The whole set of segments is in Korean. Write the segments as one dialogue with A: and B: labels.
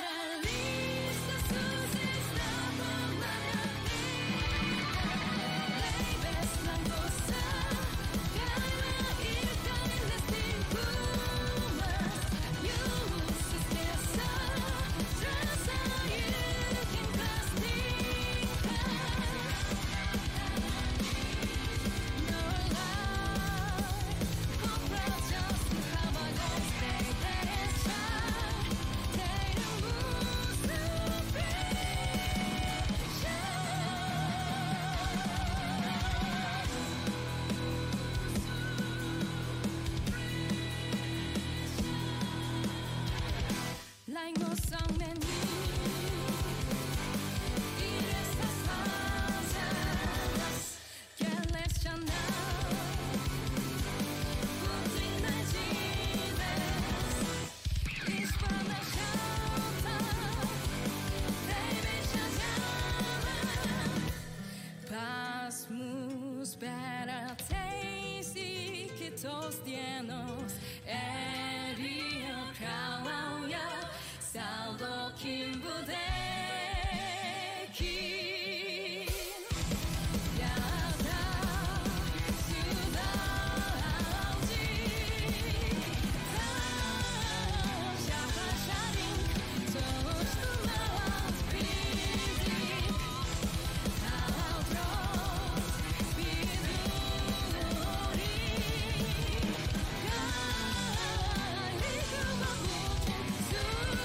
A: Paralisa Susie's number one. Baby's number one. Gamma equals Latin boomer. You should stay so. Just so you can plastic. No lie. Like no song that you 이래서 사자 결례잖아 굳이 날 지배 이 밤의 셔터 Baby 셔터 Pasmus para teis y que todos tienos Erio kawauya saldo kimbudekin 야다 수다오지 다 샤샤샤링 저스트 마우스 비디 아우로 비누리 가리그마 못한 수다오기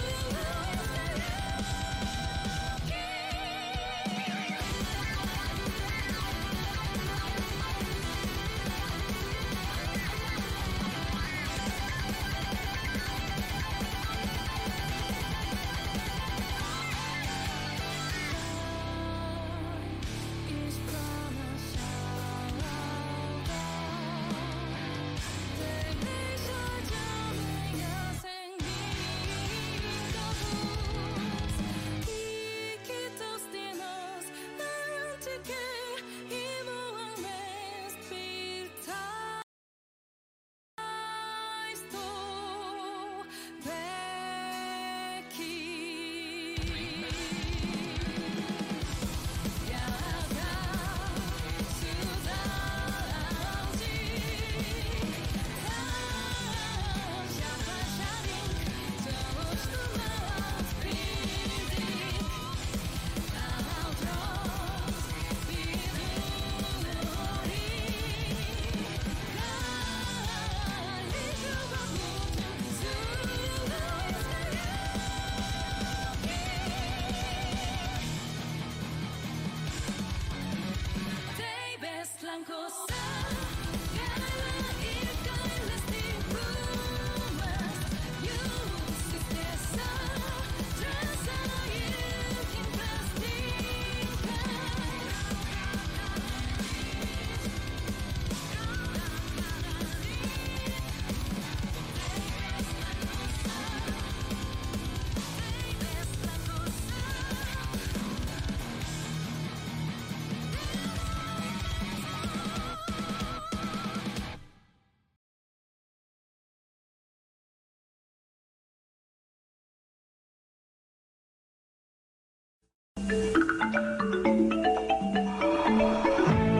A: is from a shallow 내 미소점에 야생이거든 이기도 스티노스 나랑 특히 이모한 메스피타 Estou aqui.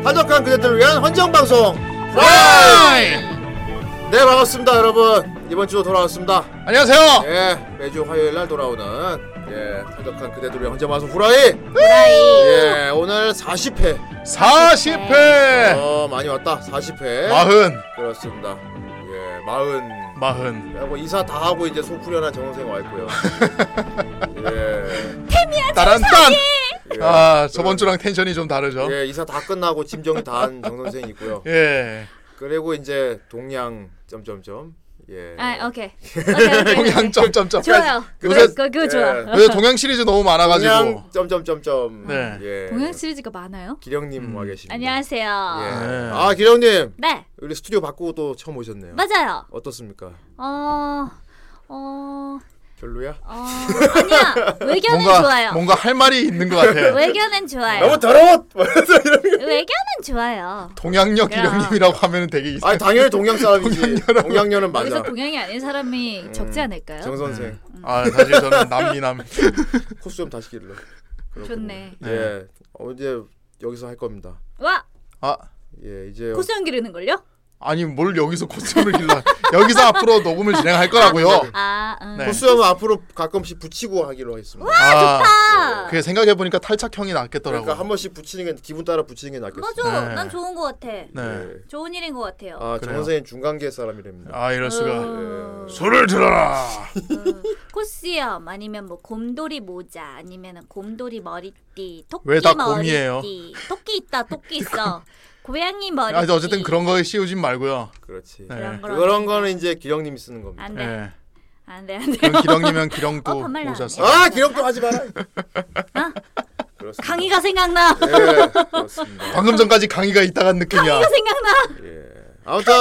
B: 한적한 그대들을 위한 헌정방송
C: 프라이!
B: 네 반갑습니다 여러분 이번 주도 돌아왔습니다
C: 안녕하세요.
B: 예 매주 화요일날 돌아오는 예 한적한 그대들을 위한 헌정방송 후라이 후라이 예 오늘 40회
C: 40회.
B: 어 많이 왔다 40회
C: 마흔.
B: 그렇습니다 예 마흔
C: 마흔.
B: 하고 이사 다 하고 이제 소쿠련한 정생 와 있고요 예,
C: 따란 딴.
B: 예.
C: 아 저번 주랑 텐션이 좀 다르죠.
B: 예 이사 다 끝나고 짐 정리 다 한 정선생 있고요
C: 예.
B: 그리고 이제 동양 점점점 예
D: 아 오케이. 오케이,
B: 네.
D: 오케이,
C: 동양
D: 오케이.
C: 점점점.
D: 좋아요.
C: 요새-
D: 그- 그- 그거 좋아.
C: 요새 동양 시리즈 너무 많아가지고.
B: 동양 점점점점
C: 네. 음.
B: 예.
D: 동양 시리즈가 많아요?
B: 기령님 와 계십니다.
D: 안녕하세요.
B: 예.
C: 네.
B: 아 기령님
D: 네
B: 우리 스튜디오 바꾸고 또 처음 오셨네요.
D: 맞아요.
B: 어떻습니까?
D: 어. 어,
B: 별로야?
D: 어, 아니야. 외견은
C: 뭔가
D: 좋아요.
C: 뭔가 할 말이 있는 것 같아요.
D: 외견은 좋아요.
B: 더러워.
D: 외견은 좋아요.
C: 동양역
D: 야.
C: 이령님이라고 하면은 되게 이상.
B: 아 당연히 동양 사람이지. 동양녀는 맞아.
D: 음, 여기서 동양이 아닌 사람이 적지 않을까요?
B: 정 선생.
C: 아 사실 저는 남미남 네.
B: 코스 좀 다시 길러. 그렇군요.
E: 좋네.
B: 예, 어제 여기서 할 겁니다.
E: 와
C: 아
B: 예, 이제
E: 코스 연기르는 걸요?
C: 아니 뭘 여기서 고점을 길러 여기서 앞으로 녹음을 진행할 거라고요.
E: 아, 음.
C: 네.
B: 코스염은 앞으로 가끔씩 붙이고 하기로 하겠습니다.
C: 아
D: 네.
E: 아,
C: 그게 생각해 보니까 탈착형이 낫겠더라고.
B: 그러니까 한
C: 요
B: 번씩 붙이는 게 기분 따라 붙이는 게 낫겠어요.
E: 맞아.
C: 네.
E: 난 좋은 것 같아.
C: 네.
B: 예.
E: 좋은 일인 것
D: 어,
E: 같아요.
B: 아, 정
C: 그래요.
B: 선생님 중간계 사람이랍니다. 예.
C: 아 이럴 수가.
E: 어,
C: 소를 들어라.
E: 어, 코스염 아니면 뭐 곰돌이 모자 아니면은 곰돌이 머리띠 토끼
C: 왜다 곰이에요?
E: 머리띠 토끼 있다 토끼 있어 고양이 머리띠
C: 아 근데 어쨌든 그런 거에 씌우진 말고요.
B: 그렇지.
C: 네.
E: 그런 거랑-
B: 그런 거는 이제 기령님이 쓰는 겁니다.
E: 안
C: 예.
E: 돼.
C: 네.
E: 안 돼, 안 돼.
C: 그럼 기령님은 기령도
E: 어, 반말
C: 모자
E: 나왔네.
C: 써.
B: 아, 기령도 하지 마라. 그렇습니다.
E: 아? 강의가 생각나.
B: 예, 그렇습니다.
C: 방금 전까지 강의가 있다간 느낌이야.
E: 강의가 생각나.
B: 예. 아무튼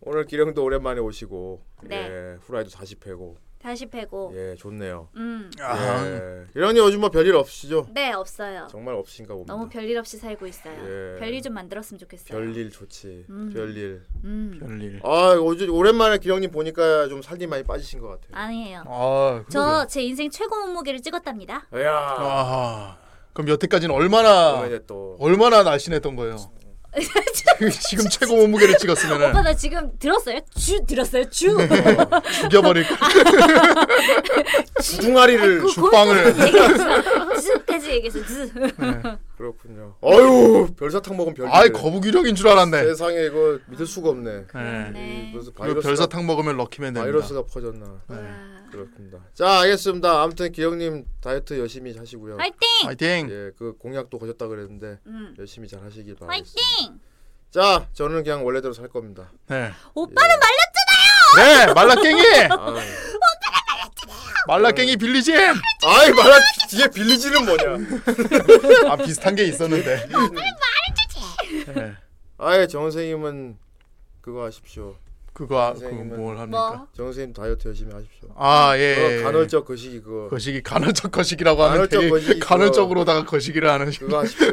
B: 오늘 기령도 오랜만에 오시고
E: 네.
B: 예, 후라이도 다시 패고
E: 다시 패고.
B: 예, 좋네요.
E: 음.
C: 아,
B: 예. 기령님 요즘 뭐 별일 없으시죠?
E: 네, 없어요.
B: 정말 없으신가 봅니다.
E: 너무 별일 없이 살고 있어요.
B: 예.
E: 별일 좀 만들었으면 좋겠어요.
B: 별일 좋지.
E: 음.
B: 별일.
E: 음.
C: 별일.
B: 아, 요즘 오랜만에 기령님 보니까 좀 살이 많이 빠지신 것 같아요.
E: 아니에요.
C: 아,
E: 저 제 인생 최고 몸무게를 찍었답니다.
B: 야.
C: 아, 그럼 여태까지는 얼마나
B: 그러면 이제 또
C: 얼마나 날씬했던 거예요? 지금 최고 몸무게를 찍었으면
E: 오빠 아, 나 지금 들었어요? 주 들었어요? 주.
C: 네. 죽여버릴 거.
B: 주둥아리를
E: 그-
C: 죽방을.
E: 거기까지 얘기했어. 주까지 얘기했어. 주.
B: 그렇군요. 아유, 별사탕 먹으면 별일.
C: 아이 거북이력인 줄 알았네.
B: 세상에 이거 믿을 수가 없네.
C: 네.
E: 네.
B: 무슨
C: 이거
B: 바이러스가,
C: 별사탕 먹으면 럭키맨 됩니다. 네.
B: 바이러스가 퍼졌나.
E: 와.
B: 그렇습니다. 자, 알겠습니다. 아무튼 기영님 다이어트 열심히 하시고요.
E: 화이팅!
C: 파이팅.
B: 예, 그 공약도 거셨다 그랬는데
E: 음.
B: 열심히 잘 하시길 바랍니다.
E: 화이팅!
B: 자, 저는 그냥 원래대로 살 겁니다.
C: 네.
E: 오빠는
C: 네, 말라깽이.
B: 아유.
C: 말라깽이 빌리지.
B: 아이, 말아 뒤에 빌리지는 뭐냐?
C: 아 비슷한 게
E: 어,
C: 있었는데. 네.
B: 아예 정 선생님은 그거 하십시오.
C: 그거
B: 선생님은-
C: 그뭘 합니까?
E: 뭐?
B: 정 선생님 다이어트 열심히 하십시오.
C: 아
B: 그거
C: 예.
B: 간헐적 거시기 그거
C: 거시기 간헐적 거시기라고 하는
B: 간헐적
C: 되게
B: 거시기
C: 간헐적으로다가 거시기를 하는.
B: 그거 하십시오.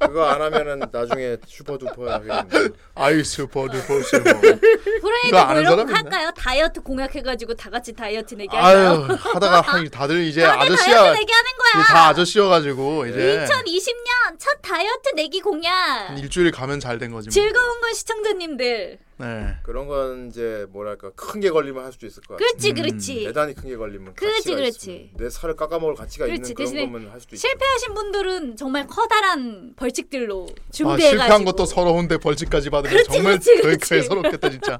B: 그거 안 하면은 나중에 슈퍼 두퍼야 되겠네요.
C: 아이 슈퍼 듀퍼 슈퍼. 이거
E: 브레이드 뭐
C: 아는
E: 이런
C: 사람
E: 거
C: 있나?
E: 할까요? 다이어트 공약해가지고 다 같이 다이어트 내기할까요?
C: 아유 하다가 하- 다들 이제
E: 다들
C: 아저씨야. 예.
E: 다이어트 내기하는
C: 이제
E: 거야.
C: 다 아저씨여가지고 이제
E: 2020년 첫 다이어트 내기 공약.
C: 일주일 가면 잘 된 거지. 뭐.
E: 즐거운 건 시청자님들.
C: 네.
B: 그런 건 이제 뭐랄까 큰 게 걸리면 할 수도 있을 것 같아요.
E: 그렇지
C: 음.
E: 그렇지.
B: 대단히 큰 게 걸리면
E: 그렇지,
B: 가치가
E: 그렇지.
B: 있으면 내 살을 깎아먹을 가치가
E: 그렇지,
B: 있는 그런
E: 대신에
B: 거면 할 수도 있죠.
E: 실패하신 분들은 정말 커다란 벌칙들로
C: 아,
E: 준비해가지고.
C: 실패한 것도 서러운데 벌칙까지 받으면
E: 그렇지,
C: 정말
E: 그렇지,
C: 그게
E: 그렇지.
C: 그게 서럽겠다 진짜.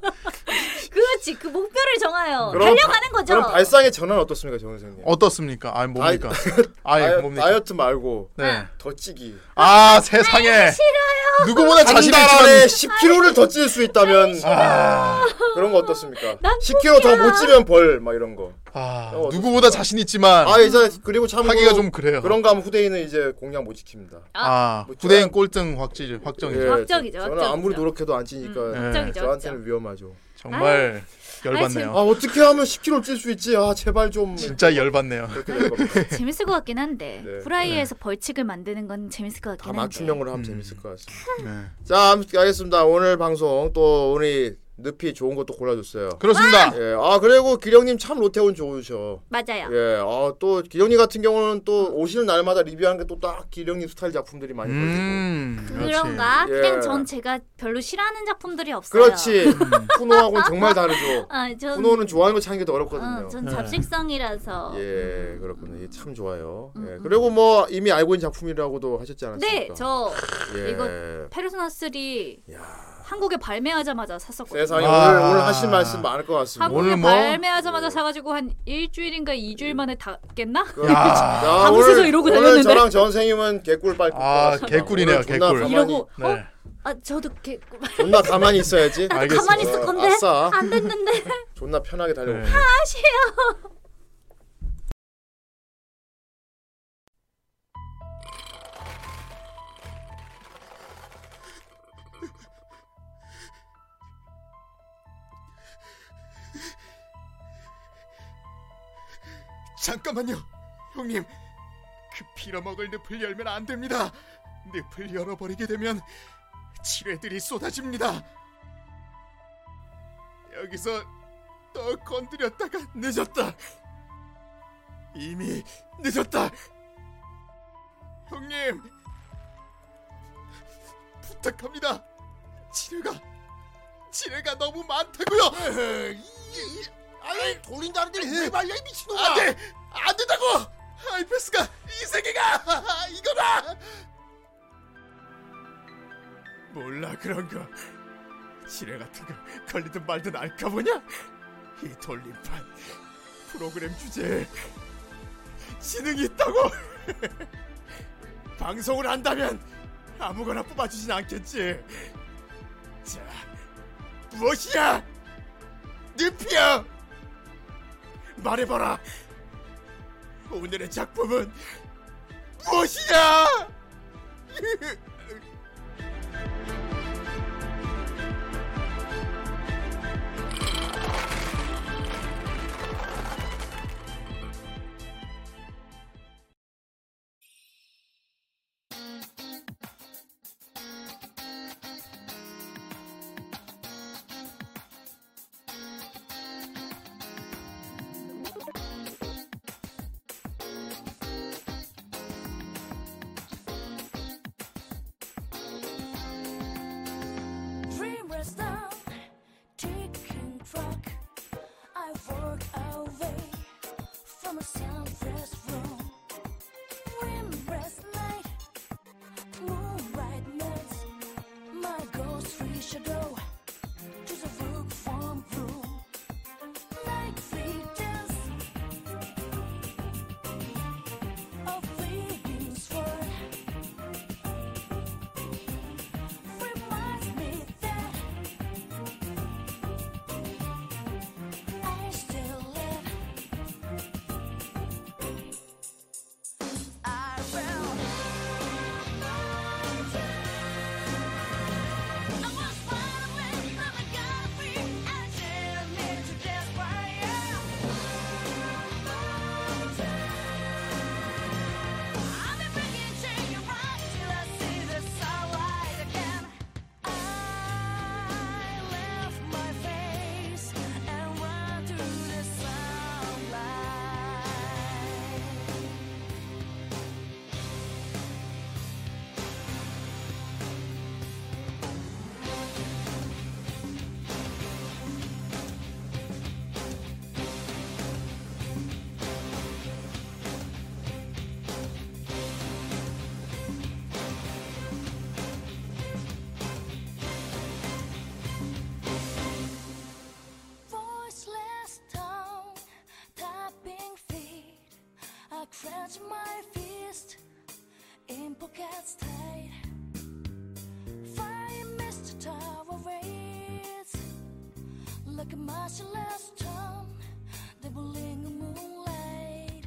E: 그렇지 그 목표를 정하여
B: 그럼-
E: 달려가는 거죠.
B: 그럼 발상의 전환 어떻습니까, 정 선생님?
C: 어떻습니까? 아니 뭡니까? 아예
B: 다이어,
C: 뭡니까?
B: 다이어트 말고
C: 네.
B: 더 찌기.
C: 아 세상에 누구보다
B: 한
C: 자신
B: 달
C: 있지만
B: 안에 10kg를 더 찔 수 있다면
C: 아,
B: 그런 거 어떻습니까?
E: 난
B: 10kg 더 못 찌면 벌 막 이런 거.
C: 아
B: 어,
C: 누구보다 자신 있지만
B: 아 이제 그리고 참뭐
C: 하기가 좀 그래요.
B: 그런 거 하면 후대인은 이제 공약 못 지킵니다.
C: 아
B: 뭐
C: 후대인
B: 저는-
C: 꼴등 확지 확정이죠.
B: 예,
E: 확정이죠,
B: 저- 저는
E: 확정이죠.
B: 아무리 노력해도 안 찌니까
C: 음,
E: 확정이죠,
B: 네, 저한테는 위험하죠.
C: 정말
B: 아
C: 열받네요.
B: 어떻게 하면 10kg 찔 수 있지? 아 제발 좀
C: 진짜 열받네요.
B: 그렇게 될 겁니다.
E: 그렇죠. 재밌을 것 같긴 한데
B: 네.
E: 후라이에서 벌칙을 만드는 건 재밌을 것 같긴
B: 다
E: 한데.
B: 맞춤형으로 하면
C: 음.
B: 재밌을 것 같습니다.
C: 네.
B: 자 아무튼 알겠습니다. 오늘 방송 또 우리 늪이 좋은 것도 골라줬어요.
C: 그렇습니다.
B: 예, 아 그리고 기령님 참 로테온 좋으셔.
E: 맞아요.
B: 예, 아또 기령님 같은 경우는
E: 음.
B: 또 오시는 날마다 리뷰하는 게 또 딱 기령님 스타일 작품들이 많이 걸리고.
C: 음
E: 그런가?
B: 그렇지. 예.
E: 그냥 전 제가 별로 싫어하는 작품들이 없어요.
B: 그렇지.
C: 음.
B: 쿠노하고는 정말 다르죠.
E: 아, 전,
B: 쿠노는 좋아하는 거 찾는 게 더 어렵거든요.
E: 어, 전 음. 잡식성이라서.
B: 네. 예, 그렇군요. 이게 참 좋아요. 예, 그리고 뭐 이미 알고 있는 작품이라고도 하셨지 않았습니까?
E: 음, 네, 저
B: 예.
E: 이거- 페르소나 3
B: 야.
E: 한국에 발매하자마자 샀었거든요.
B: 세상에
C: 아.
B: 오늘 오늘 하실 말씀 많을 것 같습니다.
E: 한국에
C: 오늘 뭐-
E: 발매하자마자 사가지고 한 일주일인가 이주일 만에 닫겠나?
B: 그-
C: 야.
B: 자,
E: 밤새서
B: 오늘-
E: 이러고
B: 오늘
E: 다녔는데?
B: 저랑 전 선생님은 개꿀 빨고. 뭐
C: 아, 개꿀이네요, 개꿀.
E: 이러고 어?
C: 네.
E: 아 저도 개,
B: 존나 가만히 있어야지.
C: 알겠습니다.
E: 가만히 있을
B: 어,
E: 건데
B: 아싸.
E: 안 됐는데
B: 존나 편하게 달려고.
C: 네. 잠깐만요, 형님. 그 빌어먹을 늪을 열면 안 됩니다. 늪을 열어버리게 되면 지뢰들이 쏟아집니다. 여기서
B: 너 건드렸다가 늦었다. 이미 늦었다. 형님 부탁합니다. 지뢰가 지뢰가 너무 많다고요.
C: 아니 돌린다는데 왜 말려 이 미친놈아
B: 안돼 안 된다고. 알페스가 이 세계가 이거다.
C: 몰라 그런 거 지뢰 같은 거 걸리든 말든 알까 보냐 이 돌림판 프로그램 주제에 지능이 있다고 방송을 한다면 아무거나 뽑아주진 않겠지 자 무엇이야 늪이야 말해봐라 오늘의 작품은 무엇이냐
A: Dream was down, tick and truck. I walk away from a soundless room. Windless night, moonlight nights. My ghostly shadow to the roof from room. Night freedance of freedom sword. Reminds me that I still live. I will. I was wide awake, now I gotta be. I still need to just why I've been breaking chain and rock till I see the sunlight again. I left my face and run through the sunlight. Voiceless tongue, tapping feet. I clench my fist in pockets tight. Fire mist tower raids like a merciless tongue, doubling the moonlight.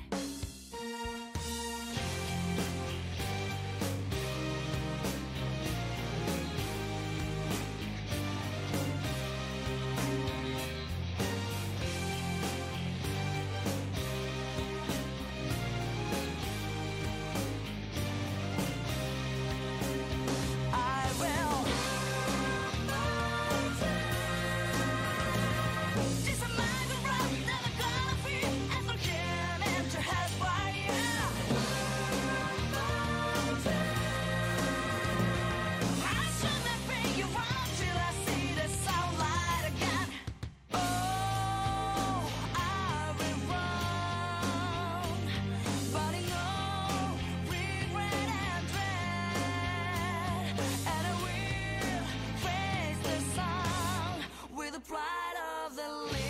A: I will. Just a migrant rock that I gotta be, and from here into hellfire. I shouldn't be around till I see the sunlight again. Oh, I will run, burning all regret and dread, and I will face the sun with the pride of the living.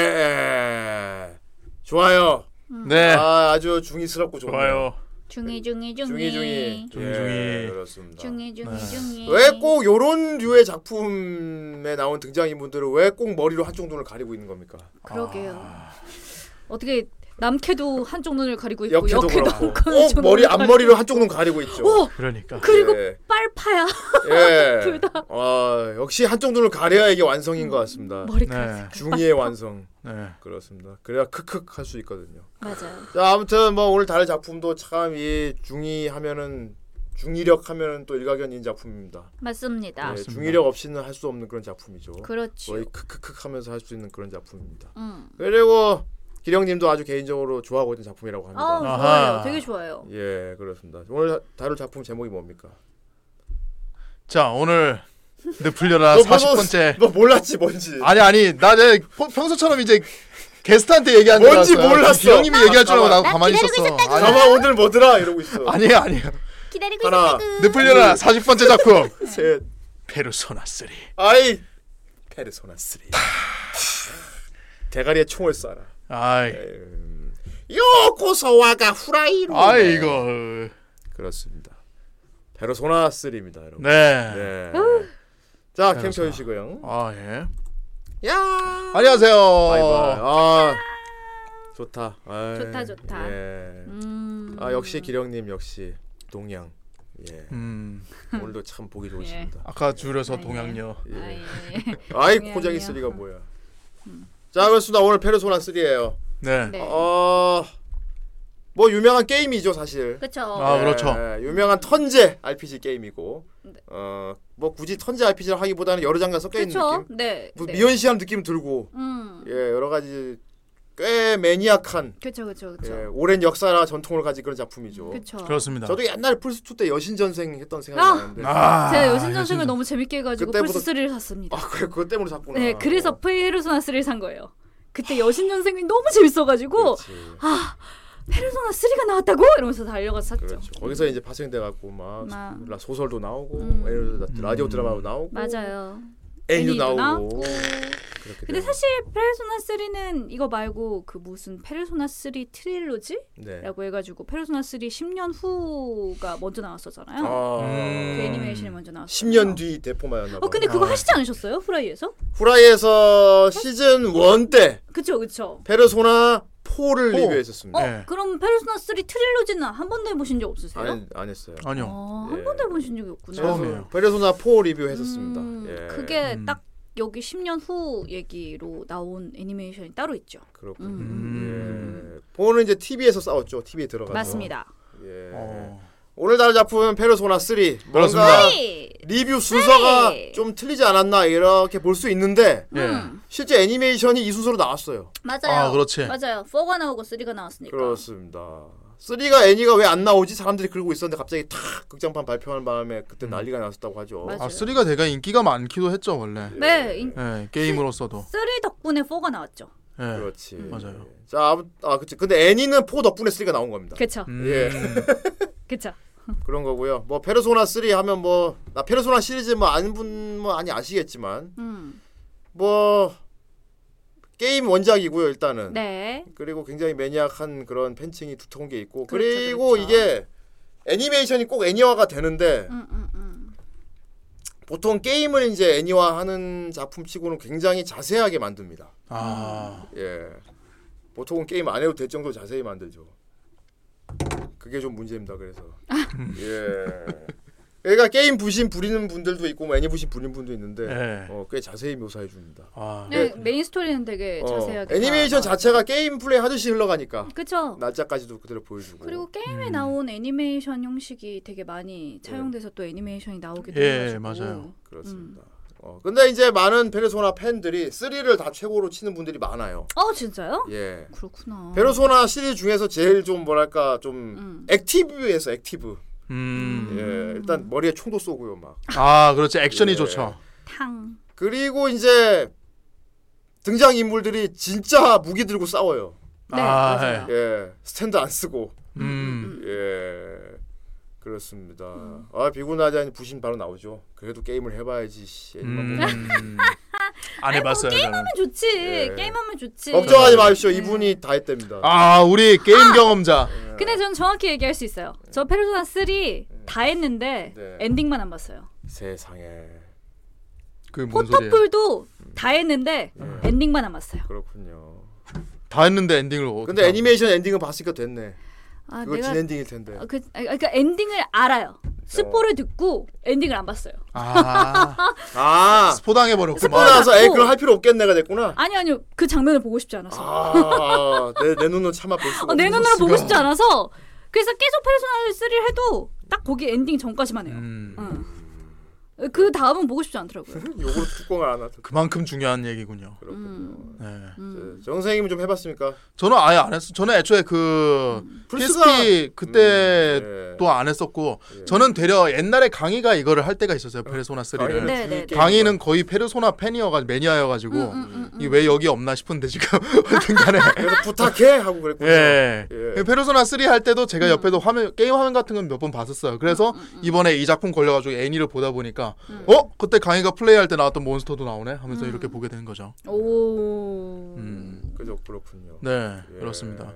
B: 네. 좋아요.
F: 네.
B: 아, 아주 중의스럽고 좋네요.
F: 좋아요.
G: 중이 중이 중이
B: 중의 중의.
F: 중의,
B: 예,
F: 중의.
B: 그렇습니다.
G: 중이 중이
E: 네.
G: 중이
B: 왜 꼭 요런 류의 작품에 나온 등장인물들은 왜 꼭 머리로 한쪽 눈을 가리고 있는 겁니까?
E: 그러게요. 어떻게 남캐도 한쪽 눈을 가리고 어? 있고
B: 역해도
E: 역캐도
B: 그렇고
E: 한쪽
B: 꼭 머리
E: 눈을 가리고
B: 앞머리로 한쪽 눈 가리고 있죠.
E: 어
C: 그러니까
E: 그리고
B: 예.
D: 털파야.
E: 네.
B: 예.
D: 둘 다.
B: 아, 역시 한쪽 눈을 가려야 이게 완성인 것
D: 음,
B: 같습니다.
C: 네.
E: 머리까지.
B: 중의의 완성.
C: 네.
B: 그렇습니다. 그래야 크크크 할 수 있거든요.
D: 맞아요.
B: 자, 아무튼 뭐 오늘 다룰 작품도 참 이 중의 하면은 중의력 하면은 또 일가견인 작품입니다.
D: 맞습니다.
E: 네.
B: 예,
C: 그렇습니다.
B: 중의력 없이는 할 수 없는 그런 작품이죠.
D: 그렇죠.
B: 거의 크크크 하면서 할 수 있는 그런 작품입니다.
D: 음.
B: 그리고 기령님도 아주 개인적으로 좋아하고 있는 작품이라고
D: 아,
B: 합니다.
D: 좋아요.
C: 아하.
D: 되게 좋아요.
B: 예, 그렇습니다. 오늘 다룰 작품 제목이 뭡니까?
C: 자 오늘 내 풀려라
B: 너 벌써
C: 40번째
B: 너뭐 몰랐지 뭔지.
C: 아니 아니 나 이제 포- 평소처럼 이제 게스트한테 얘기하는 줄
B: 뭔지
C: 알았어요.
B: 몰랐어.
C: 기영님이 얘기할 줄 알고 나도
D: 나
C: 가만히
D: 기다리고
C: 있었어.
B: 잠깐 만 오늘 뭐더라 이러고 있어.
C: 아니 아니.
D: 기다리고
B: 하나,
E: 네,
D: 있었다구.
C: 내 풀려라 40번째 작품
B: 셋,
C: 페르소나 3.
B: 아이, 페르소나 3. 대가리에 총을 쏴라.
C: 아이
B: 음, 요코소와가 후라이로. 네,
C: 아이고
B: 그렇습니다. 페르소나 3입니다, 여러분.
C: 네.
B: 네. 자, 캠 켜주시고요.
C: 아 예.
B: 야.
C: 안녕하세요.
B: 바이바이. 아, 좋다. 아이,
D: 좋다, 좋다.
B: 예.
D: 음.
B: 아 역시 기령님 역시 동양. 예.
C: 음
B: 오늘도 참 보기 좋으십니다.
C: 아까 줄여서 동양녀.
B: 예.
D: 예. 아예.
B: 아이
D: 동양이요. 음.
B: 고장이 쓰리가 뭐야? 자 그렇습니다. 오늘 페르소나 3예요.
C: 네.
D: 네.
B: 어, 뭐 유명한 게임이죠 사실.
D: 그렇죠.
C: 아, 그렇죠.
B: 예, 유명한 턴제 RPG 게임이고,
D: 네.
B: 어뭐 굳이 턴제 RPG를 하기보다는 여러 장르 섞여 있는
D: 그렇죠.
B: 느낌.
D: 네.
B: 뭐
D: 네.
B: 미연시한 느낌 들고,
D: 음.
B: 예 여러 가지 꽤 매니악한
D: 그렇죠. 그렇죠.
B: 예, 뭐.
D: 그렇죠.
B: 오랜 역사라 전통을 가진 그런 작품이죠.
D: 그렇죠.
C: 그렇습니다.
B: 저도 옛날 플스 2때 여신전생 했던 생각이
D: 아!
B: 나는데.
C: 네. 아,
E: 제가 여신전생을
C: 여신전-
E: 너무 재밌게 해가지고
B: 그때부터-
E: 플스 3를 샀습니다.
B: 아 어. 그래 그것 때문에 샀구나.
E: 네, 그래서 페르소나 3를 산 거예요. 그때 여신전생이 너무 재밌어가지고
B: 그렇지.
D: 아,
E: 페르소나 3가 나왔다고 이러면서 달려가서 샀죠.
B: 그렇죠. 거기서 이제 파생돼갖고 막
E: 막.
B: 라- 소설도 나오고
E: 음.
B: 에르- 라디오
C: 음.
B: 드라마도 나오고
D: 맞아요.
B: 네. 애니도
E: 애니도
B: 나오고 그렇게
E: 근데
B: 되는
E: 사실 페르소나 3는 이거 말고 그 무슨 페르소나 3 트릴로지라고
B: 네.
E: 해가지고 페르소나 3 10년 후가 먼저 나왔었잖아요.
B: 아,
C: 음.
E: 그 애니메이션이 먼저 나왔어요.
B: 10년 뒤 대포마였나 봐.
E: 어 근데 그거
C: 아.
E: 하시지 않으셨어요? 후라이에서?
B: 후라이에서 시즌 1 때
E: 그쵸 그쵸.
B: 페르소나 4를
C: 포.
B: 리뷰했었습니다.
E: 어
C: 네.
E: 그럼 페르소나 3 트릴로지는 한 번도 해보신 적 없으세요?
B: 안, 안 했어요.
C: 아니요.
E: 아한
B: 예.
E: 번도 해보신 적이 없구나.
C: 처음이에요.
B: 페르소나 4 리뷰했었습니다.
E: 음,
B: 예.
E: 그게
C: 음.
E: 딱 여기 10년 후 얘기로 나온 애니메이션이 따로 있죠.
B: 그렇고.
E: 음.
B: 음. 예. 4는 이제 TV에서 싸웠죠. TV에 들어가서.
E: 맞습니다.
B: 예.
C: 어.
B: 오늘 다룰 작품은 페르소나 3.
E: 아.
C: 그렇습니다.
B: 뭔가 리뷰 순서가
D: 쓰리!
B: 좀 틀리지 않았나 이렇게 볼 수 있는데
C: 예.
E: 음,
B: 실제 애니메이션이 이 순서로 나왔어요.
D: 맞아요.
C: 아, 그렇지.
D: 맞아요. 4가 나오고 3가 나왔으니까.
B: 그렇습니다. 3가 애니가 왜 안 나오지? 사람들이 그러고 있었는데 갑자기 탁 극장판 발표하는 바람에 그때
D: 음.
B: 난리가 났었다고 하죠.
E: 맞아요.
C: 아, 3가 되게 인기가 많기도 했죠, 원래.
E: 네, 인,
C: 예, 게임으로서도.
E: 3 덕분에 4가 나왔죠.
C: 예.
B: 그렇지.
D: 음,
C: 맞아요.
B: 자, 아무- 아, 그치. 근데 애니는 포 덕분에 3가 나온 겁니다.
E: 그쵸,
C: 음.
B: 예.
E: 그쵸.
B: 그런 거고요. 뭐 페르소나 3 하면 뭐 나 페르소나 시리즈 뭐 아는 분뭐 아니 아시겠지만
D: 음.
B: 뭐 게임 원작이고요, 일단은.
D: 네.
B: 그리고 굉장히 매니악한 그런 팬층이 두터운 게 있고 그
D: 그렇죠,
B: 리고
D: 그렇죠.
B: 이게 애니메이션이 꼭 애니화가 되는데
D: 음, 음, 음.
B: 보통 게임을 이제 애니화하는 작품치고는 굉장히 자세하게 만듭니다.
C: 아.
B: 예, 보통은 게임 안 해도 될 정도로 자세히 만들죠. 그게 좀 문제입니다. 그래서 예, 그러니까 게임 부심 부리는 분들도 있고 뭐 애니 부심 부리는 분도 있는데
C: 예.
B: 어, 꽤 자세히 묘사해 줍니다.
C: 아.
E: 네, 메인 스토리는 되게
B: 어,
E: 네, 자세하게.
B: 애니메이션
E: 다 나와요.
B: 자체가 게임 플레이 하듯이 흘러가니까
E: 그쵸.
B: 날짜까지도 그대로 보여주고
E: 그리고 게임에
C: 음.
E: 나온 애니메이션 형식이 되게 많이 차용돼서 또 애니메이션이 나오기도
C: 예,
E: 해가지고.
C: 맞아요.
B: 그렇습니다.
E: 음.
B: 어, 근데 이제 많은 페르소나 팬들이 3를 다 최고로 치는 분들이 많아요.
E: 어 진짜요?
B: 예.
E: 그렇구나.
B: 페르소나 시리즈 중에서 제일 좀 뭐랄까 좀
E: 음.
B: 액티브에서 액티브.
C: 음.
B: 예. 일단 머리에 총도 쏘고요, 막.
C: 아, 그렇지. 액션이
B: 예.
C: 좋죠.
E: 탕.
B: 그리고 이제 등장 인물들이 진짜 무기 들고 싸워요.
E: 네,
C: 아,
E: 맞아요.
B: 예. 스탠드 안 쓰고.
C: 음.
B: 예. 그렇습니다. 아, 비구나자니 부심 바로 나오죠. 그래도 게임을 해 봐야지. 씨. 뭐. 애니만 보고.
C: 음. 안 해봤어요. 저는.
E: 좋지.
B: 예.
E: 게임하면 어, 좋지.
B: 걱정하지 마십시오.
E: 네.
B: 이분이 다 했답니다.
C: 네. 아, 우리 게임 경험자.
E: 근데 저는 정확히 얘기할 수 있어요. 저 페르소나 3다 했는데
B: 네.
E: 엔딩만 안 봤어요.
B: 세상에.
C: 그뭔 소리야?
E: 포토풀도 다 했는데 엔딩만 안 봤어요.
B: 그렇군요.
C: 다 했는데 엔딩을.
B: 근데 애니메이션 엔딩은 봤으니까 됐네.
E: 아
B: 그거
E: 내가
B: 진엔딩일 텐데.
E: 아, 그, 아, 그러니까 엔딩을 알아요. 스포를 어. 듣고 엔딩을 안 봤어요.
C: 아
B: 아
C: 스포당해 버렸구만.
B: 스포 나서 에이
E: 맞고.
B: 그걸 할 필요 없겠네가 됐구나.
E: 아니 아니요 그 장면을 보고 싶지 않아서.
B: 아내내 눈은 차마 볼 수가
E: 어, 내
B: 없어.
E: 눈으로 보고
C: 수가.
E: 싶지 않아서 그래서 계속 페르소나 3를 해도 딱 거기 엔딩 전까지만 해요.
C: 음,
E: 어. 그 다음은 보고 싶지 않더라고요.
B: 요거로 뚜껑을 안 하던.
C: 그만큼 중요한 얘기군요.
B: 그렇군요.
E: 음,
C: 네.
B: 네, 정 선생님은 좀 해봤습니까?
C: 저는 아예 안 했어. 저는 애초에 그
B: 플스가-
C: PSP 그때
B: 음, 예.
C: 또 안 했었고
B: 예.
C: 저는 되려 옛날에 강의가 이거를 할 때가 있었어요. 페르소나 3를.
B: 강의는
D: 네, 네,
B: 주위
C: 강의는 거의 페르소나 팬이어가 매니아여가지고 이 왜 여기 없나 싶은데 지금 하여튼간에
B: 그래서 부탁해 하고 그랬군요.
C: 예.
B: 예.
C: 페르소나 3 할 때도 제가
D: 음.
C: 옆에도 화면 게임 화면 같은 건 몇 번 봤었어요. 그래서 이번에 이 작품 걸려가지고 애니를 보다 보니까
D: 음.
C: 어 그때 강의가 플레이할 게 나왔던 몬스터도 나오네 하면서 이렇게 보게 된 거죠.
E: 오.
C: 음.
B: 그죠 그렇군요.
C: 네
B: 예.
C: 그렇습니다.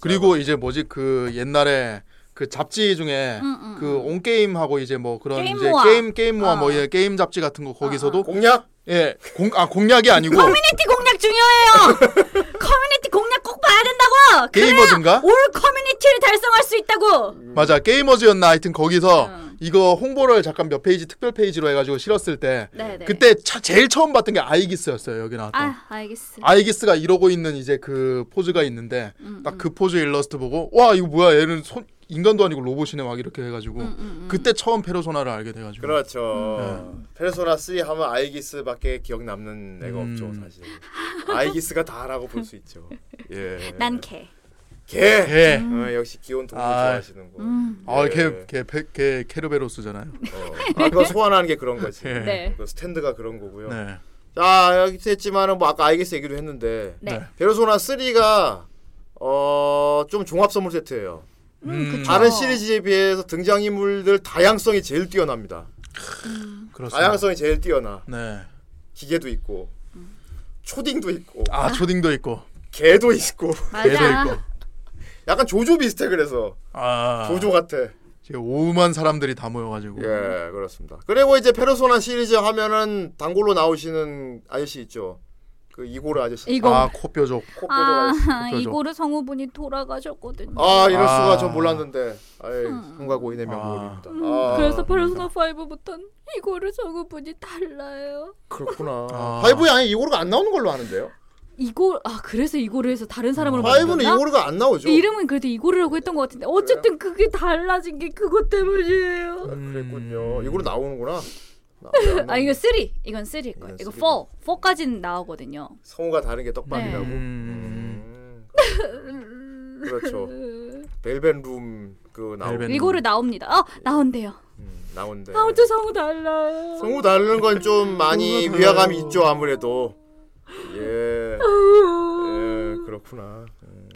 C: 그리고 이제 뭐지 그 옛날에 그 잡지 중에 그 온 게임하고 이제 뭐 그런
D: 음, 게임
C: 이제
D: 모아. 어.
C: 게임 게임 모아 뭐 이런 게임 잡지 같은 거 거기서도
B: 공략
C: 음. 예공아 공략이 아니고
E: 커뮤니티 공략 중요해요. 커뮤니티 공략 꼭 봐야 된다고.
C: 게이머즈인가?
E: 올 커뮤니티를 달성할 수 있다고.
C: 맞아 게이머즈였나 하여튼 거기서
D: 음.
C: 이거 홍보를 잠깐 몇 페이지 특별 페이지로 해가지고 실었을 때
D: 네네.
C: 그때 차- 제일 처음 봤던 게 아이기스였어요 여기 나왔던
D: 아 알겠어.
C: 아, 이기스가 이러고 있는 이제 그 포즈가 있는데 딱 그 포즈 일러스트 보고 와 이거 뭐야 얘는 손 인간도 아니고 로봇이네 막 이렇게 해가지고 그때 처음 페르소나를 알게 돼가지고
B: 그렇죠.
C: 네.
B: 페르소나 3 하면 아이기스밖에 기억 남는 애가
C: 음.
B: 없죠 사실. 아이기스가 다라고 볼 수 있죠. 예.
D: 난 개.
B: 개.
C: 개.
B: 어, 역시 귀여운 동물
C: 음. 아.
B: 좋아하시는 거. 예.
C: 아걔걔걔 케르베로스잖아요.
B: 어. 아까 소환하는 게 그런 거지.
C: 예.
E: 네.
B: 그 스탠드가 그런 거고요.
C: 네.
B: 자 여기 했지만은 뭐 아까 아이기스 얘기도 했는데
D: 네.
C: 네.
B: 페르소나 3가 어좀 종합 선물 세트예요.
D: 음, 그쵸.
B: 다른 시리즈에 비해서 등장 인물들 다양성이 제일 뛰어납니다.
C: 그렇습니다.
B: 다양성이 제일 뛰어나.
C: 네.
B: 기계도 있고 초딩도 있고
C: 아 초딩도 있고
B: 개도 있고
C: 개도
D: 맞아.
C: 있고.
B: 약간 조조 비슷해 그래서
C: 아
B: 조조 같아.
C: 지금 오만 사람들이 다 모여가지고.
B: 예 그렇습니다. 그리고 이제 페르소나 시리즈 하면은 단골로 나오시는 아저씨 있죠. 그 이고르 아저씨.
E: 이거.
C: 아 코뼈족.
B: 코뼈도
D: 아
B: 아저씨.
C: 그쵸.
D: 이고르 성우분이 돌아가셨거든요.
B: 아 이럴
C: 아.
B: 수가 전 몰랐는데 아이 성과 고인의 명물입니다. 아,
E: 음, 그래서 페르소나 5부터는 이거를 성우분이 달라요.
B: 그렇구나.
C: 아.
B: 파이브에 아예 이고르가 안 나오는 걸로 아는데요.
E: 이거 아 그래서 이거를 해서 다른 사람으로
B: 파이브는
E: 만들었나?
B: 이고르가 안 나오죠.
E: 이름은 그래도 이고르라고 했던 것 같은데 어쨌든 그게 달라진 게 그것 때문이에요.
B: 아,
C: 음.
B: 그랬군요. 이고르 나오는구나. 음,
E: 아 이거 3 이건 3일 거예요.
B: 이건
E: 이거 4
B: 쓰리고.
E: 4까지는 나오거든요.
B: 성우가 다른 게 떡밥이라고.
E: 네.
C: 음.
B: 음, 그렇죠. 벨벳 룸그 나오
C: 벨벳 음.
E: 이거를 나옵니다. 어 나온대요.
B: 음, 나온대.
E: 아무튼 성우 달라요.
B: 성우 다르는 건 좀 많이 위화감이 있죠 아무래도. 예. 예 그렇구나. 음.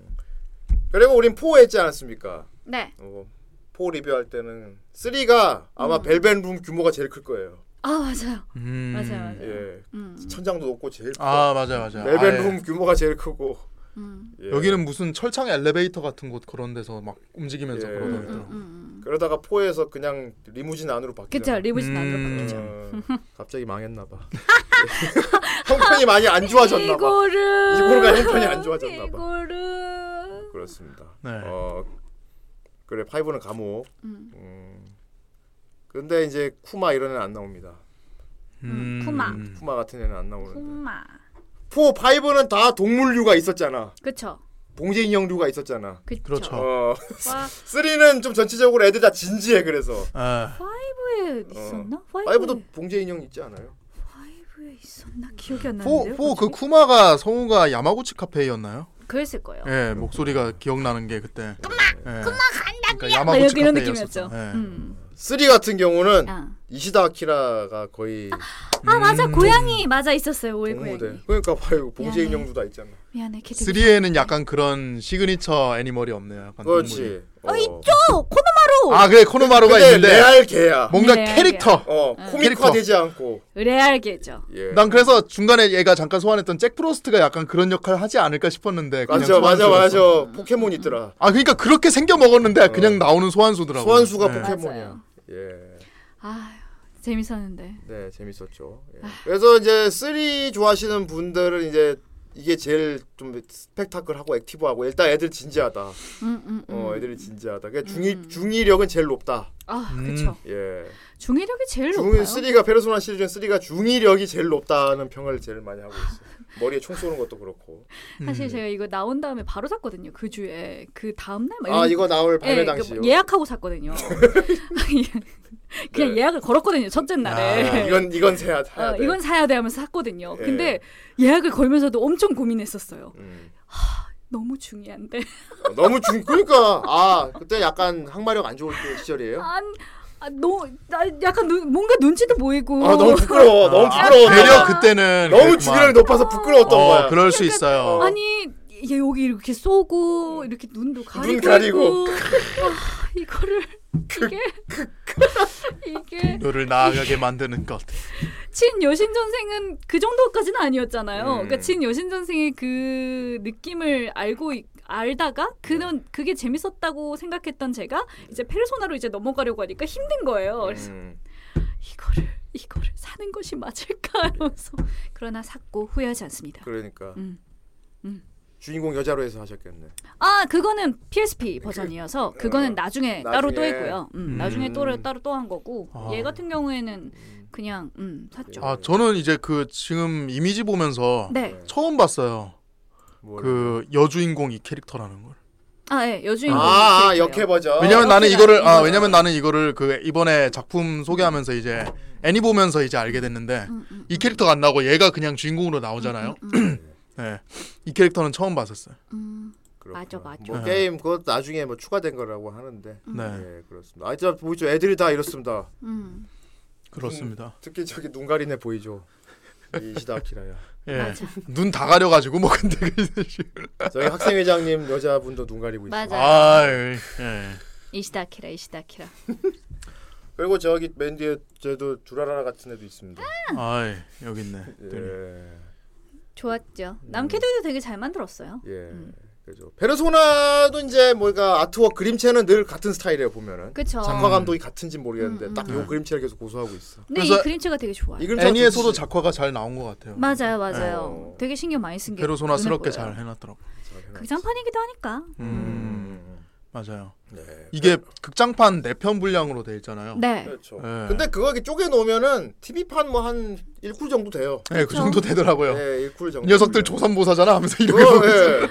B: 그리고 우린 포 했지 않았습니까?
D: 네.
B: 어, 포 리뷰할 때는 3가 아마 벨벳 룸 규모가 제일 클 거예요.
E: 아 맞아요.
C: 음.
E: 맞아요. 맞아요.
B: 예.
E: 음.
B: 천장도 높고 제일 커.
C: 아 맞아 맞아.
B: 벨벳
C: 아예.
B: 룸 규모가 제일 크고.
E: 음.
B: 예.
C: 여기는 무슨 철창 엘리베이터 같은 곳 그런 데서 막 움직이면서
B: 예.
C: 그러더라고요.
B: 그러다가 포에서 그냥 리무진 안으로 바뀌죠.
E: 음. 그쵸 리브신 안
C: 음.
E: 들었거든요.
B: 어, 갑자기 망했나 봐. 형편이 많이 안 좋아졌나 봐.
E: 이거를
B: 이거가 형편이 안 좋아졌나 봐.
E: 이거를
B: 그렇습니다.
C: 네.
B: 어 그래 파이브는 감옥. 음. 근데 이제 쿠마 이런 애는 안 나옵니다.
C: 음.
D: 쿠마.
B: 쿠마 같은 애는 안 나오는데.
E: 음.
D: 엄마.
B: 포 파이브는 다 동물류가 있었잖아.
D: 그쵸.
B: 봉제 인형류가 있었잖아.
D: 그쵸.
C: 그렇죠.
B: 어
D: 와
B: 쓰리는 좀 전체적으로 애들 다 진지해 그래서.
C: 아,
E: 파이브에 있었나?
B: 어. 파이브도
E: 파이브에
B: 봉제 인형 있지 않아요?
E: 파이브에 있었나 기억이
B: 음.
E: 안 나는데요.
C: 포포그 쿠마가 성우가 야마구치 카페였나요?
D: 그랬을 거예요.
E: 어.
C: 예,
B: 음.
C: 목소리가 기억나는 게 그때. 쿠마, 쿠마
E: 아,
C: 간다. 그러니까
E: 막
C: 야마구치
E: 이런
C: 카페였었죠.
E: 느낌이었죠.
C: 예.
E: 음.
B: 쓰리 같은 경우는
E: 아.
B: 이시다 아키라가 거의
D: 아 맞아
C: 음.
D: 고양이 맞아 있었어요 오해 고양이.
B: 동무대. 그러니까 파이브 봉제
E: 미안해.
B: 인형도 다 있잖아.
E: 미안해 캐디.
C: 3에는 약간 그런 시그니처 애니멀이 없네요. 약간 동물이.
B: 그렇지. 어,
D: 또 코노마루.
C: 아 그래 코노마루가
B: 근데
C: 있는데
B: 레알 개야.
C: 뭔가
E: 레알이야.
C: 캐릭터.
B: 어
C: 캐릭터.
B: 코믹화되지 않고.
E: 레알게죠.
B: 예.
C: 난 그래서 중간에 얘가 잠깐 소환했던 잭 프로스트가 약간 그런 역할 하지 않을까 싶었는데 그냥
B: 맞아 맞아
C: 소환수였어. 네.
B: 맞아 포켓몬 있더라.
C: 아 그러니까 그렇게 생겨 먹었는데 그냥 나오는
B: 어.
C: 소환수더라고.
B: 소환수가
C: 네.
B: 포켓몬이야.
E: 맞아요.
B: 예.
E: 아 재밌었는데. 아.
B: 네, 재밌었죠. 예. 그래서 이제 3 좋아하시는 분들은 이제 이게 제일 좀 스펙타클하고 액티브하고 일단 애들 진지하다.
E: 음, 음, 음.
B: 어, 애들이 진지하다. 그러니까 중이 중이력은 제일 높다.
E: 아,
C: 음.
E: 그렇죠.
B: 예.
E: 중이력이 제일
B: 중
E: 높아요.
B: 3가 페르소나 시리즈 3가 중이력이 제일 높다는 평을 제일 많이 하고 있어. 머리에 총 쏘는 것도 그렇고. 음.
E: 사실 제가 이거 나온 다음에 바로 샀거든요. 그 주에 그 다음 날.
B: 아 이거 나올 발매
E: 예,
B: 당시요.
E: 그 예약하고 샀거든요. 그냥
B: 네.
E: 예약을 걸었거든요. 첫째 날에.
B: 아, 이건 이건 세야 돼.
E: 어, 이건 사야 돼 하면서 샀거든요.
B: 예.
E: 근데 예약을 걸면서도 엄청 고민했었어요.
B: 음.
E: 너무 중요한데.
B: 어, 너무 중 그러니까 아 그때 약간 항마력 안 좋을 때 시절이에요.
E: 안, 아, 너, 나 약간 눈, 뭔가 눈치도 보이고.
B: 아 너무 부끄러워. 너무 부끄러웠다.
C: 대려 그때는
B: 너무
C: 그랬구만.
B: 중이력이 높아서 부끄러웠던
C: 어,
B: 거야.
C: 그럴 수 있어요.
E: 그러니까 아니 얘 여기 이렇게 쏘고 이렇게 눈도 가리고,
B: 가리고.
E: 있고. 아, 이거를 이게 이게
C: 너를 나아가게 만드는 것.
E: 친 여신 전생은 그 정도까지는 아니었잖아요.
B: 음.
E: 그러니까 친 여신 전생의 그 느낌을 알고 있- 알다가 그는 그게 재밌었다고 생각했던 제가 이제 페르소나로 이제 넘어가려고 하니까 힘든 거예요. 그래서
B: 음.
E: 이거를 이거를 사는 것이 맞을까 하면서 그러나 샀고 후회하지 않습니다.
B: 그러니까
E: 음. 음.
B: 주인공 여자로 해서 하셨겠네.
E: 아 그거는 PSP 버전이어서 그, 거는 나중에, 따로 또
B: 나중에.
E: 했고요. 음,
C: 음.
E: 나중에 또 따로 또 한 거고
C: 아.
E: 얘 같은 경우에는 그냥 음, 샀죠.
C: 아 저는 이제 그 지금 이미지 보면서
E: 네.
C: 처음 봤어요.
B: 뭘.
C: 그 여주인공 이 캐릭터라는 걸.
E: 아 예, 여주인공.
B: 아, 아
E: 캐릭터예요.
B: 역해 버전.
C: 왜냐면 나는
E: 역시나
C: 이거를 아
E: 이거죠.
C: 왜냐면 나는 이거를 그 이번에 작품 소개하면서 이제 애니 보면서 이제 알게 됐는데
E: 음, 음,
C: 이 캐릭터가 안 나오고 얘가 그냥 주인공으로 나오잖아요. 네. 이 캐릭터는 처음 봤었어요.
E: 음.
B: 그렇구나.
E: 맞아, 음. 맞아.
B: 뭐 게임 그것 나중에 뭐 추가된 거라고 하는데.
C: 네.
B: 예, 그렇습니다. 아, 진짜 보이죠? 애들이 다 이렇습니다.
E: 음.
C: 그렇습니다.
B: 특히 저기 눈 가린 애 보이죠? 이시다 아키라야.
C: 예.
E: 맞아.
C: 눈 다 가려 가지고 뭐 근데
B: 저희 학생 회장님 여자분도 눈 가리고 있어요.
D: 맞아. 요
C: 아, 예. 예.
D: 이시다키라 이시다키라.
B: 그리고 저기 맨 뒤에 저도 두라라라 같은 애도 있습니다.
C: 아, 예. 여기 있네.
B: 예.
D: 좋았죠.
E: 남캐들도 되게 잘 만들었어요.
B: 예.
C: 음.
B: 그죠. 페르소나도 이제 뭐가 아트웍 그림체는 늘 같은 스타일이에요 보면은.
D: 그쵸.
B: 작화 감독이 같은지 모르겠는데 딱 요
C: 음.
B: 그림체를 계속 고수하고 있어.
D: 근데 이
C: 그래서-
D: 그림체가 되게 좋아요.
B: 이 그림체가
C: 애니에서도
B: 좋지.
C: 작화가 잘 나온 것 같아요.
D: 맞아요, 맞아요.
B: 어.
D: 되게 신경 많이 쓴게
C: 페르소나스럽게 잘 해놨더라고. 그
D: 극장판이기도 하니까.
C: 음,
B: 음.
C: 맞아요.
B: 네.
C: 이게 극장판 4편 분량으로 돼 있잖아요.
D: 네.
B: 그렇죠.
C: 예.
B: 근데 그거 이렇게 쪼개 놓으면은 TV판 뭐 한 1쿨 정도 돼요.
C: 네, 그렇죠. 그 정도 되더라고요.
B: 네, 1쿨 정도.
C: 이 녀석들 조선보사잖아 하면서 이렇게
B: 어,
C: 보고 있어요.
B: 예.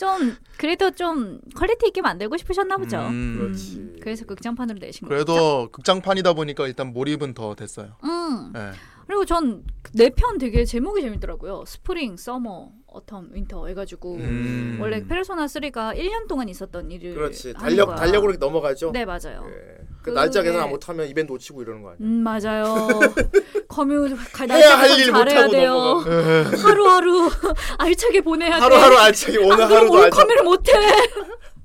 D: 좀 그래도 좀 퀄리티 있게 만들고 싶으셨나 보죠.
E: 그렇죠.
C: 음,
B: 그렇지.
D: 그래서 극장판으로 내신 거죠.
C: 그래도 극장판이다 보니까 일단 몰입은 더 됐어요.
D: 음.
C: 예.
E: 그리고 전 네 편 되게 제목이 재밌더라고요. 스프링, 서머, 어텀, 윈터 해가지고
C: 음.
E: 원래 페르소나 3가 1년 동안 있었던 일을
B: 그렇지.
E: 하는
B: 달력
E: 거야.
B: 달력으로 이렇게 넘어가죠.
E: 네 맞아요.
B: 예. 그
E: 그게-
B: 날짜 계산 못 하면 이벤트 놓치고 이러는 거 아니야?
E: 음 맞아요. 커뮤
B: 해야
E: 날짜
B: 할 일
E: 계산
B: 못
E: 잘해야
B: 하고
E: 돼요. 네.
B: 넘어가.
E: 하루하루 알차게 보내야
B: 하루하루
E: 돼.
B: 알차게
E: 안
B: 오늘
E: 네. 아, 그럼
B: 하루도
E: 올
B: 알차게.
E: 커뮤를 못해.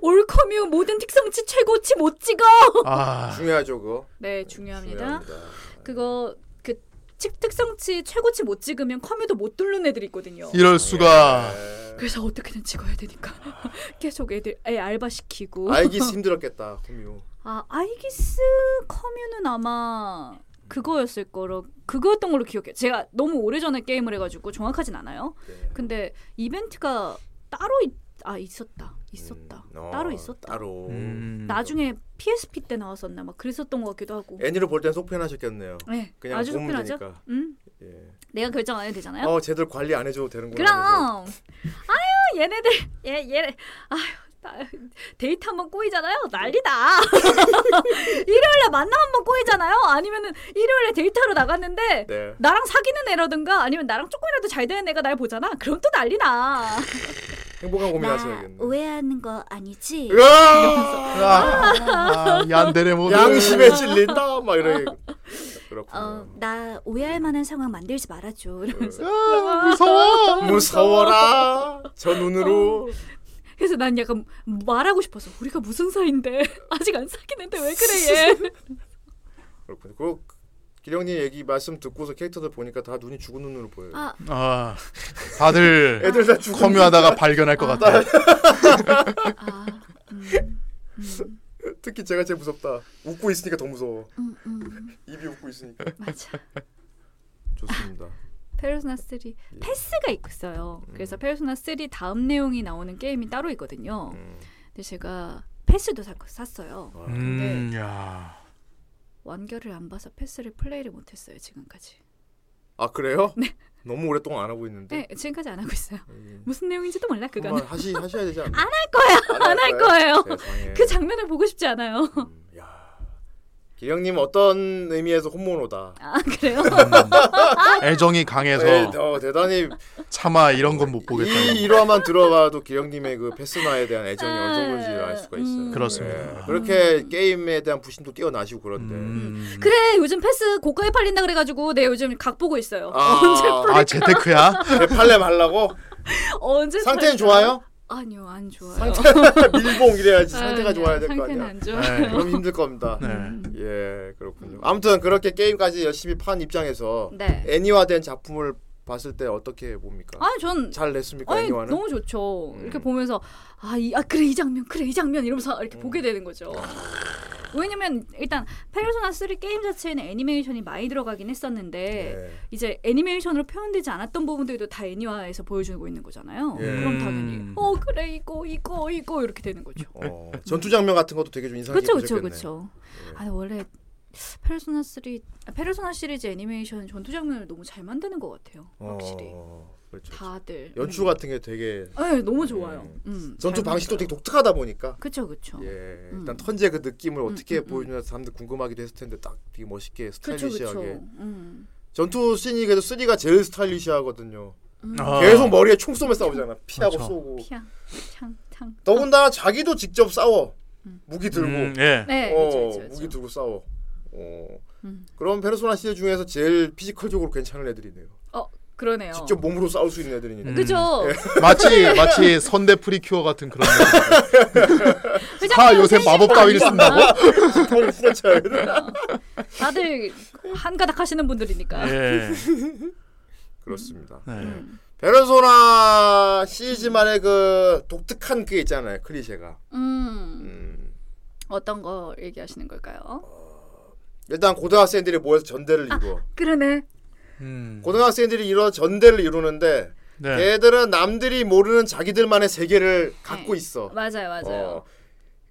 E: 올 커뮤 모든 특성치 최고치 못 찍어.
C: 아,
B: 중요하죠, 그거.
E: 네 중요합니다.
B: 중요합니다.
E: 그거 그 칙- 특성치 최고치 못 찍으면 커뮤도 못 뚫는 애들이 있거든요.
B: 예.
C: 이럴 수가.
E: 그래서 어떻게든 찍어야 되니까 계속 애들 애 알바 시키고
B: 알기스 힘들었겠다, 호미오.
E: 아 아이기스 커뮤는 아마 그거였을 거로 그거였던 걸로 기억해요. 제가 너무 오래전에 게임을 해가지고 정확하진 않아요.
B: 네.
E: 근데 이벤트가 따로 있, 아 있었다 있었다
B: 음, 어,
E: 따로 있었다.
B: 따로.
C: 음.
E: 나중에 PSP 때 나왔었나 막 그랬었던 것 같기도 하고.
B: 애니를 볼 땐 속편하셨겠네요.
E: 네,
B: 그냥
E: 아주
B: 보면
E: 속편하죠.
B: 되니까.
E: 음,
B: 예.
E: 내가 결정 안 해도 되잖아요.
B: 어, 쟤들 관리 안 해줘도 되는구나. 하면서.
E: 그럼 아유 얘네들 얘 얘네 아유 나- 데이트 한번 꼬이잖아요 난리다 일요일에 만남 한번 꼬이잖아요 아니면은 일요일에 데이트하러 나갔는데
B: 네.
E: 나랑 사귀는 애라든가 아니면 나랑 조금이라도 잘 되는 애가 날 보잖아 그럼 또 난리나
B: 행복한
D: 나
B: 고민하셔야겠네.
D: 오해하는 거 아니지?
B: 으아!
C: 아, 아, 얀데레 모드.
B: 양심에 찔린다 막 이래. 그렇군요.
D: 어, 나 오해할 만한 상황 만들지 말아줘. 이러면서.
B: 그
C: 아, 무서워.
B: 무서워라. 저 눈으로.
E: 그래서 난 약간 말하고 싶어서 우리가 무슨 사이인데 아직 안 사귀는데 왜 그래 얘
B: 그렇군요. 그 기령님 얘기 말씀 듣고서 캐릭터들 보니까 다 눈이 죽은 눈으로 보여요.
D: 아,
C: 아, 다들
B: 애들 다 죽은
C: 커뮤하다가 발견할 것 같아.
E: 아,
D: 음,
B: 눈. 특히 제가 제일 무섭다. 웃고
E: 음,
B: 있으니까 더 무서워. 입이 웃고 있으니까.
E: 맞아
B: 좋습니다.
E: 페르소나 3
B: 예.
E: 패스가 있어요.
B: 음.
E: 그래서 페르소나 3 다음 내용이 나오는 게임이 따로 있거든요.
B: 음.
E: 근데 제가 패스도 사, 샀어요.
C: 음, 야.
E: 완결을 안 봐서 패스를 플레이를 못했어요 지금까지.
B: 아 그래요? 너무 오랫동안 안 하고 있는데.
E: 네, 지금까지 안 하고 있어요.
B: 음.
E: 무슨 내용인지도 몰라 그건.
B: 한번 하시 하셔야 되지 않나?
E: 할 거야. 안 할 거예요.
B: 세상에.
E: 그 장면을 보고 싶지 않아요.
B: 음, 야. 기령님 어떤 의미에서 혼모노다.
E: 아 그래요?
C: 네. 애정이 강해서
B: 네, 어, 대단히
C: 차마 이런 건 못 보겠다.
B: 이 일화만 들어봐도 기령님의 그 페스나에 대한 애정이
E: 아,
B: 어느 정도인지 알 수가 있어요. 네.
E: 음.
C: 그렇습니다.
B: 그렇게 게임에 대한 부심도 뛰어나시고 그런데.
C: 음.
E: 그래 요즘 패스 고가에 팔린다 그래가지고 내 요즘 각 보고 있어요.
B: 아.
E: 언제
C: 아 재테크야?
B: 팔렘 하려고
E: 언제
B: 아, 상태는
E: 팔까?
B: 좋아요?
E: 아니요 안 좋아요.
B: 밀봉 이래야지 상태가
E: 아,
B: 좋아야 될 거
E: 상태는
B: 아니야.
E: 안 좋아.
C: 네.
B: 그럼 힘들 겁니다.
C: 네.
B: 예, 그렇군요. 아무튼 그렇게 게임까지 열심히 판 입장에서
E: 네.
B: 애니화된 작품을 봤을 때 어떻게 봅니까?
E: 아니 전
B: 잘 냈습니까
E: 아니
B: 애니화는?
E: 너무 좋죠.
B: 그러니까 음.
E: 이렇게 보면서 아, 이, 아 그래 이 장면 그래 이 장면 이러면서
B: 음.
E: 이렇게 보게 되는 거죠. 왜냐면 일단 페르소나 3 게임 자체에는 애니메이션이 많이 들어가긴 했었는데
B: 예.
E: 이제 애니메이션으로 표현되지 않았던 부분들도 다 애니화에서 보여주고 있는 거잖아요.
B: 예.
E: 그럼 당연히
C: 음.
E: 어 그래 이거 이거 이거 이렇게 되는 거죠.
B: 어, 전투 장면 같은 것도 되게 좀 인상
E: 그렇죠,
B: 깊으셨겠네.
E: 그렇죠, 그렇죠. 아 원래 페르소나 3 아, 페르소나 시리즈 애니메이션 전투 장면을 너무 잘 만드는 것 같아요. 확실히
B: 어, 그렇죠.
E: 다들
B: 연출 같은 게 되게
E: 음. 네, 너무 좋아요.
B: 음.
E: 음,
B: 전투 방식도 되게 독특하다 보니까
E: 그렇죠, 그렇죠.
B: 예 일단
E: 음.
B: 턴제 그 느낌을 어떻게
E: 음, 음,
B: 보여주나 사람들 궁금하기도 했을 텐데 딱 되게 멋있게
E: 그렇죠,
B: 스타일리시하게
E: 그렇죠. 음.
B: 전투 씬이 그래도 3가 제일 스타일리시하거든요
C: 아.
B: 계속 머리에 총 쏘며 싸우잖아 피하고
C: 그렇죠.
B: 쏘고
E: 피아, 창, 창.
B: 어, 더군다나 자기도 직접 싸워
E: 음.
B: 무기 들고
C: 음, 예.
E: 네,
B: 어,
E: 그렇죠, 그렇죠,
B: 무기
E: 그렇죠.
B: 들고 싸워 어.
E: 음.
B: 그럼 페르소나 시리즈 중에서 제일 피지컬적으로 괜찮은 애들이네요
E: 어, 그러네요.
B: 직접 예. 몸으로 싸울 수 있는 애들이니까
C: 음.
E: 그죠.
C: 마치 마치 선대 프리큐어 같은 그런. 느낌.
E: 회장님,
C: 아 요새 마법 따위를 쓴다고?
B: 털을 후려쳐야 돼
E: 다들 한 가닥 하시는
B: 네.
E: 분들이니까.
C: 예.
B: 그렇습니다
C: 네.
B: 베르소나 시리즈만의 그 독특한 그게 있잖아요 클리셰가
E: 음,
B: 음,
E: 어떤 거 얘기하시는 걸까요?
B: 일단 고등학생들이 모여서 전대를 이루어
E: 아. 그러네.
C: 음.
B: 고등학생들이 이런 전대를 이루는데
C: 네.
B: 걔들은 남들이 모르는 자기들만의 세계를 갖고
E: 네.
B: 있어
E: 맞아요, 맞아요.
B: 어.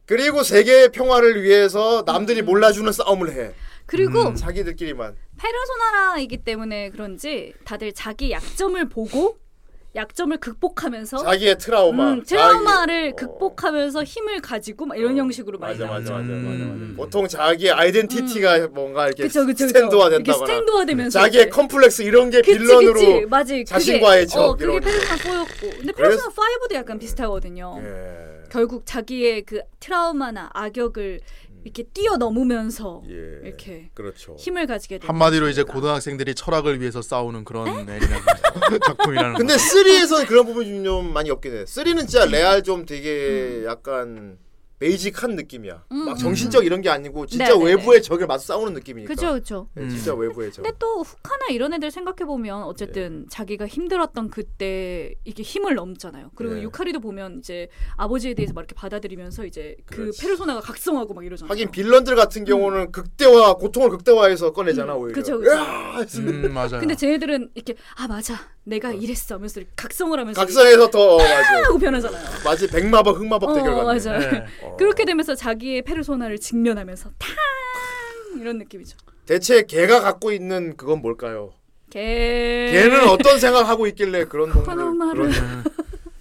B: 그리고 세계의 평화를 위해서 남들이
E: 음.
B: 몰라주는 싸움을 해
E: 그리고
C: 음.
B: 자기들끼리만
E: 페르소나라이기 때문에 그런지 다들 자기 약점을 보고 약점을 극복하면서
B: 자기의 트라우마
E: 어? 음,
B: 자기-
E: 트라우마를
B: 어.
E: 극복하면서 힘을 가지고 막 이런
B: 어,
E: 형식으로 많이
B: 맞아 맞아 맞아 맞아,
C: 음.
B: 맞아. 보통 자기의 아이덴티티가 뭔가 이렇게
E: 음. 그쵸 그쵸
B: 스탠드화
E: 이렇게
B: 된다거나
E: 스탠드화 되면서
B: 자기의 컴플렉스 이런 게
E: 그치,
B: 빌런으로
E: 그치, 맞지.
B: 자신과의
E: 그게, 어,
B: 적, 이런
E: 그게 페르소나 4였고 근데
B: 그래서-
E: 페르소나 5도 약간 비슷하거든요
B: 예.
E: 결국 자기의 그 트라우마나 악역을 이렇게 뛰어넘으면서
B: 음. 예.
E: 이렇게
B: 그렇죠.
E: 힘을 가지게 되는
C: 한마디로 이제 고등학생들이 철학을 위해서 싸우는 그런 애니라는 작품이라는 거.
B: 근데 3에서는 그런 부분이 좀 많이 없긴 해. 3는 진짜 레알 좀 되게 약간 베이직한 느낌이야.
E: 음,
B: 막
E: 음,
B: 정신적 이런 게 아니고 진짜
E: 네, 네,
B: 외부의 적을 맞서 싸우는 느낌이니까.
E: 그쵸 그쵸
C: 음.
B: 네, 진짜 외부의 적.
E: 근데 또 후카나 이런 애들 생각해 보면 어쨌든
B: 예.
E: 자기가 힘들었던 그때 이게 힘을 넘잖아요. 그리고
B: 예.
E: 유카리도 보면 이제 아버지에 대해서 막 이렇게 받아들이면서 이제 그
B: 그렇지.
E: 페르소나가 각성하고 막 이러잖아요.
B: 하긴 빌런들 같은 경우는 극대화 고통을 극대화해서 꺼내잖아
E: 음,
B: 오히려.
E: 그쵸, 그쵸.
B: 으아!
C: 음, 맞아요.
E: 근데 쟤네들은 이렇게 아 맞아 내가 이랬어 하면서 이렇게 각성을 하면서
B: 각성해서 더 어, 맞아.
E: 하고 변하잖아요.
B: 맞지 백마법 흑마법
E: 어,
B: 대결 같네.
E: 맞아요.
C: 예.
B: 어.
E: 그렇게 되면서 자기의 페르소나를 직면하면서 탕 이런 느낌이죠.
B: 대체 걔가 갖고 있는 그건 뭘까요?
E: 걔
B: 걔는 어떤 생각을 하고 있길래 그런 동물을
E: 호노마루.
B: 그런,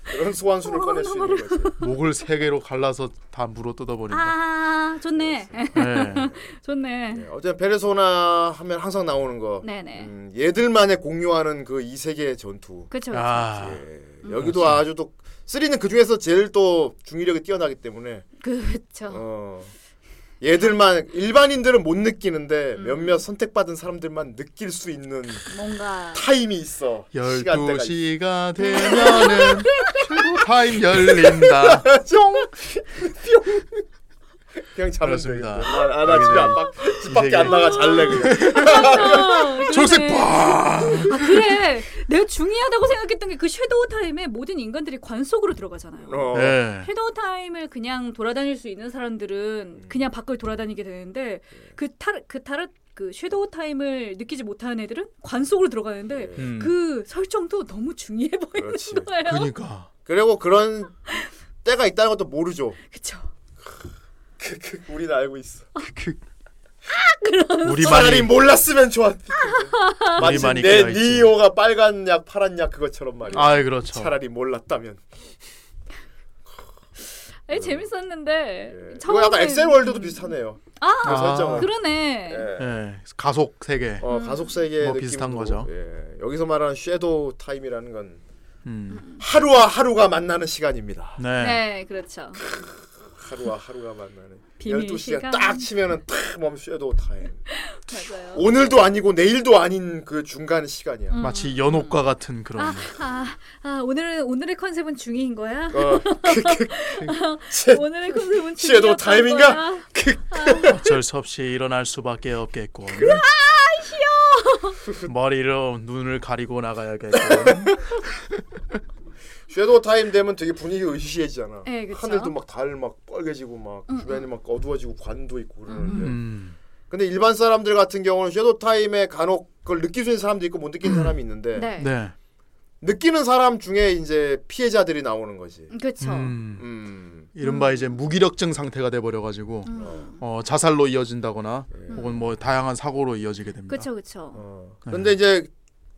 B: 그런 소환수를 꺼낼 수 있는 거지.
C: 목을 세 개로 갈라서 다 물어 뜯어버린다.
E: 아 좋네
C: 예.
E: 좋네
B: 네, 어쨌든 페르소나 하면 항상 나오는 거.
E: 네네
B: 음, 얘들만의 공유하는 그 이 세계의 전투.
E: 그쵸 그쵸
C: 아,
E: 네.
B: 예, 여기도 아주 또 쓰리는 그 중에서 제일 또 중의력이 뛰어나기 때문에
E: 그쵸
B: 어, 얘들만 일반인들은 못 느끼는데 몇몇 선택받은 사람들만 느낄 수 있는
E: 뭔가
B: 타임이 있어. 시간대가 있어.
C: 12시가 되면은 최고 타임 열린다.
B: 그냥 자면
C: 그렇습니다. 네.
B: 되겠네. 아, 아, 나 집에 안 밖, 집 밖에 안 나가 잘래 그냥.
E: 어,
C: 초록색
E: 그러네.
C: 빵!
E: 아 그래 내가 중요하다고 생각했던 게 그 섀도우 타임에 모든 인간들이 관 속으로 들어가잖아요
B: 어.
C: 예.
E: 섀도우 타임을
B: 음. 네.
E: 그냥 돌아다닐 수 있는 사람들은 그냥 밖을 돌아다니게 되는데 그 타르 그 타르 그 섀도우 타임을 느끼지 못하는 애들은 관 속으로 들어가는데
C: 음.
E: 그 설정도 너무 중요해 보이는
B: 네. 그렇지.
E: 거예요.
C: 그니까
B: 그리고 그런 때가 있다는 것도 모르죠. 그
E: 그쵸.
B: 우리는 알고 있어.
E: 어?
B: 차라리
C: 우리만이
B: 몰랐으면 좋았. 마치
C: 우리만이
B: 내
C: 깨어있지.
B: 니오가 빨간 약, 파란 약 그것처럼 말이야.
C: 아 그렇죠.
B: 차라리 몰랐다면.
E: 아니, 재밌었는데.
B: 예. 이거
E: 처음에는-
B: 약간 음. 엑셀 월드도 비슷하네요. 그
C: 아.
B: 설정은.
E: 그러네.
B: 예.
C: 예, 가속 세계.
B: 어,
E: 음.
B: 가속 세계
C: 뭐
B: 느낌도
C: 비슷한 거죠.
B: 예. 여기서 말하는 섀도우 타임이라는 건
C: 음.
B: 하루와 하루가 만나는 시간입니다.
C: 네.
E: 네, 그렇죠.
B: 하루와 하루가 만나는
E: 비밀
B: 12시간
E: 시간.
B: 딱 치면은 탁 멈 섀도우 타임.
E: 맞아요.
B: 오늘도 아니고 내일도 아닌 그 중간 시간이야.
E: 음.
C: 마치 연옥과 같은 그런.
E: 아, 아, 오늘은 오늘의 컨셉은 중인 거야.
B: 어,
E: 오늘의
B: 네.
E: 컨셉은
B: 시에도
E: 중이었던
B: 타임인가?
E: 거야?
C: 어쩔 수 없이 일어날 수밖에 없겠고.
E: 그, 아,
C: 머리로 눈을 가리고 나가야겠고.
B: 섀도우 타임 되면 되게 분위기 의시해지잖아.
E: 네, 그쵸. 음,
B: 하늘도 막 달 막 빨개지고 막 주변이 막 어두워지고 관도 있고 그러는데.
C: 음.
B: 근데 일반 사람들 같은 경우는 섀도우 타임에 간혹 그걸 느낄 수 있는 사람도 있고 못 느끼는 사람이 있는데
E: 네.
C: 네.
B: 느끼는 사람 중에 이제 피해자들이 나오는 거지.
E: 그렇죠.
C: 음.
B: 음.
C: 이른바 이제 무기력증 상태가 돼 버려
E: 음.
C: 가지고 어, 자살로 이어진다거나
B: 네.
C: 혹은 뭐 다양한 사고로 이어지게 됩니다.
E: 그렇죠. 그렇죠.
B: 어. 근데 이제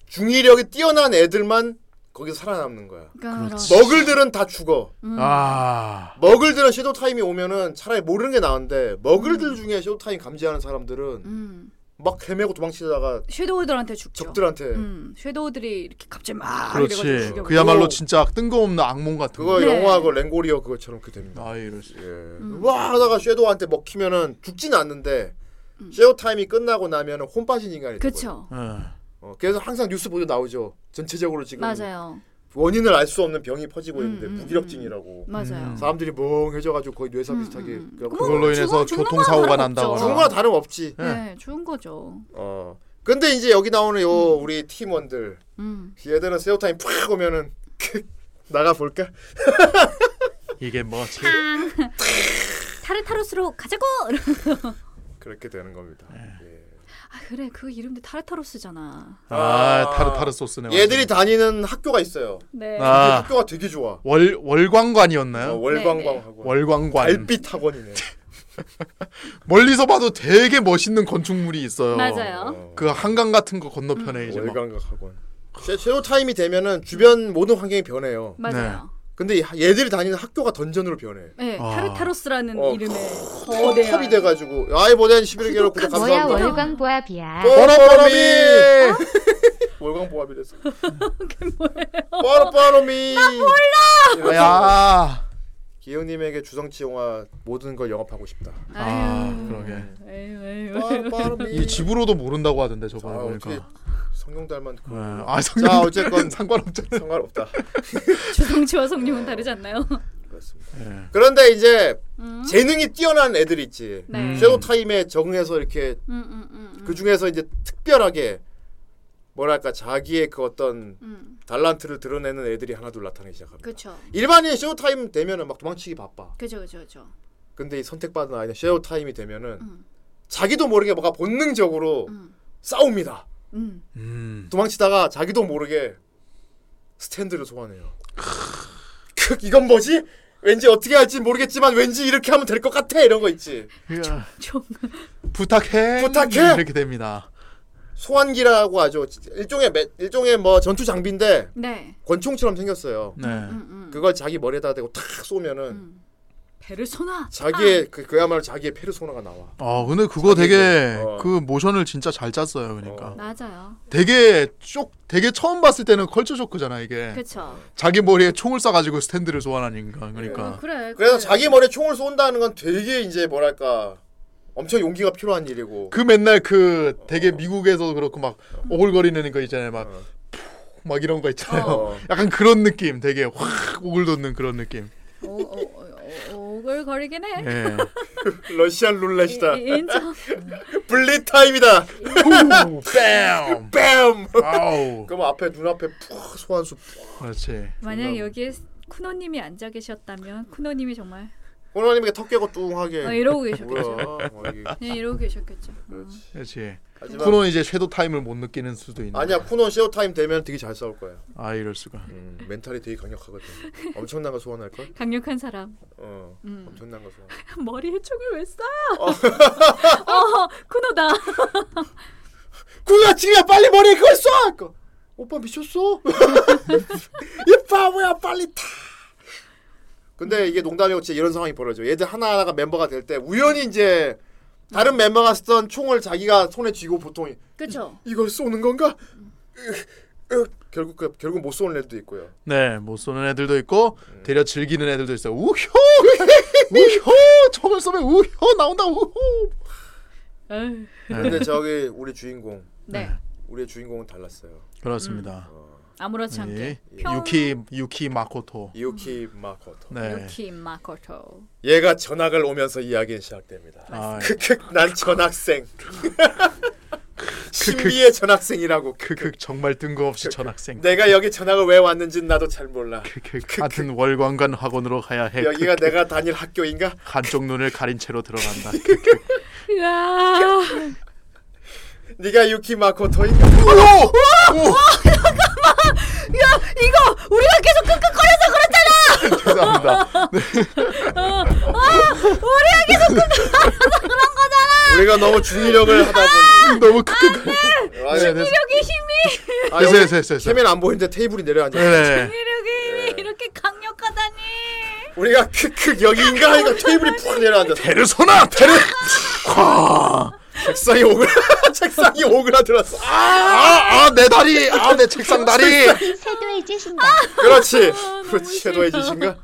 B: 중의력이 뛰어난 애들만 거기서 살아남는 거야.
E: 그러니까
B: 먹을들은 다 죽어.
E: 음.
C: 아.
B: 먹을들은 섀도우 타임이 오면은 차라리 모르는 게 나은데 먹을들 중에 섀도우 타임 감지하는 사람들은
E: 음.
B: 막 헤매고 도망치다가
E: 섀도우들한테 죽죠.
B: 적들한테
E: 음. 섀도우들이 아, 이렇게 갑자기 막
C: 그렇지.
E: 이래가지고 죽여.
C: 그야말로
B: 그거-
C: 진짜 뜬금없는 악몽 같은
B: 그거
E: 네. 음.
B: 영화 그 랭고리어 그것처럼 그 됩니다.
C: 아, 이럴 수.
B: 예. 와 하다가 섀도우한테 먹히면은 죽진 않는데 섀도우 타임이 끝나고 나면은 혼 빠진 인간이 되거든요.
E: 음. 그렇죠.
C: 예.
B: 어, 그래서 항상 뉴스 보도 나오죠. 전체적으로 지금
E: 맞아요.
B: 원인을 알 수 없는 병이 퍼지고 있는데
E: 음, 음,
B: 무기력증이라고
E: 맞아요. 음,
B: 사람들이 멍해져가지고 거의 뇌사 비슷하게 그래갖고
C: 그걸로
E: 뭐
C: 인해서
E: 죽어- 죽는
C: 교통사고가
E: 거나
C: 난다거나.
E: 다름없죠.
B: 죽음과 다름 없지.
E: 네, 좋은 거죠.
B: 어. 근데 이제 여기 나오는 요 우리 팀원들
E: 음.
B: 얘들은 세오 타임 팍 오면은 나가 볼까?
C: 이게 뭐지?
D: 타르타로스로 가자고!
B: 그렇게 되는 겁니다. 예.
E: 아 그래 그 이름도 타르타로스잖아.
C: 아, 타르타르 소스네.
B: 예. 얘들이 다니는 학교가 있어요.
E: 네.
B: 근데
C: 아,
B: 학교가 되게 좋아.
C: 월 월광관이었나요?
B: 어, 월광광하고
C: 월광관.
B: 달빛 학원이네.
C: 멀리서 봐도 되게 멋있는 건축물이 있어요.
E: 맞아요.
C: 그 한강 같은 거 건너편에 이제 막
B: 음. 월광광 학원. 쉐- 섀도우 타임이 되면은 주변 모든 환경이 변해요.
E: 맞아요.
B: 근데 이- 얘들이 다니는 학교가 던전으로 변해.
E: 네,
C: 아.
E: 타르타로스라는
B: 어,
E: 이름의 거대한
B: 컵이 돼가지고 아이보덴 11개월
H: 뭐야
B: 구독 감사합니다.
H: 월광 보아 비야.
E: 음.
B: 뽀로뽀로미 월광보합이랬어. 그게 뭐예요? 뽀로뽀로미.
E: 아.
C: 야.
B: 기영님에게 주성치 영화 모든 걸 영업하고 싶다. 음.
C: 아, 그러게.
E: 에휴, 에휴.
B: 빠르미.
C: 이 집으로도 모른다고 하던데
B: 아,
C: 저번에 보니까.
B: 어떻게 성룡 닮은 그
C: 네. 아,
B: 자,
C: 성경
B: 어쨌건
C: 상관없잖아.
B: 상관없다.
E: 주성치와 성님은 다르지 않나요?
B: 그렇습니다.
C: 예.
B: 그런데 이제
E: 음.
B: 재능이 뛰어난 애들 있지.
E: 네.
C: 음.
B: 섀도우 타임에 적응해서 이렇게
E: 음, 음, 음,
B: 그 중에서 이제 특별하게 뭐랄까 자기의 그 어떤
E: 음.
B: 달란트를 드러내는 애들이 하나둘 나타나기 시작합니다.
E: 그렇죠.
B: 일반인 섀도우 타임 되면은 막 도망치기 바빠.
E: 그죠, 그죠, 그죠.
B: 근데 이 선택받은 아이는 섀도우 타임이 되면은
E: 음.
B: 자기도 모르게 뭐가 본능적으로
E: 음.
B: 싸웁니다.
E: 음.
C: 음.
B: 도망치다가 자기도 모르게 스탠드를 소환해요. 크, 이건 뭐지? 왠지 어떻게 할지 모르겠지만 왠지 이렇게 하면 될 것 같아 이런 거 있지.
C: 이야.
E: 좀
C: 부탁해.
B: 그러니까
C: 음,
B: 부탁해!
C: 이렇게 됩니다.
B: 소환기라고 아주 일종의 매, 일종의 뭐 전투 장비인데
E: 네.
B: 권총처럼 생겼어요.
C: 네.
E: 음, 음.
B: 그걸 자기 머리에다 대고 탁 쏘면은
E: 배를 쏘나?
B: 자기의 그, 그야말로 자기의 페르소나가 나와.
C: 아, 근데 그거 되게
B: 어.
C: 그 모션을 진짜 잘 짰어요. 그러니까.
B: 어.
E: 맞아요.
C: 되게 쪽 되게 처음 봤을 때는 컬처 쇼크잖아, 이게.
E: 그렇죠.
C: 자기 머리에 총을 쏴 가지고 스탠드를 소환하는 인간.
E: 어,
B: 네.
C: 그러니까.
E: 그래.
B: 그래서 자기 머리에 총을 쏜다는 건 되게 이제 뭐랄까 엄청 용기가 필요한 일이고
C: 그 맨날 그 되게 미국에서 그렇고 막 오글거리는 거 있잖아요. 막 푹 막
B: 어.
C: 이런 거 있잖아요.
B: 어.
C: 약간 그런 느낌. 되게 확 오글돋는 그런 느낌.
E: 오, 오, 오, 오, 오글거리긴 해.
C: 예.
B: 러시안 룰렛이다.
E: 이- 인정.
B: 블리 타임이다.
C: 후, 뺨.
B: 뺨.
C: 아우.
B: 그럼 앞에 눈앞에 푹 소환수. 푹.
C: 그렇지.
E: 만약
B: 정답.
E: 여기에 쿠노님이 앉아 계셨다면 쿠노님이 정말
B: 호랑님에게 턱 깨고 뚱하게.
E: 어, 이러고 계셨겠죠.
B: 뭐야? 뭐 이게.
E: 예, 이러고 계셨겠죠.
B: 그렇지.
C: 그렇지.
B: 하지만
C: 쿠노는 이제 섀도 타임을 못 느끼는 수도 있는.
B: 아니야 쿠노 쉐어 타임 되면 되게 잘 싸울 거야.
C: 아 이럴 수가.
B: 음, 멘탈이 되게 강력하거든. 엄청난 거 소환할 걸.
E: 강력한 사람
B: 어,
E: 음.
B: 엄청난 거 소환.
E: 머리에 총을 왜 쏴? 어, 쿠노다.
B: 쿠노 지금야 빨리 머리에 그걸 쏴. 그거. 오빠 미쳤어? 이 바보야 빨리 타. 근데 이게 농담이고 진짜 이런 상황이 벌어져. 얘들 하나 하나가 멤버가 될 때 우연히 이제 다른 멤버가 쓰던 총을 자기가 손에 쥐고 보통 이-
D: 그렇죠.
B: 이걸 쏘는 건가? 으, 으, 결국 그- 결국 못 쏘는 애도 있고요.
C: 네, 못 쏘는 애들도 있고
B: 음.
C: 데려 즐기는 애들도 있어. 우효, 우효, 총을 쏘면 우효 나온다. 우효.
E: 에휴,
B: 근데 저기 우리 주인공
E: 네,
B: 우리의 주인공은 달랐어요.
C: 그렇습니다.
B: 음.
E: 아무렇지 않게.
C: 예. 유키 유키 마코토.
B: 유키 마코토.
C: 네.
E: 유키 마코토.
B: 얘가 전학을 오면서 이야기는 시작됩니다.
C: 아,
B: 크크 난 전학생.
C: 그,
B: 신비의 전학생이라고.
C: 크크 정말 뜬금없이 전학생.
B: 내가 여기 전학을 왜 왔는지는 나도 잘 몰라.
C: 크크 같은 월광관 학원으로 가야 해. 그
B: 여기가 내가 다닐 학교인가?
C: 한쪽 눈을 가린 채로 들어간다.
E: 이야,
B: 네가 유키 마코토인가?
E: 이거 우리가 계속 끙끙거려서 그렇잖아.
C: 죄송합니다.
E: 어,
B: 우리가 너무 중이력을 하다 보니.
C: 너무 크크. 예, 네,
B: 아니,
E: 이력의 힘이,
B: 아,
C: 됐어요,
B: 여기
C: 됐어요, 됐어요.
B: 화면 안 보이는데 테이블이 내려앉아.
C: 네.
E: 이력의 힘이 이렇게 강력하다니.
B: 우리가 크크 여기인가? 하니까 테이블이 푹 내려앉아.
C: 네, 베르소나 베르.
B: 책상이 오그라 책상이 오그라들었어. 아,
C: 아아내 다리. 아 내 책상 다리.
H: 세도의 짓인가?
B: 그렇지.
E: 아,
B: 그렇지. 섀도의 지신가?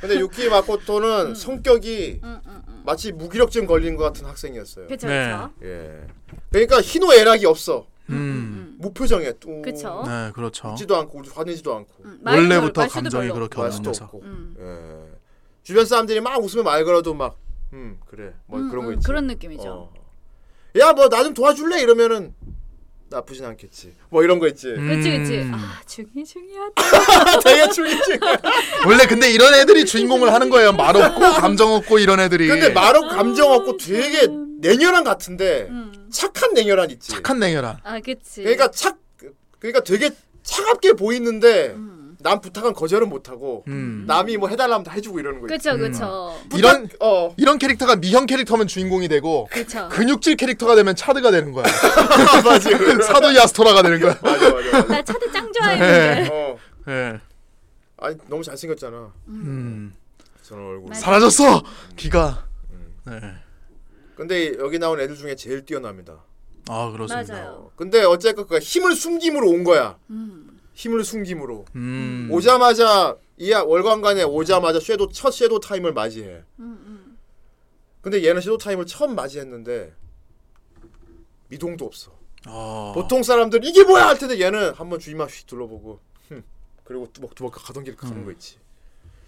B: 근데 유키
E: 음.
B: 마코토는 성격이 마치 무기력증 걸린 것 같은 학생이었어요.
E: 그렇죠,
C: 네.
E: 그렇죠.
B: 예. 그러니까 희노애락이 없어.
C: 음.
B: 무표정해. 또
E: 그쵸. 음.
C: 네, 그렇죠.
B: 웃지도 않고 화내지도 않고
C: 원래부터 감정이 그렇게 없는
B: 말수도
C: 녀석.
B: 없고. 예. 주변 사람들이 막 웃으면 말 걸어도 막 음, 그래. 뭐 그런 거 있지.
E: 그런 느낌이죠.
B: 어. 야, 뭐 나 좀 도와줄래? 이러면은 나쁘진 않겠지. 뭐 이런 거 있지.
C: 음.
B: 아,
E: 그치 그치.
B: 음.
E: 아 중이 중이하다.
B: 되게 중이지.
C: 음. 원래 근데 이런 애들이 주인공을 하는 거예요. 말 없고 감정 없고 이런 애들이.
B: 근데 말없 감정
E: 음.
B: 없고 되게 냉혈한 같은데 착한 냉혈한 있지.
C: 착한 냉혈한.
E: 아 그치.
B: 그러니까 착 그러니까 되게 차갑게 보이는데
E: 음.
B: 남 부탁은 거절은 못 하고
C: 음.
B: 남이 뭐 해달라면 다 해주고 이러는 거지.
E: 그쵸 그쵸.
C: 이런
B: 어
C: 이런 캐릭터가 미형 캐릭터면 주인공이 되고
E: 그쵸.
C: 근육질 캐릭터가 되면 차드가 되는 거야.
B: 맞아
C: 사도 야스토라가 되는 거야.
B: 맞아 맞아. 맞아.
E: 나 차도 짱 좋아했는데.
B: 어
C: 예.
B: 아니 너무 잘생겼잖아.
C: 음.
B: 저런 얼굴.
C: 사라졌어. 귀가. 네.
B: 근데 여기 나온 애들 중에 제일 뛰어납니다.
C: 아 그렇습니다.
E: 맞아요.
B: 근데 어쨌건 그 힘을 숨김으로 온 거야. 힘을 숨김으로
C: 음.
B: 오자마자 이야 아, 월광관에 오자마자 섀도 첫 섀도 타임을 맞이해. 근데 얘는 섀도 타임을 처음 맞이했는데 미동도 없어.
C: 아.
B: 보통 사람들 이게 뭐야 할 텐데 얘는 한번 주위만 휙 둘러보고 흠. 그리고 두벅두벅 가던 길 가는 거 있지.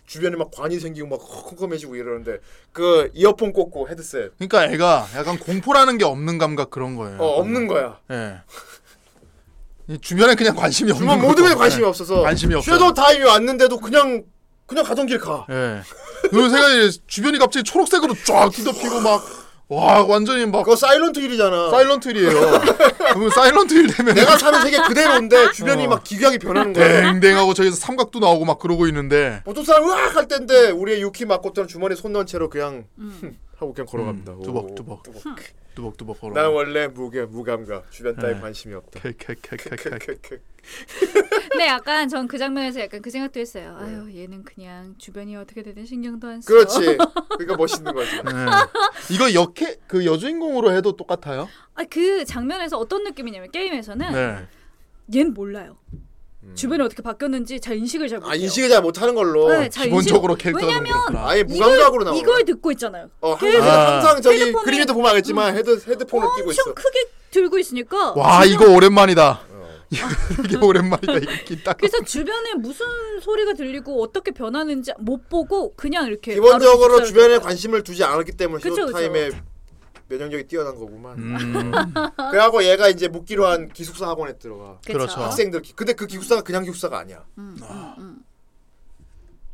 B: 주변에 막 관이 생기고 막 컴컴해지고 이러는데 그 이어폰 꽂고 헤드셋
C: 그러니까 애가 약간 공포라는 게 없는 감각 그런 거예요.
B: 어, 없는 거야.
C: 예. 이 주변에 그냥 관심이 없는.
B: 주변 모든 에
C: 거죠.
B: 관심이
C: 예.
B: 없어서
C: 관심이 없어요.
B: 섀도 타임이 왔는데도 그냥 그냥 가던 길 가.
C: 예. 그리고 생각이 주변이 갑자기 초록색으로 쫙 뒤덮이고 막 와 완전히 막
B: 그거 사일런트 힐이잖아.
C: 사일런트 힐이에요. 그러면 사일런트 힐 되면
B: 내가 사는 세계 그대로인데 주변이
C: 어. 네.
B: 막 기괴하게 변하는 거야.
C: 댕댕하고 저기서 삼각도 나오고 막 그러고 있는데
B: 보통 사람 으악 할 때인데 우리의 유키 마코토는 주머니에 손 넣은 채로 그냥
E: 음.
B: 하고 그냥 걸어갑니다.
C: 음,
B: 오,
C: 뚜벅뚜벅. 뚜벅뚜벅 걸어.
B: 나는 원래 무게 무감각 주변 따위
C: 네.
B: 관심이 없다.
C: 캐캐캐캐캐.
E: 근데 약간 전 그 장면에서 약간 그 생각도 했어요. 아유 얘는 그냥 주변이 어떻게 되든 신경도 안 써.
B: 네. 그렇지. 그러니까 멋있는 거지.
C: 네. 이거 역해 그 여주인공으로 해도 똑같아요.
E: 아그 장면에서 어떤 느낌이냐면 게임에서는
C: 네.
E: 얘는 몰라요. 주변이 어떻게 바뀌었는지 잘 인식을 잘 못해요.
B: 음. 아 인식을 잘 못하는 걸로.
E: 네, 잘
C: 기본적으로
E: 인식을-
C: 캐릭터가 좀
E: 왜냐면
C: 그렇구나.
B: 아예 무감각으로 나와.
E: 이걸 듣고 있잖아요.
B: 어
E: 계속
B: 항상, 항상 저기
E: 헤드폰을- 음.
B: 그림에도 보면 알겠지만 헤드 헤드폰을 끼고 있어.
E: 엄청 크게 들고 있으니까.
B: 아,
C: 와
E: 주변-
C: 이거 오랜만이다.
B: 어.
C: 이게 오랜만이다. 이게 딱.
E: 그래서 주변에 무슨 소리가 들리고 어떻게 변하는지 못 보고 그냥 이렇게
B: 기본적으로
E: 바로 집사를
B: 주변에
E: 들어요.
B: 관심을 두지 않았기 때문에
E: 그쵸,
B: 쇼
E: 그쵸.
B: 타임에 면역력이 뛰어난 거구만.
C: 음,
B: 그래갖고 얘가 이제 묻기로 한 기숙사 학원에 들어가.
E: 아.
C: 그렇죠.
B: 학생들 기-
E: 음,
C: 아.
B: 근데 그 기숙사가 그냥 기숙사가 아니야.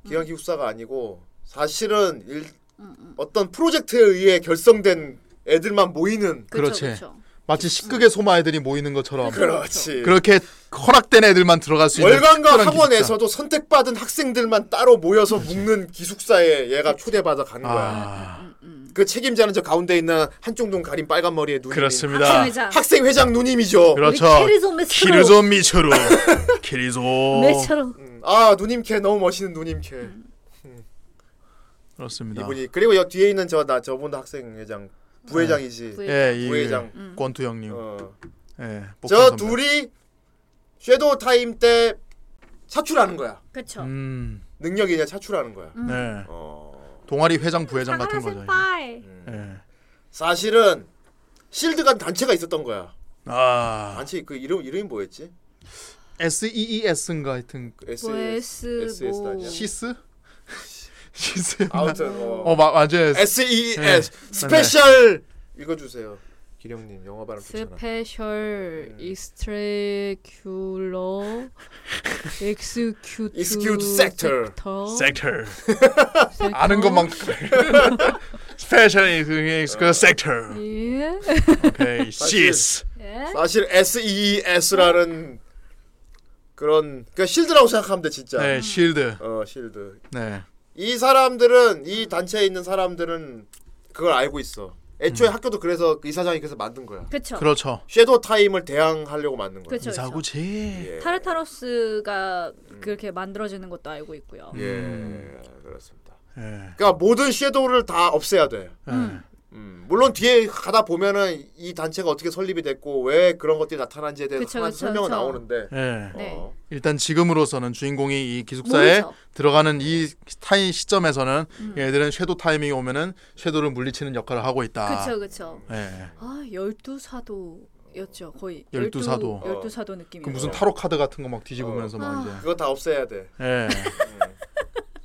B: 그냥 기숙사가 아니고 사실은 일,
E: 음,
B: 어떤 프로젝트에 의해 결성된 애들만 모이는
C: 그렇지.
E: 그렇죠.
C: 마치 식극의 소마 애들이 모이는
E: 음.
C: 것처럼
B: 그렇지.
C: 그렇게 허락된 애들만 들어갈 수 있는
B: 월간과
C: 특별한 기숙사.
B: 학원에서도 선택받은 학생들만 따로 모여서 묵는 기숙사에 얘가 초대받아 간 거야.
C: 아,
B: 그 책임자는 저 가운데 있는 한쪽 눈 가린 빨간 머리의 누님.
E: 아,
B: 그렇죠.
C: 그렇습니다.
E: 회장.
B: 학생 회장 누님이죠.
C: 그렇죠.
D: 우리 캐리소 메스로
C: 키르조 미초로 키리조
D: 메스로
B: 음, 아 누님 캐 너무 멋있는 누님 캐.
C: 음. 그렇습니다.
B: 이분이 그리고 여 뒤에 있는 저 나 저분도 학생 회장 부회장이지.
E: 부회-
C: 예, 이
B: 부회장.
C: 권투 형님.
B: 어.
C: 예.
B: 저
C: 음. 복권 선배.
B: 둘이 섀도우 타임 때 차출하는 거야.
E: 그렇죠.
C: 음.
B: 능력이 그냥 차출하는 거야.
C: 네.
D: 음.
B: 어.
C: 동아리 회장 부회장
E: 사가라
C: 같은 거죠. 이제.
E: 센파이.
C: 예.
B: 사실은 실드가 단체가 있었던 거야.
C: 아.
B: 단체 그 이름 이름이 뭐였지?
C: E SEES인가 하여튼
B: 그
E: 뭐
B: S
E: S
B: S
E: 뭐
B: 단위야.
C: 시스? 시스.
B: 아무튼 어,
C: 어, 마, 맞아요.
B: S E E
C: 네.
B: S 스페셜 읽어주세요. 기령님 영화 발음 좋잖아.
E: 스페셜
B: 음.
E: 익스트레큘러 엑스큐트
B: Execute sector.
C: 섹터. 네. 아는 것만 스페셜 그 네, 섹터.
E: 예.
C: 오케이.
B: 사실-
C: 시스.
E: 예.
B: 사실 S E E S라는 그런 그러니까 실드라고 생각하면 돼 진짜.
C: 네, 실드.
B: 어 실드.
C: 네.
B: 이 사람들은 이 단체에 있는 사람들은 그걸 알고 있어.
E: 음.
B: 애초에 학교도 그래서 그 이사장이 그래서 만든 거야.
E: 그렇죠.
C: 그렇죠.
B: 섀도우 타임을 대항하려고 만든 거야.
E: 그렇죠.
C: 이사구지.
B: 예.
E: 타르타로스가 그렇게 만들어지는 것도 알고 있고요.
B: 음. 예
E: 음.
B: 그렇습니다.
C: 예.
B: 그러니까 모든 섀도우를 다 없애야 돼.
C: 음.
B: 음, 물론 뒤에 가다 보면은 이 단체가 어떻게 설립이 됐고 왜 그런 것들이 나타난지에 대해서
E: 그쵸,
B: 한
E: 그쵸,
B: 설명은
E: 그쵸.
B: 나오는데
C: 예.
E: 네.
B: 어,
C: 일단 지금으로서는 주인공이 이 기숙사에
E: 모르죠. 음.
C: 들어가는 이 타임 시점에서는 얘들은 섀도 타이밍이 오면은 섀도를 물리치는 역할을 하고
B: 아.
C: 있다.
E: 그렇죠, 그렇죠.
C: 예.
E: 아, 열두 사도였죠. 거의
C: 열두 사도.
E: 열두 사도 느낌이.
C: 그 무슨 타로 카드 같은 거 막 뒤집으면서
E: 어.
C: 막 이제.
B: 그거 다 없애야 돼.
C: 예.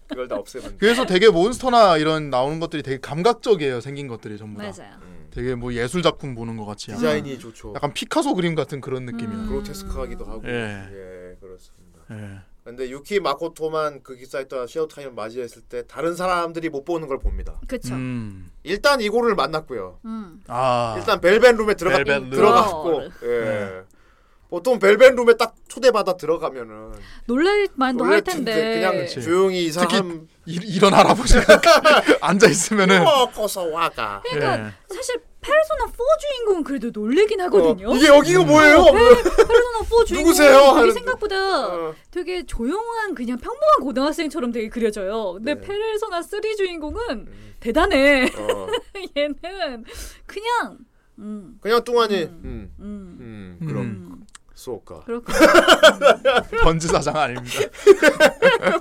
B: 그걸 다 없애면 돼.
C: 그래서 되게 몬스터나 이런 나오는 것들이 되게 감각적이에요. 생긴 것들이 전부 다.
E: 맞아요.
C: 되게 뭐 예술 작품 보는 것 같이.
B: 음.
C: 약간-
B: 디자인이 좋죠.
C: 약간 피카소 그림 같은
E: 음.
C: 그런 느낌이에요.
B: 그로테스크하기도 하고.
C: 예.
B: 예 그렇습니다.
C: 예.
B: 근데 유키 마코토만 그 기사에 따라 섀도우 타임을 맞이했을 때 다른 사람들이 못 보는 걸 봅니다.
E: 그렇죠.
C: 음.
B: 일단 이고를 만났고요.
E: 음.
C: 아.
B: 일단 벨벳 룸에 들어가
C: 벨벳 룸. 네.
B: 들어갔고
E: 네.
B: 예. 보통 벨벳 룸에 딱 초대받아 들어가면은
E: 놀랄 만도
B: 원래
E: 아, 할
B: 좀
E: 텐데.
B: 네, 그냥 조용히 이
C: 특히
B: 사람
C: 이, 런 할아버지가 앉아 있으면은
B: 먹고서 와가
E: 어,
C: 예.
E: 그러니까 사실 페르소나 4 주인공은 그래도 놀래긴 하거든요.
B: 어,
E: 어,
B: 이게
C: 음.
B: 여기가 뭐예요?
E: 페르소나 4 주인공
B: 누구세요?
E: 되게
B: 하는데.
E: 생각보다
B: 어.
E: 되게 조용한 그냥 평범한 고등학생처럼 되게 그려져요. 근데
B: 네. 음.
E: 페르소나 3 주인공은 대단해.
B: 어.
E: 얘는 그냥 음,
B: 그냥 뚱하니 음.
E: 음.
B: 음,
C: 음,
B: 그럼 수호가
E: 그렇군.
C: 번지 사장 아닙니다.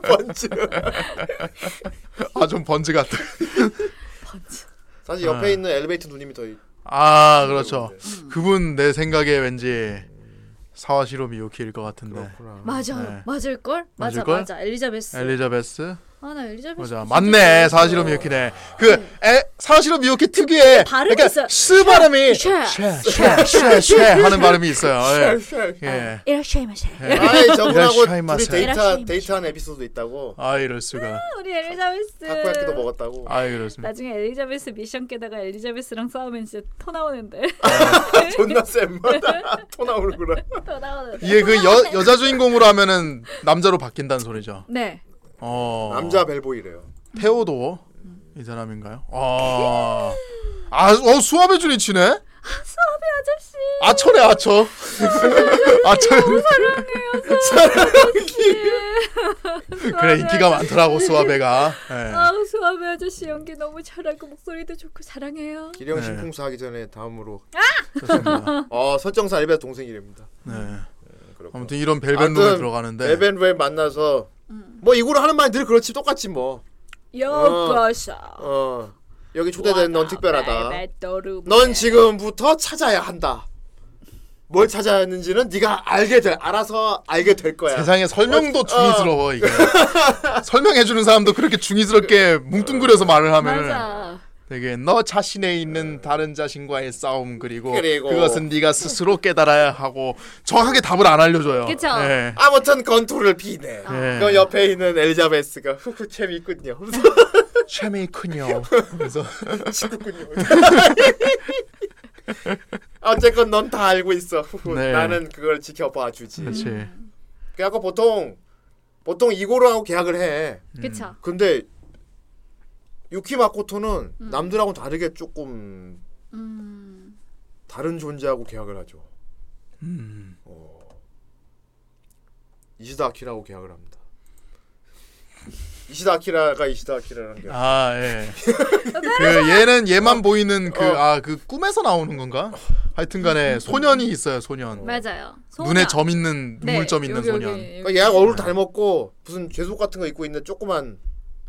B: 번지
C: 아 좀 번지 같아.
B: 사실 옆에 있는 엘리베이터 누님이 더
C: 아 그렇죠.
E: 음.
C: 그분 내 생각에 왠지 사와시로 미유키일 것 같은데.
B: 그렇구나
E: 맞아요.
C: 네.
E: 맞을 걸? 맞아
C: 맞을걸?
E: 맞아. 엘리자베스.
C: 엘리자베스
E: 아 나 엘리자베스.
C: 맞아
E: 진짜
C: 맞네
E: 좋아했어. 그
C: 사와시로 미유키네 그 에, 사와시로 미유키 특유의
E: 발음이 있어요.
C: 쓰 발음이
E: 쉐,
C: 쉐쉐쉐 하는 발음이
E: 아,
C: 있어요 예, 예.
D: 이렇게 마셔.
B: 아이 저분하고 둘이
C: 이라시마세.
B: 데이트
D: 이라시마세.
B: 데이트한 에피소드 있다고
C: 아 이럴 수가
E: 우리 엘리자베스.
B: 타코야끼도 먹었다고
C: 아 이렇습니다
E: 나중에 엘리자베스 미션 깨다가 엘리자베스랑 싸우면 진짜 토 나오는데.
B: 존나 쌤마다 토 나오는구나
E: 토 나오는데.
C: 이게 그 여, 여자 주인공으로 하면은 남자로 바뀐다는 소리죠
E: 네.
C: 어
B: 남자 벨보이래요
C: 테오도 이 사람인가요 아아 어, 수압의 줄이 치네
E: 수아비 아저씨.
C: 아처네 아처 아처 그래 인기가 많더라고 수아베가 예.
E: 아 수아비 아저씨 연기 너무 잘하고 목소리도 좋고 사랑해요.
B: 기령
C: 네.
B: 심쿵사 하기 전에 다음으로
C: 좋습니다.
B: 어 설정사 엘리베이터 동생이랍니다
C: 네.
B: 그렇고.
C: 아무튼 이런 벨벳
B: 아무튼
C: 룸에 들어가는데
B: 벨벳 룸에 만나서 뭐 이거를 하는 말이 늘 그렇지 똑같지 뭐
E: 여거셔.
B: 어. 여기 초대된 넌
E: 네,
B: 특별하다.
E: 르
B: 넌 지금부터 찾아야 한다. 뭘 찾아야 하는지는 네가 알게 될 알아서 알게 될 거야.
C: 세상에
B: 어.
C: 설명도 중이스러워 이게 설명해 주는 사람도 그렇게 중이스럽게 뭉뚱그려서 말을 하면
E: 자
C: 되게 너 자신에 있는 다른 자신과의 싸움 그리고,
B: 그리고-
C: 그것은 네가 스스로 깨달아야 하고 정확하게 답을 안 알려줘요
E: 그쵸.
C: 예.
B: 아무튼 건투를 비네.
C: 예.
B: 그 옆에 있는 엘리자베스가 후후 재밌군요.
C: 샤메이크녀. 그래서
B: 친구군요. 어쨌건 넌 다 알고 있어.
C: 네. 그렇죠.
B: 나는 그걸 지켜봐 주지.
C: 그렇지.
B: 그래갖고 보통 보통 이고로하고 계약을 해.
E: 그쵸.
B: 근데 유키 마코토는 남들하고 다르게 조금
E: 음.
B: 다른 존재하고 계약을 하죠. 어.
C: 음.
B: 이시다 아키라하고 계약을 합니다. 이시다 아키라가 이시다 아키라라는 게
C: 아 예. 그 얘는 얘만 보이는 그 아 그 꿈에서 나오는 건가? 하여튼간에 소년이 있어요 소년.
E: 맞아요.
C: 눈에
E: 소나.
C: 점 있는 눈물점 있는
E: 네, 여기,
C: 소년.
E: 여기, 여기,
B: 그러니까 얘가 얼굴 닮았고 무슨 죄속 같은 거 입고 있는 조그만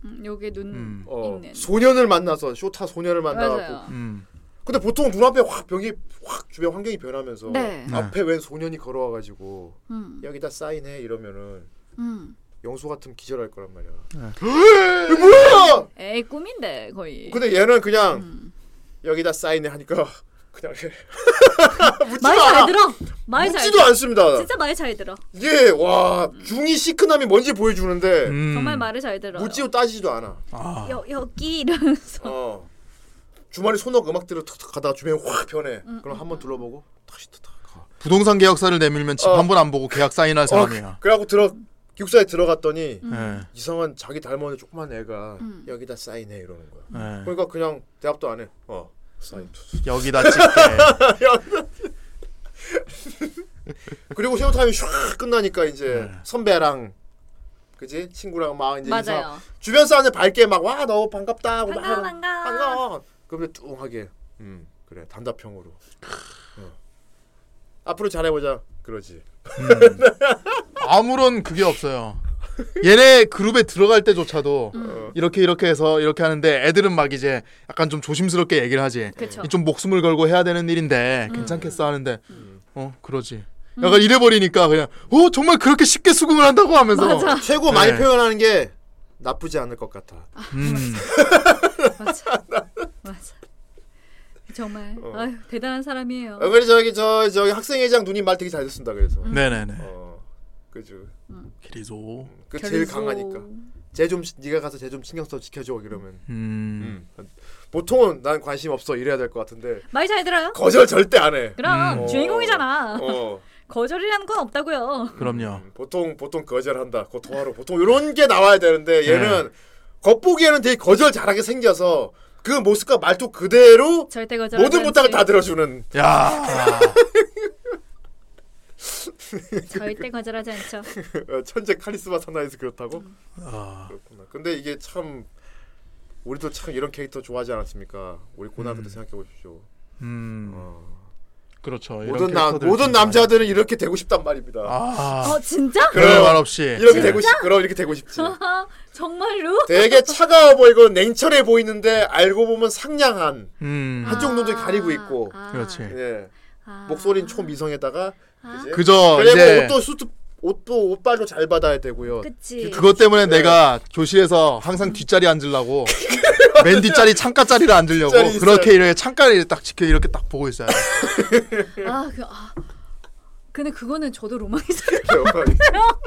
E: 음, 여기 눈
C: 음.
B: 어,
E: 있는.
B: 소년을 만나서 쇼타 소년을 만나고
E: 맞아요.
C: 음.
B: 근데 보통 눈앞에 확 변이 확 주변 환경이 변하면서
E: 네.
B: 앞에 웬 소년이 걸어와가지고
E: 음.
B: 여기다 사인해 이러면은
E: 음.
B: 영수 같으면 기절할 거란 말이야.
E: 네.
B: 이게 뭐야?
E: 에이 꿈인데 거의.
B: 근데 얘는 그냥
E: 음.
B: 여기다 사인해 하니까 그냥 해. 묻지
E: 말 잘
B: 마.
E: 들어. 말 잘.
B: 묻지도
E: 들어.
B: 않습니다.
E: 진짜 말 잘 들어.
B: 이게 와 중이 시크남이 뭔지 보여주는데
C: 음.
E: 정말 말을 잘 들어.
B: 묻지도 따지지도 않아.
C: 아.
E: 여 여기 이러면서.
B: 어. 주말에 손목 음악대로 탁탁 가다가 주변이 확 변해. 그럼
E: 음,
B: 한번 둘러보고 다시 탁탁 가.
C: 부동산 계약서를 내밀면 집
B: 어.
C: 한 번 안 보고 계약 그 사인할
B: 어,
C: 사람이야.
B: 그래갖고 들어 기숙사에 들어갔더니
E: 음.
C: 예.
B: 이상한 자기 닮은 조그만 애가 여기다 사인해 이러는 거야.
C: 예.
B: 그러니까 그냥 대답도 안 해. 어. 사인.
C: 음. 여기다 찍게.
B: 그리고 쇼타임이 샥 끝나니까 이제
C: 네.
B: 선배랑 그지 친구랑 막 이제 인사,
E: 맞아요.
B: 주변 사람들 밝게 막 와 너 반갑다 하고
C: 음.
B: 막
E: 반가워
B: 하는-
A: 아.
E: 반가워.
B: 반가워. 그러면 뚱하게 음 그래 단답형으로 어. 앞으로 잘해보자. 그러지.
C: 아무런 그게 없어요. 얘네 그룹에 들어갈 때조차도
B: 음.
C: 이렇게 이렇게 해서 이렇게 하는데 애들은 막 이제 약간 좀 조심스럽게 얘기를 하지.
E: 그쵸.
C: 이좀 목숨을 걸고 해야 되는 일인데 괜찮겠어 하는데
B: 음.
C: 어 그러지. 약간 이래 버리니까 그냥 어 정말 그렇게 쉽게 수긍을 한다고 하면서 맞아.
B: 최고 많이
C: 네.
B: 표현하는 게 나쁘지 않을 것 같아.
C: 음.
E: 맞아. 맞아. 정말 아유, 대단한 사람이에요.
B: 어, 그래 저기 저 저기 학생회장 누님 말 되게 잘 듣습니다. 그래서
C: 네네네.
B: 어 그죠.
C: 그래서
B: 그 제일
E: 결소.
B: 강하니까. 쟤 좀 네가 가서 쟤 좀 신경 써 지켜줘 이러면.
C: 음.
B: 보통은 난 관심 없어 이래야 될 것 같은데
E: 말 잘 들어요.
B: 거절 절대 안 해.
E: 그럼
B: 음.
E: 주인공이잖아.
B: 어
E: 거절이라는 건 없다고요.
B: 음.
C: 그럼요.
B: 보통 보통 거절한다. 고통하러 보통 이런 게 나와야 되는데
C: 네.
B: 얘는 겉보기에는 되게 거절 잘하게 생겨서 그 모습과 말투 그대로
E: 절대 거절.
B: 모든 부탁을 다 들어주는
C: 야.
B: 음. 그-
E: 절대 거절하지 않죠.
B: 어, 천재 카리스마 사나이에서 그렇다고
C: 아.
B: 그렇구나. 근데 이게 참 우리도 참 이런 캐릭터 좋아하지 않았습니까? 우리 고등학교 때 생각해 보십시오.
C: 음.
B: 어.
C: 그렇죠. 이런
B: 모든 남
C: 캐릭터들
B: 모든
C: 진짜
B: 남자들은 이렇게 되고 싶단 말입니다.
C: 아.
E: 어 진짜?
C: 그럴 말 없이
B: 이렇게 되고 싶 그럼 이렇게 되고 싶지.
E: 정말로?
B: 되게 차가워 보이고 냉철해 보이는데 알고 보면 상냥한
C: 음.
B: 한쪽 눈도 가리고 있고
E: 아,
C: 그렇지.
B: 예.
E: 아.
B: 목소리는 초미성에다가 그지?
C: 그저
B: 그리고
C: 이제
B: 옷도 수트 옷도 옷빨도 잘 받아야 되고요.
E: 그치.
C: 그것 때문에
B: 네.
C: 내가 교실에서
B: 음.
C: 항상 뒷자리 앉으려고 맨 뒷자리 창가 자리를 앉으려고
B: 뒷자리 있어요.
C: 그렇게 이렇게 창가를 딱 지켜 이렇게 딱 보고 있어요.
E: 아, 그, 아. 근데 그거는 저도 로망이 있어요.
B: 그렇지.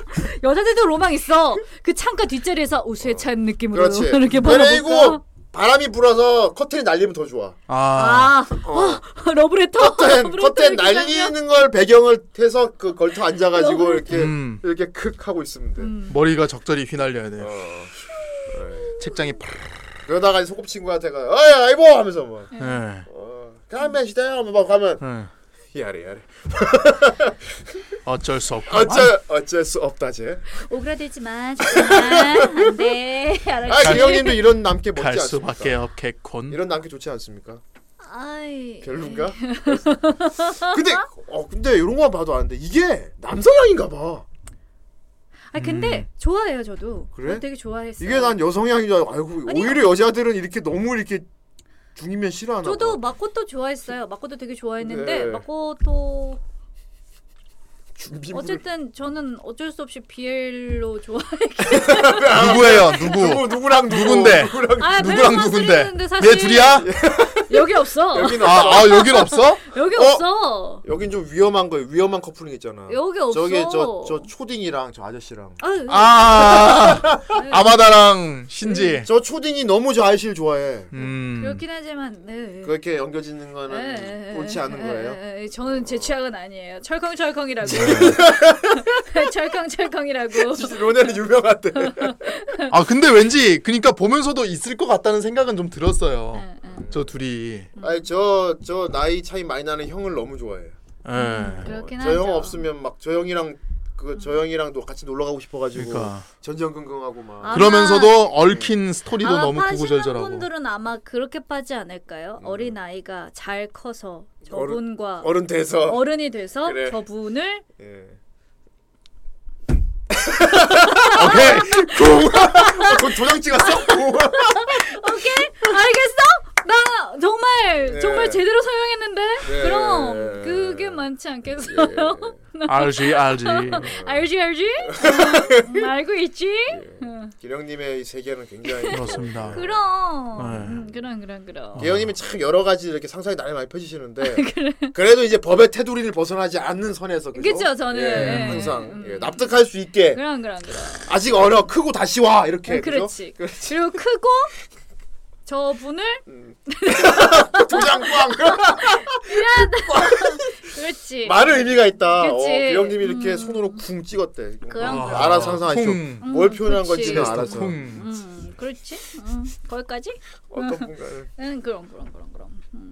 E: 여자들도 로망 있어. 그 창가 뒷자리에서 우수에 찬 느낌으로
B: 어. 그렇지.
E: 이렇게
B: 그리고
E: 바라볼까?
B: 바람이 불어서 커튼이 날리면 더 좋아.
C: 아,
E: 아, 어, 러브레터.
B: 커튼
E: 러브레터
B: 커튼
E: 이렇게 장면.
B: 날리는 걸 배경을 해서 그 걸터 앉아가지고 이렇게
C: 음.
B: 이렇게 คึ 하고 있으면 돼.
E: 음.
C: 머리가 적절히 휘날려야 돼요.
B: 음. 어. 예.
C: 책장이 파르르.
B: 그러다가 이제 소꿉친구한테가 어야 이보 하면서 뭐
C: 예.
B: 어, 가면 시대 하면 막 가면
C: 예.
B: 야래 야래
C: 어쩔 수 없고.
B: 어쩔 어쩔 수 없다 쟤.
D: 오그라들지 마. 안돼. 알아.
B: 아, 기영님도 이런 남캐 멋지
C: 갈
B: 않습니까?
C: 수밖에 없겠군.
B: 이런 남캐 좋지 않습니까?
D: 아이.
B: 별론가? 근데 어 근데 이런 거만 봐도 아는데 이게 남성향인가 봐.
E: 아, 근데
C: 음.
E: 좋아해요, 저도.
B: 그래?
E: 어, 되게 좋아했어요.
B: 이게 난 여성향인 줄 알고 아이고
E: 아니요.
B: 오히려 여자들은 이렇게 너무 이렇게 중이면 싫어하나
E: 저도
B: 봐.
E: 마코토 좋아했어요. 마코토 되게 좋아했는데
B: 네.
E: 마코토
B: 준비물
E: 어쨌든 저는 어쩔 수 없이 비엘로 좋아.
C: 누구예요? 누구?
B: 누구 누구랑 누구
E: 뭐,
C: 누군데?
B: 누구랑
E: 아,
C: 누구랑
E: 별로
C: 누군데?
E: 상관없는데 사실
C: 얘 둘이야?
E: 여기 없어. 여기,
B: 여기는
C: 아,
B: 없어.
C: 아 여긴 없어?
B: 어?
E: 없어.
B: 여긴 좀 위험한 거예요. 위험한 커플링 있잖아.
E: 여기 없어.
B: 저게 저, 저 초딩이랑 저 아저씨랑.
C: 음.
E: 아유,
C: 아
B: 음.
C: 아마다랑 신지.
B: 저 초딩이 너무 저 아저씨를 좋아해.
C: 음.
E: 그렇긴 하지만 네.
B: 그렇게 연결짓는
E: 예, 예,
B: 거는 옳지
E: 예,
B: 않은
E: 예,
B: 거예요.
E: 예, 예. 저는 제 취향은 아니에요. 철컹철컹이라고. 철컹철컹이라고.
B: 로네는 유명한데.
C: 아 근데 왠지 그러니까 보면서도 있을 것 같다는 생각은 좀 들었어요.
E: 응, 응.
C: 저 둘이. 예.
B: 아니 저저 나이 차이 많이 나는 형을 너무 좋아해.
C: 예.
E: 그렇긴
B: 저 형
E: 하죠. 음.
B: 없으면 막 저 형이랑 그 저 형이랑도 같이 놀러 가고 싶어가지고
C: 그러니까.
B: 전전긍긍하고 막.
E: 아.
C: 그러면서도 얽힌 스토리도 너무
D: 파시는
C: 구구절절하고.
D: 분들은 아마 그렇게 파지 않을까요? 어린 아이가 잘 커서 저분과
B: 어른 돼서.
E: 어른, 이 돼서
B: 그래.
E: 저분을
B: 예. 오케이. 공. 그 도장 찍었어? 공.
E: 오케이 알겠어? 나 정말
B: 예.
E: 정말 제대로 사용했는데
B: 예.
E: 그럼 그게 뭐. 많지 않겠어요?
C: 알지 알지.
B: 예.
E: 알지 알지? 음, 알고 있지? 음,
B: 기령님의 이 세계는 굉장히
C: 그렇습니다.
E: 그럼
C: 네.
E: 음, 그럼 그럼 그럼
B: 아. 예영님이 참 여러 가지 이렇게 상상이 나를 많이
E: 아,
B: 펴지시는데 그래. 도 이제 법의 테두리를 벗어나지 않는 선에서 그죠?
E: 그쵸, 저는.
B: 예,
E: 예,
B: 항상
E: 음.
B: 예, 납득할 수 있게
E: 그럼 그럼 그럼
B: 아직 어려 크고 다시 와 이렇게
E: 음, 그렇지.
B: 예, 그죠?
E: 그리고 크고 저분을
B: 그 도장 꽝
E: 그렇지
B: 많은 의미가 있다. 어,
E: 그치. 음.
B: 기령님이 이렇게 손으로 쿵 찍었대.
D: 그럼
B: 아, 알아서 항상 하시죠.
C: 쿵.
B: 뭘 표현한
E: 그치.
B: 건지는 알아서
C: 쿵.
E: 음, 그렇지 음, 거기까지?
B: 어떤 분가를
E: 응 그럼 그럼 그럼 그럼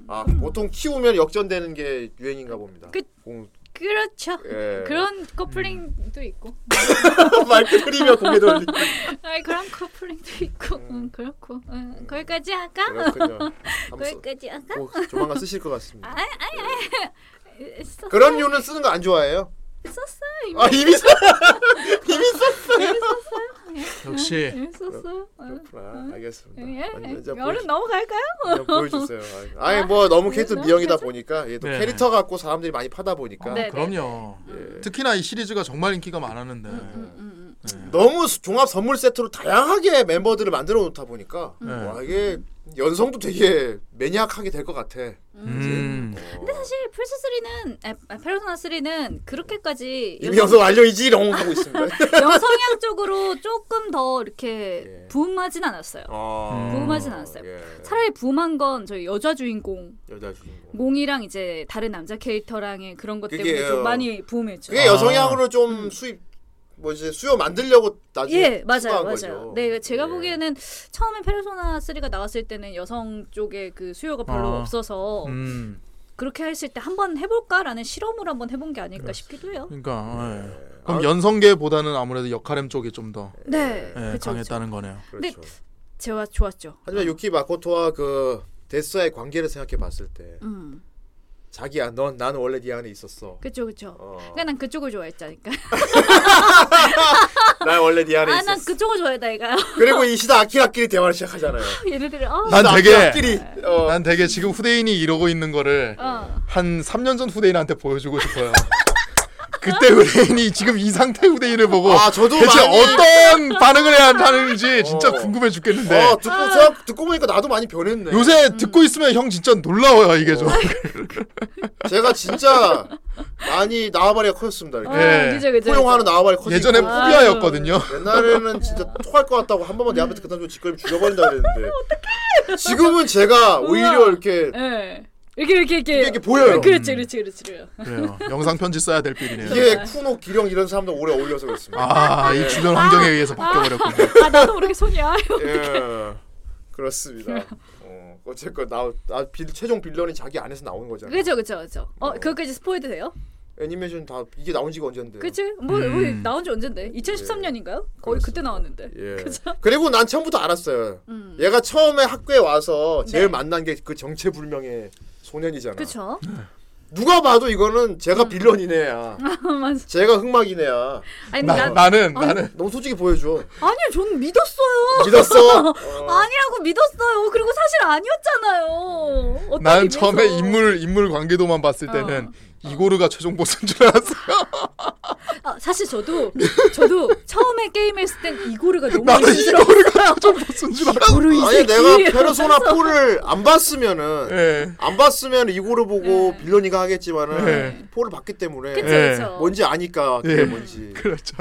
B: 아 보통 키우면 역전되는 게 유행인가 봅니다.
E: 그-
B: 공,
E: 그렇죠
B: 예. 음.
E: 그런 커플링도 있고
B: 말 흐리며 고개 돌리고
E: 아 그런 커플링도 있고 응 그렇고 응 거기까지 할까?
B: 음.
E: 아,
B: 그렇군요. 한번 써-
D: 거기까지 아까
B: 뭐 조만간 쓰실 것 같습니다. 예.
E: 써-
B: 그런 요는 쓰는 거 안 좋아해요?
E: 썼어요 이미
B: 아 이미 써.
C: 역시.
E: 이미 썼어요 응.
B: 아, 알겠습니다.
E: 음. 예,
B: 완전 이제
E: 예.
B: 보여주-
E: 얼른 넘어갈까요?
B: 그냥 보여주세요. 아니 아니, 뭐 너무 캐릭터
E: 너무
B: 미형이다
E: 캐릭터?
B: 보니까 얘도
C: 네.
B: 캐릭터 갖고 사람들이 많이 파다 보니까 예.
E: 네.
C: 그럼요. 특히나 이 시리즈가 정말 인기가 많았는데.
E: 음,
B: 너무 수- 종합 선물 세트로 다양하게 멤버들을 만들어 놓다 보니까
C: 네.
B: 와 이게 연성도 되게 매니악하게 될 것 같아.
C: 음.
B: 어.
E: 사실 플스 3는 아, 아, 페르소나 3는 그렇게까지
B: 이미 연성 완료이지롱 하고 있습니다.
E: 여성향 쪽으로 조금 더 이렇게
B: 예.
E: 부음하진 않았어요.
B: 아,
E: 궁금하진 않았어요.
B: 예.
E: 차라리 뭐- 부음한 건 저희 여자 주인공
B: 여자 주인공.
E: 몽이랑 이제 다른 남자 캐릭터랑의 그런 것 때문에
B: 그게요. 어.
E: 좀 많이 부음했죠.
B: 그게
C: 아.
B: 여성향으로 좀 수입 뭐 이제 수요 만들려고 나중에
E: 음. 예, 맞아요,
B: 추가한
E: 맞아요.
B: 거죠.
E: 네, 제가
B: 예.
E: 보기에는 처음에 페르소나 3가 나왔을 때는 여성 쪽에 그 수요가 별로
C: 아.
E: 없어서
C: 음.
E: 그렇게 했을 때 한번 해볼까라는 실험을 한번 해본 게 아닐까
C: 그렇죠.
E: 싶기도 해요.
C: 그러니까.
B: 네.
C: 예. 그럼
B: 아.
C: 연성계보다는 아무래도 역할엠 쪽이 좀 더
E: 네,
C: 예,
E: 그렇죠.
C: 강했다는 거네요.
B: 그렇죠.
E: 제가 좋았죠.
B: 하지만 유키 마코토와 그 데스와의 관계를 생각해 봤을 때
E: 음,
B: 자기야 넌 나는 원래 네 안에 있었어.
E: 그렇죠, 그렇죠.
B: 어.
E: 그러니까 난 그쪽을 좋아했자니까.
B: 난 원래 네 안에
E: 아, 난
B: 있었어.
E: 그쪽을 좋아했다 이가요.
B: 그리고 이 시다 아키라끼리 대화를 시작하잖아요.
E: 얘네들이 어,
C: 난
B: 시다
C: 되게-
B: 아키라끼리 어.
C: 난 되게 지금 후대인이 이러고 있는 거를
E: 어.
C: 한 3년 전 후대인한테 보여주고 싶어요. 그때 후대인이 지금 이 상태 후대인을 보고
B: 아 저도
C: 어, 대체
B: 많이
C: 어떤 반응을 해야 하는지 진짜
B: 어.
C: 궁금해 죽겠는데
B: 어, 듣고 생각, 듣고 보니까 나도 많이 변했네.
C: 요새 듣고 있으면 형 진짜 놀라워요 이게
E: 어,
C: 좀.
E: 그러니까.
B: 제가 진짜 많이 나와바리가 커졌습니다.
E: 어,
B: 이렇게.
C: 예.
E: 그죠, 그죠.
B: 포용하는 나와바리 커지고
C: 예전에
E: 아.
C: 포비아였거든요.
B: 옛날에는 진짜 토할 것 같다고 한 번만 내 앞에서 그딴 좀 짓거리 죽여버린다 그랬는데 지금은 제가 오히려
E: 우와.
B: 이렇게
E: 예. 이렇게 이렇게 이렇게
B: 이게 이렇게 보여요.
E: 그렇지, 그렇지, 그렇지, 그렇지.
C: 그래요. 영상 편지 써야 될 필이네요.
E: 예.
B: 이게 쿠노 기령 이런 사람들 오래 어울려서 그렇습니다.
C: 아, 이 주변 환경에 의해서 바뀌어버렸군요.
E: 아 나도 모르게 손이야.
B: 예, 그렇습니다. 어, 어쨌건 나, 나 빌, 최종 빌런이 자기 안에서 나온 거잖아. 요
E: 그죠, 그죠, 그죠. 어 그거까지 스포해도 돼요?
B: 애니메이션 다 이게 나온 지가 언젠데.
E: 그치? 뭐,
C: 음.
E: 뭐 나온 지 언젠데? 2013년인가요? 거의
B: 그렇습니다.
E: 그때 나왔는데.
B: 예.
E: 그죠?
B: 그리고 난 처음부터 알았어요.
E: 음.
B: 얘가 처음에 학교에 와서 제일
E: 네.
B: 만난 게 그 정체불명의 소년이잖아.
E: 그쵸? 음.
B: 누가 봐도 이거는 제가 빌런이네야.
E: 맞아.
B: 제가 흑막이네야.
E: 아니,
C: 나,
E: 난,
C: 나는 나는
B: 너무 솔직히 보여줘.
E: 아니요, 전 믿었어요.
B: 믿었어.
E: 아니라고 믿었어요. 그리고 사실 아니었잖아요. 어떤
C: 나는
E: 의미에서. 어.
C: 처음에 인물 인물 관계도만 봤을 때는 이고르가 최종 보스인 줄 알았어.
E: 아, 사실 저도 저도 처음에 게임했을 땐 이고르가 너무
C: 나는
E: 힘들어.
C: 이거를 좀 무슨 줄 알아?
E: 이고르 이
B: 아니
E: 새끼.
B: 내가 페르소나 4를 안 봤으면은
C: 예.
B: 안 봤으면 이거를 보고 빌런이가 하겠지만은
C: 네.
B: 4를 봤기 때문에
E: 네. 그쵸
C: 예.
E: 그쵸.
B: 뭔지 아니까 그게
C: 예.
B: 뭔지
C: 그렇죠.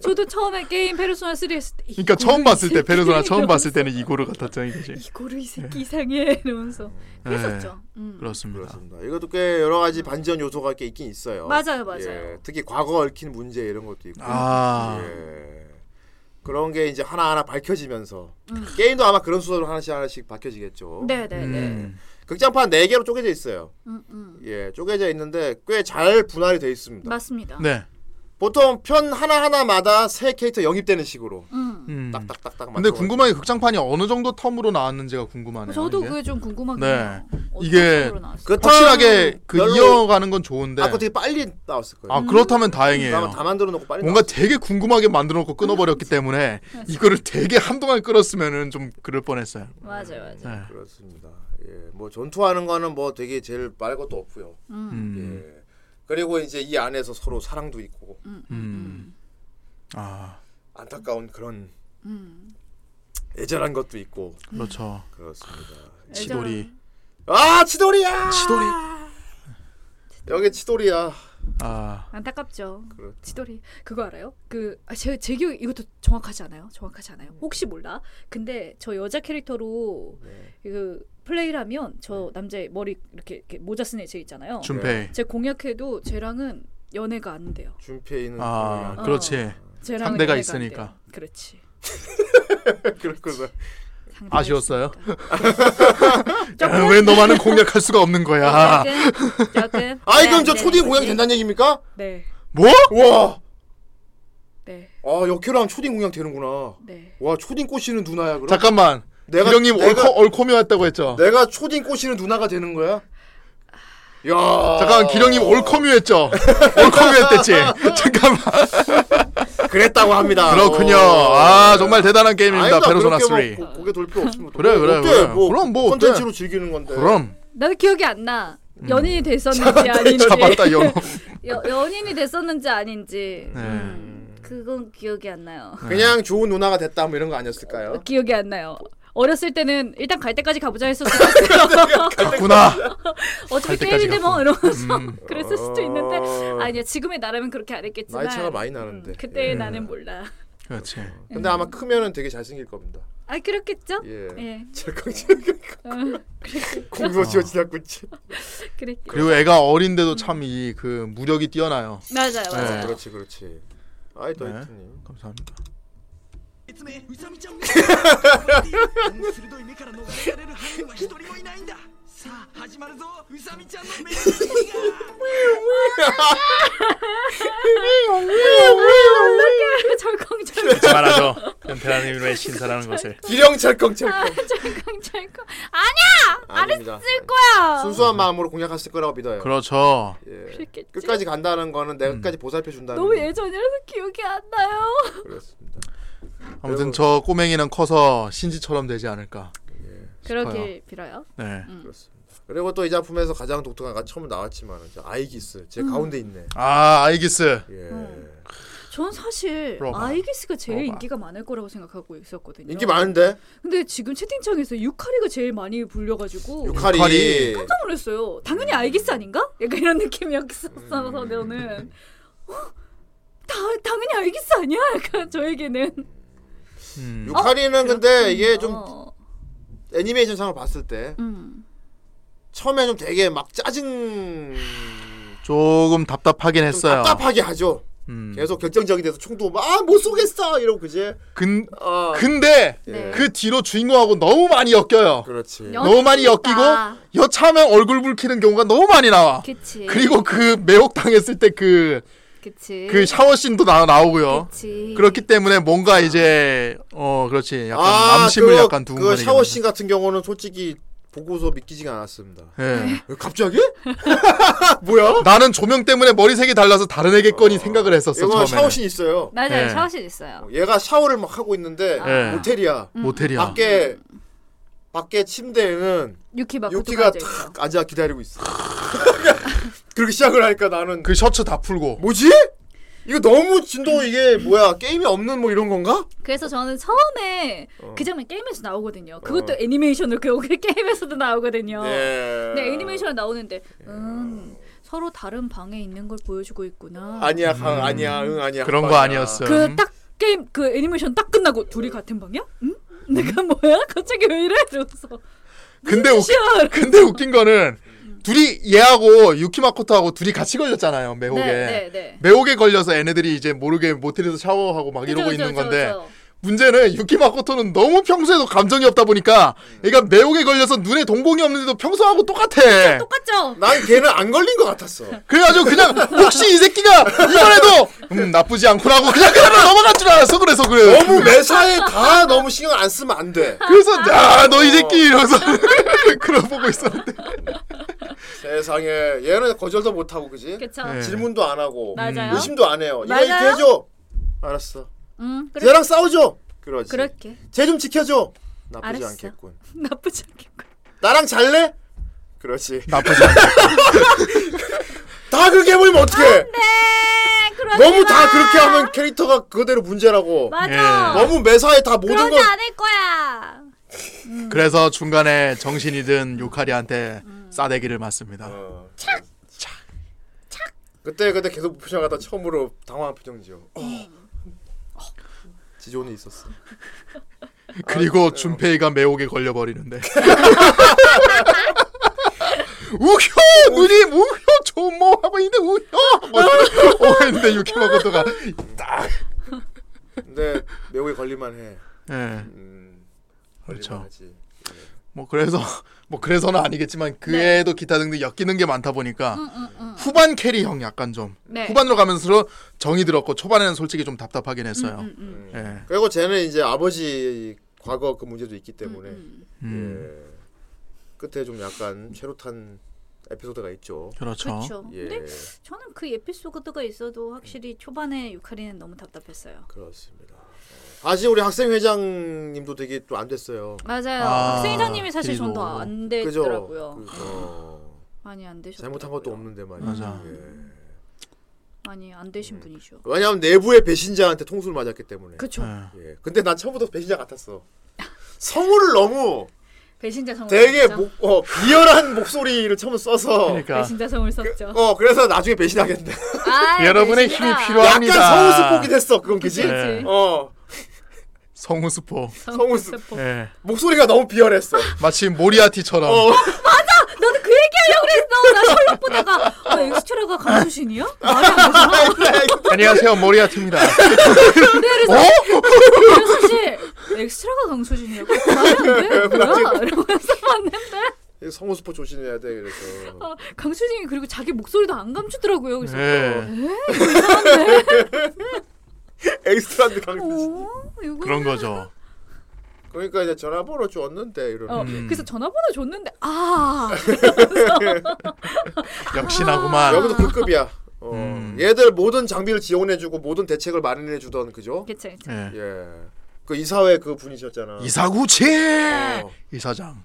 E: 저도 처음에 게임 페르소나 3 했을 때
C: 그러니까 처음 봤을 때 페르소나 처음
E: 봤을
C: 봤을 때는 이고르 같았죠 이거지.
E: 이거를 이 새끼 이상해 이러면서 그랬었죠. 음.
C: 예. 그렇습니다.
B: 그렇습니다. 이것도 꽤 여러 가지 반전 요소가 꽤 있긴 있어요.
E: 맞아요, 맞아요.
B: 예, 특히 과거 얽힌 문제 이런 것도 있고.
C: 아.
B: 예. 그런 게 이제 하나하나 밝혀지면서 게임도 아마 그런 순서로 하나씩 하나씩 밝혀지겠죠.
E: 음. 네네네.
C: 음.
B: 극장판 4개로 쪼개져 있어요.
E: 음, 음.
B: 예, 쪼개져 있는데 꽤 잘 분할이 되어 있습니다.
E: 맞습니다.
C: 네.
B: 보통 편 하나하나마다 새 캐릭터 영입되는 식으로
E: 음.
C: 음.
B: 딱딱딱딱
C: 근데
B: 맞춰가지고.
C: 궁금한 게 극장판이 어느 정도 텀으로 나왔는지가 궁금하네요.
E: 저도
C: 이게.
E: 그게 좀 궁금하긴
C: 네.
E: 해요. 어떤
C: 이게
E: 식으로 나왔어요?
B: 그
C: 확실하게 그
B: 별로-
C: 이어가는 건 좋은데.
B: 아, 그거 되게 빨리 나왔을 거예요.
C: 아 그렇다면
B: 아마
C: 다행이에요.
B: 다 만들어 놓고 빨리
C: 뭔가
B: 나왔을
C: 되게 궁금하게 만들어놓고 끊어버렸기 때문에 이거를 되게 한동안 끌었으면은 좀 그럴 뻔했어요.
E: 맞아요, 맞아요.
C: 네.
B: 그렇습니다. 예, 뭐 전투하는 거는 뭐 되게 제일 말 것도 없고요.
C: 음.
B: 예. 그리고 이제 이 안에서 서로 사랑도 있고
C: 음. 아
B: 안타까운 그런
E: 음.
B: 애절한 것도 있고
C: 그렇죠.
B: 그렇습니다.
C: 지돌이.
B: 아 치돌이야.
C: 지돌이.
B: 여기 치돌이야.
C: 아
E: 안타깝죠.
B: 그렇죠.
E: 지돌이 그거 알아요? 그제제 기억 이것도 정확하지 않아요. 정확하지
C: 음.
E: 않아요. 혹시 몰라. 근데 저 여자 캐릭터로
B: 네,
E: 그 플레이를 하면
C: 네.
E: 저 남자 머리 이렇게, 이렇게 모자 쓴 애 제 있잖아요.
C: 준페이.
B: 예.
E: 제 공약해도 쟤랑은 연애가 안 돼요.
B: 준페이는
C: 아
B: 아,
C: 그렇지.
E: 쟤랑은
C: 상대가
E: 연애가 안
C: 있으니까.
E: 돼요. 그렇지.
B: 그렇구나.
E: 상대가
C: 아쉬웠어요.
E: 있으니까.
C: 야, 왜 너만은 공략할 수가 없는
E: 어,
C: 거야?
E: 조금 조금.
B: 아이
E: 네,
B: 그럼 저
E: 네,
B: 초딩
E: 네.
B: 공약 된다는 얘기입니까?
E: 네.
C: 뭐?
B: 와.
E: 네.
B: 아 역효랑 초딩 공약 되는구나.
E: 네.
B: 와 초딩 꼬시는 누나야 그럼?
C: 잠깐만.
B: 내가-
C: 이령님
B: 내가- 네.
C: 얼코 얼코며 했다고 했죠.
B: 내가 초딩 꼬시는 누나가 되는 거야? 야.
C: 잠깐 기령님 올커뮤 했죠. 올커뮤 했댔지. 잠깐만.
B: 그랬다고 합니다.
C: 그렇군요.
B: 오.
C: 아 정말 대단한 게임입니다.
B: 아니다,
C: 페르소나
B: 그렇게 뭐,
C: 3.
B: 막 고- 고개 돌 필요 없습니다.
C: 그래, 그래,
B: 어때?
C: 그래.
B: 뭐
C: 그럼 뭐 어때?
B: 콘텐츠로 즐기는 건데.
C: 그럼
E: 나도 기억이 안 나. 연인이 됐었는지 아닌지.
C: 음. 잡았다 연호.
E: 여, 연인이 됐었는지 아닌지.
C: 네.
E: 음, 그건 기억이 안 나요.
B: 그냥 좋은 누나가 됐다 뭐 이런 거 아니었을까요?
E: 기억이 안 나요. 어렸을 때는 일단 갈 때까지 가보자 했었을 것 같아요.
C: 갔구나.
E: 어차피
C: 갈 때까지
E: 게임인데 뭐 이러면서 그랬을 수도 있는데
B: 음. 어.
E: 아니야 지금의 나라면 그렇게 안 했겠지만 음,
B: 나이 차가 많이 나는데.
E: 그때
B: 예.
E: 의 나는 몰라.
C: 그렇지.
B: 근데 아마 크면은 되게 잘생길 겁니다.
E: 아 그렇겠죠?
B: 예.
E: 음. 예. 음.
B: 철컹철컹 공소 지어 지나고 있지.
E: 그랬겠.
C: 그리고 애가 어린데도 참 이 그 무력이 뛰어나요.
E: 맞아요, 맞아요.
C: 네.
B: 그렇지 그렇지. 아이 또
C: 네.
B: 이트님.
C: 감사합니다.
I: いつね、うさみちゃんがこの鋭い目から逃れられる犯人は一人もいないんださあ始まるぞうさみちゃんの目が
E: 어떡해 아, 절컹절컹
C: 말하죠. 대한민국의 신사라는 것을.
B: 기령 철컹철컹.
E: 절컹절컹 아니야 아, 안
B: 아닙니다.
E: 했을 거야.
B: 순수한 마음으로 공략했을 거라고 믿어요.
C: 그렇죠.
B: 예.
E: 그랬겠지.
B: 끝까지 간다는 거는
C: 음.
B: 내가 끝까지 보살펴 준다는.
E: 너무
B: 거.
E: 예전이라서 기억이 안 나요.
B: 그렇습니다.
C: 아무튼 저 꼬맹이는 커서 신지처럼 되지 않을까.
E: 그러길 빌어요.
C: 네.
B: 그렇습니다. 그리고 또 이 작품에서 가장 독특한 가 처음 나왔지만 아이기스 제
E: 음.
B: 가운데 있네.
C: 아 아이기스.
B: 예.
E: 전 사실
C: 로바.
E: 아이기스가 제일
C: 로바.
E: 인기가 많을 거라고 생각하고 있었거든요.
B: 인기 많은데
E: 근데 지금 채팅창에서 유카리가 제일 많이 불려가지고
B: 유카리.
C: 유카리.
E: 깜짝 놀랐어요. 당연히 아이기스 아닌가? 약간 이런
B: 음.
E: 느낌이었어서 저는 어? 다, 당연히 아이기스 아니야? 약간 저에게는
C: 음.
B: 유카리는
E: 어? 그렇군요.
B: 근데 이게 좀
E: 어.
B: 애니메이션상을 봤을 때
E: 음.
B: 처음에 좀 되게 막 짜증
C: 조금 답답하긴
B: 좀
C: 했어요.
B: 답답하게 하죠.
C: 음.
B: 계속 결정적이 돼서 총도 막못 쏘겠어 이러고 그제
C: 근
B: 아
C: 근데
E: 네. 그렇죠.
C: 그 뒤로 주인공하고 너무 많이 엮여요.
B: 그렇지.
E: 영-
C: 너무 많이 엮이고
E: 아.
C: 여차하면 얼굴 붉히는 경우가 너무 많이 나와.
E: 그치
C: 그리고 그 매혹 당했을 때 그 그
E: 그치
C: 샤워 씬도 나, 나오고요.
E: 네. 그치
C: 그렇기 때문에 뭔가 이제 어 그렇지 약간
B: 아,
C: 남심을
B: 그거-
C: 약간 두고
B: 그 샤워씬 같은 경우는 솔직히 보고서 믿기지가 않았습니다.
C: 예.
B: 왜 갑자기? 뭐야?
C: 나는 조명 때문에 머리색이 달라서 다른 애게 거니 생각을 했었어
B: 이거
C: 처음에.
B: 샤워씬 있어요.
E: 맞아요
C: 네.
E: 샤워실 있어요
B: 뭐 얘가 샤워를 막 하고 있는데
E: 아.
C: 네.
B: 모텔이야.
E: 음.
C: 모텔이야.
B: 밖에 밖에 침대에는
E: 유키가
B: 유키가 탁 앉아 기다리고 있어. 그렇게 시작을 하니까 나는
C: 그 셔츠 다 풀고
B: 뭐지? 이거 너무 진도 이게 뭐야 게임이 없는 뭐 이런 건가?
E: 그래서 저는 처음에
B: 어.
E: 그 장면 게임에서 나오거든요. 그것도 애니메이션으로 그 게임에서도 나오거든요.
B: 예.
E: 네, 애니메이션에 나오는데 음, 서로 다른 방에 있는 걸 보여주고 있구나.
B: 아니야, 강 아니야, 응 아니야.
C: 그런 거
B: 아빠야.
C: 아니었어.
E: 그 딱 게임 그 애니메이션 딱 끝나고 둘이 같은 방이야? 응? 내가 뭐야? 갑자기 왜 이래? 이러면서
C: 근데
E: 그
C: 웃
E: 시원.
C: 근데 웃긴 거는 둘이 얘하고 유키마코토하고 둘이 같이 걸렸잖아요. 매혹에.
E: 네, 네, 네.
C: 매혹에 걸려서 애네들이 이제 모르게 모텔에서 샤워하고 막 이러고
E: 그죠,
C: 있는
E: 그죠,
C: 건데
E: 그죠.
C: 문제는 유키마코토는 너무 평소에도 감정이 없다 보니까 얘가 매혹에 걸려서 눈에 동공이 없는데도 평소하고 똑같아.
E: 똑같죠?
B: 난 걔는 안 걸린 것 같았어.
C: 그래가지고 그냥 혹시 이 새끼가 이번에도 음 나쁘지 않구나 하고 그냥 그냥 넘어갈 줄 알았어 그래서 그래
B: 너무 매사에 다 너무 신경 안 쓰면 안 돼.
C: 그래서
E: 아,
C: 야너 이
E: 어.
C: 새끼 이러면서 그러 보고 있었는데
B: 세상에 얘는 거절도 못 하고 그지?
E: 그쵸.
C: 네.
B: 질문도 안 하고
E: 맞아요.
B: 의심도 안 해요. 이거
E: 맞아요?
B: 이렇게 해줘. 알았어.
E: 음, 그래.
B: 얘랑 싸우죠. 그러지.
E: 그렇게
B: 쟤 좀 지켜줘. 나쁘지
E: 알았어.
B: 않겠군.
E: 나쁘지 않겠군.
B: 나랑 잘래? 그렇지.
C: 나쁘지 않아
B: 다 그렇게 해버리면 어떡해?
D: 네, 그러지
B: 너무
D: 마.
B: 다 그렇게 하면 캐릭터가 그대로 문제라고.
E: 예.
C: 예.
D: 맞아.
B: 너무 매사에 다 모든
D: 그러지
B: 걸
D: 않을 거야.
C: 그래서 중간에 정신이 든 요카리한테 싸대기를 맞습니다
B: 어. 착! 착! 그때 그때 계속 표정하다 처음으로 당황한 표정 지어. 어.
D: 네.
B: 지존이 있었어.
C: 그리고 준페이가 매혹에 걸려버리는데 우효 누님 우효 조모 하고 있는데 우효 어, 어 했는데 유키마코토가 딱
B: 근데 매혹에 걸릴만 해.
C: 예.
B: 음.
C: 그렇죠.
B: 걸릴만 하지.
C: 뭐 그래서 뭐 그래서는 아니겠지만 그 애도 기타 등등 엮이는 게 많다 보니까 후반 캐리형 약간 좀
E: 네.
C: 후반으로 가면서 정이 들었고 초반에는 솔직히 좀 답답하긴 했어요.
B: 음.
C: 예.
B: 그리고 쟤는 이제 아버지 과거 그 문제도 있기 때문에
C: 음.
B: 예. 끝에 좀 약간 최루탄 에피소드가 있죠.
C: 그렇죠.
E: 그렇죠.
B: 예.
E: 근데 저는 그 에피소드가 있어도 확실히 초반에 유카리는 너무 답답했어요.
B: 그렇습니다. 어, 다시 우리 학생 회장님도 되게 또 안 됐어요.
E: 맞아요.
C: 아,
E: 학생회장님이 사실
C: 그리고.
E: 전 더 안
B: 그죠?
E: 되더라고요.
B: 그죠.
E: 많이 안 되셨.
B: 잘못한 것도 없는데 말이야.
C: 맞아.
B: 예.
E: 많이 안 되신 분이죠.
B: 왜냐하면 내부의 배신자한테 통수를 맞았기 때문에.
E: 그렇죠.
C: 예.
B: 예. 근데 난 처음부터 배신자 같았어. 성우를 너무
E: 배신자 성을
B: 되게
E: 썼죠.
B: 목, 어, 비열한 목소리를 처음 써서
C: 그러니까
E: 배신자 성을 썼죠.
B: 어 그래서 나중에 배신하겠네.
D: 아,
C: 여러분의
D: 그러지 마.
C: 힘이
B: 약간
C: 필요합니다.
B: 성우 스포긴 했어. 그건 그지?
C: 네.
B: 어
C: 성우 스포.
B: 성우 스-
E: 스포.
C: 예.
B: 목소리가 너무 비열했어.
C: 마치 모리아티처럼
B: 어.
E: 나도 그 얘기하려고 그랬어. 나 셜록 보다가 아, 엑스트라가 강수신이야? 말이 안 되잖아.
C: 안녕하세요 모리아티입니다.
B: 네.
E: 그래서 사실 엑스트라가 강수진이라고 말이
C: 네,
E: 안 돼. 뭐야? 이러면서 봤는데
B: 성우 스포 조심해야 돼. 그래서
E: 어, 강수진이 그리고 자기 목소리도 안 감추더라고요. 그래서
C: 예.
B: 엑스트라한테 강조.
E: 어, 이거
C: 그런 거죠.
B: 그러니까 이제 전화번호 줬는데 이런.
E: 어,
C: 음.
E: 그래서 전화번호 줬는데 아
C: 역시나구만.
B: 여기도 그 급이야. 어.
C: 음.
B: 얘들 모든 장비를 지원해주고 모든 대책을 마련해주던 그죠?
E: 그쵸 그쵸
C: 예.
B: 예. 그 이사회 그 분이셨잖아.
C: 이사구치
B: 어.
C: 이사장.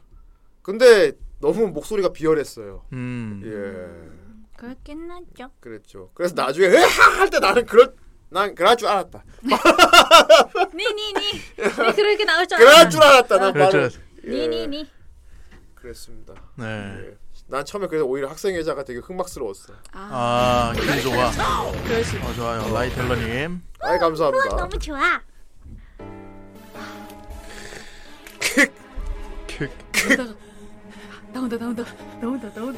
B: 근데 너무 목소리가 비열했어요.
C: 음.
B: 예.
D: 그렇긴 하죠.
B: 그랬죠. 그래서 나중에 으하 할때 나는 그럴 난 그럴 줄 알았다.
D: 니니니. 네, 그렇게 나올 줄 알았어.
B: 그럴 줄 알았다. 난
C: 그럴 줄
B: 바로.
C: 알았-
B: 예.
D: 니니니.
B: 그랬습니다.
C: 네.
B: 예. 난 처음에 그래서 오히려 학생회자가 되게 흥막스러웠어.
C: 아 기분 좋아. 어 좋아요 라이텔러님.
B: 아이
C: 어.
B: 감사합니다.
D: 너무 좋아.
C: 킥.
E: 나온다 나온다 나온다 나온다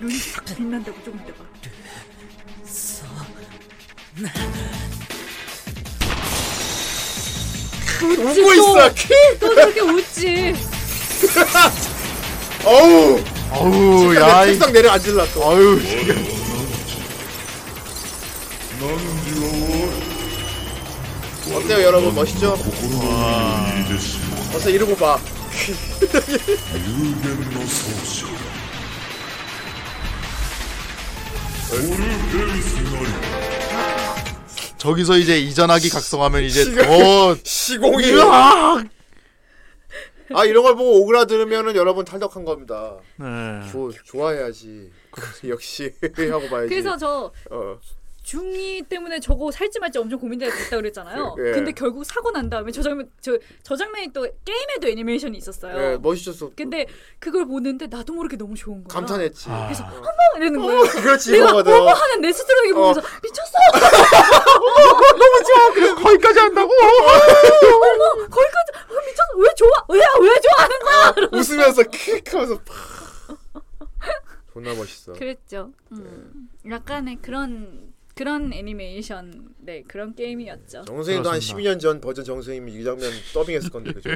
E: 눈이 싹 빛난다고 조금 있다가
B: 웃고 있어. 키.
E: 또 그렇게 웃지
B: 어우.
C: 어우
B: 야,
C: 야이.
B: 책상 내려 앉을라 또.
C: 어유.
B: 어때요 여러분 멋있죠?
C: 아.
B: 벌써 이러고 봐.
C: 저기서 이제 이전하기 각성하면 이제
B: 시간-
C: 더
B: 시공이. 아 이런 걸 보고 오그라들면은 여러분 탈덕한 겁니다.
C: 네.
B: 조, 좋아해야지. 역시 하고 봐야지.
E: 그래서 저
B: 어.
E: 중이 때문에 저거 살지 말지 엄청 고민됐다 그랬잖아요.
B: 예.
E: 근데 결국 사고 난 다음에 저 장면 저, 저 장면이 또 게임에도 애니메이션이 있었어요.
B: 예, 멋있었어.
E: 근데 그걸 보는데 나도 모르게 너무 좋은 거야.
B: 감탄했지. 뭐
C: 그래서
E: 어머 이러는 거예요.
B: 그렇지
E: 내가
B: 이거거든.
E: 어머 하는 내 스스로에게 보면서 미쳤어.
C: 거기까지 한다고?
E: 어머 거기까지 어, 미쳤어. 왜 좋아? 왜왜 좋아하는 거야?
B: 웃으면서 킥 하면서 팍. 존나 멋있어.
D: 그랬죠. 음, 약간의 그런
E: 그런 애니메이션 네 그런 게임이었죠.
B: 정승이도 한
C: 그렇습니다.
B: 12년 전 버전 정승이면 이 장면 더빙했을 건데 그죠?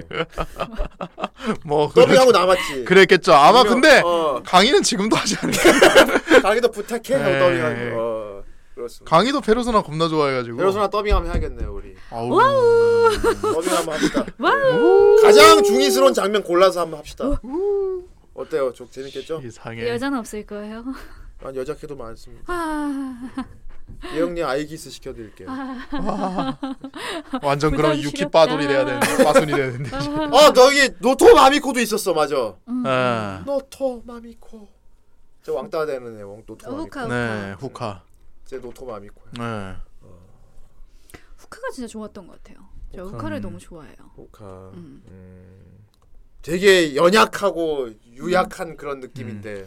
C: 뭐
B: 더빙하고 남았지.
C: 그랬겠죠. 아마
B: 분명,
C: 근데
B: 어,
C: 강의는 지금도 하지 않을까.
B: 강의도 부탁해 하고
C: 네.
B: 더빙한 거. 어, 그렇습니다.
C: 강의도 페르소나 겁나 좋아해가지고.
B: 여러분아 더빙하면 해야겠네요 우리.
C: 아우.
B: 더빙 한번 합시다. 가장 중의스러운 장면 골라서 한번 합시다. 어때요? 좀 재밌겠죠?
E: 예.
C: 이상해.
D: 여자는 없을 거예요.
B: 난 여자 캐도 많습니다.
D: 아,
B: 예영님 아이기스 시켜드릴게요. 아,
C: 완전 그런
D: 부담스럽다.
C: 유키 빠돌이 돼야 되는데 빠순이 돼야 되는데.
B: 어. 너기 아, 노토 마미코도 있었어, 맞아.
C: 아.
B: 노토 마미코. 저 왕따 되는 애, 왕 노토 마미코.
D: 후카
C: 네, 후카.
B: 제 노토 마미코.
C: 네.
E: 후카가 진짜 좋았던 것 같아요. 저 후카를 너무 좋아해요.
B: 호카. 음. 되게 연약하고 유약한
C: 음.
B: 그런 느낌인데.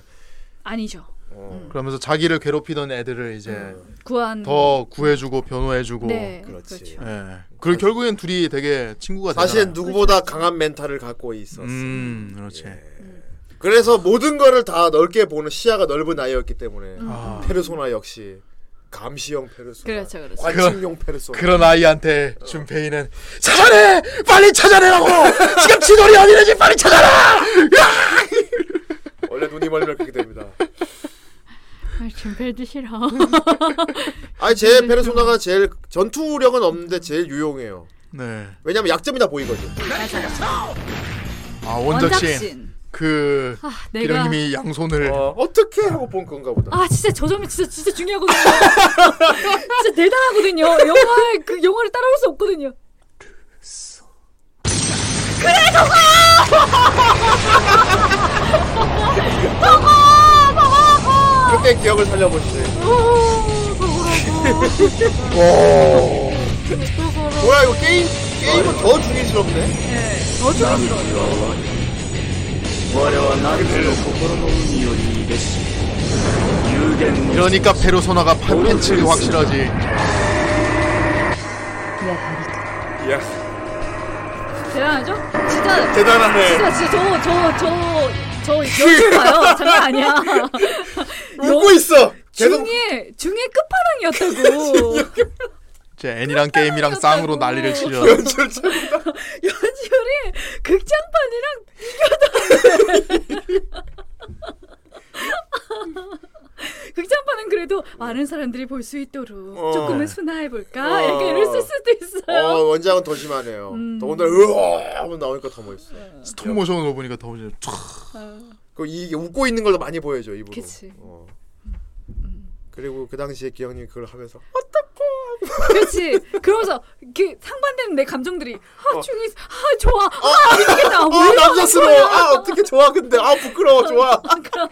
E: 아니죠.
B: 어. 네.
C: 그러면서 자기를 괴롭히던 애들을 이제
B: 음.
E: 구한
C: 더 구해주고 변호해주고.
E: 네
B: 그렇지. 아.
E: 그렇죠.
C: 예. 그리고 결국엔 둘이 되게 친구가 되잖아.
B: 사실 누구보다 강한 멘탈을 갖고 있었어.
C: 그렇죠. 음, 그렇지.
B: 예. 그래서 모든 거를 다 넓게 보는 시야가 넓은 아이였기 때문에
C: 아.
B: 페르소나 역시 감시형 페르소나,
E: 그렇죠, 그렇죠.
B: 관측용 페르소나.
C: 그런 아이한테 준페이는 찾아내! 빨리 찾아내라고! 지금 지돌이 어디는지 빨리 찾아라!
B: 원래 눈이 멀면 그렇게 됩니다.
D: 준비해도 싫어.
B: 음. 아니 제
C: 그렇죠.
B: 페르소나가 제일 전투력은 없는데 제일 유용해요.
C: 네.
B: 왜냐면 약점이 다 보이거든.
C: 아, 원작신.
E: 원작신.
C: 그,
E: 아 내가
C: 기령님이 양손을.
B: 어, 어떻게 하고 본 건가 보다.
E: 아 진짜 저 점이 진짜 진짜 중요하거든요. 진짜 대단하거든요. 영화의 그 영화를 따라올 수 없거든요.
B: 그때 기억을 살려보시네. 뭐야 이거 게임 게임은 더 중의스럽네.
E: 더
B: 음.
E: 중요해요.
H: 我は何かの心の海よりいべし有限の
C: 이러니까 페르소나가 판팬층이 확실하지.
B: 야
E: 대단하죠? 진짜
B: 대단하네.
E: 진짜 진짜 저저저저 연출 봐요. 장난 아니야.
B: 웃고 있어. 계속 그렇죠.
E: 중에 중에 끝판왕이었다고.
C: 이제 애니랑 게임이랑 쌍으로
E: 네.
C: 난리를 치려.
B: 연출 참.
E: 연출이 극장판이랑 비교도 안 돼. 극장판은 그래도 많은 사람들이 볼 수 있도록
B: 어.
E: 조금은 순화해볼까?
B: 어.
E: 약간 이럴 수 있을 수도 있어요. 음.
B: 어 원작은 더 심하네요. 더군다나 으아 하면 나오니까 더 멋있어.
E: 네.
C: 스톱모션으로 보니까 더 이제 촥.
B: 그 이게 웃고 있는 걸로 많이 보여줘 입으로.
E: 그치. 음,
B: 어. 그리고 그 당시에 기영님 그걸 하면서
E: 아, 그렇지. 그러면서 그 상반되는 내 감정들이
B: 어.
E: 아, 중이, 아, 좋아. 아, 미치겠다. 아,
B: 아
E: 왜
B: 남자스러워. 아 어떻게 좋아 근데 아 부끄러워 좋아.
E: 그런.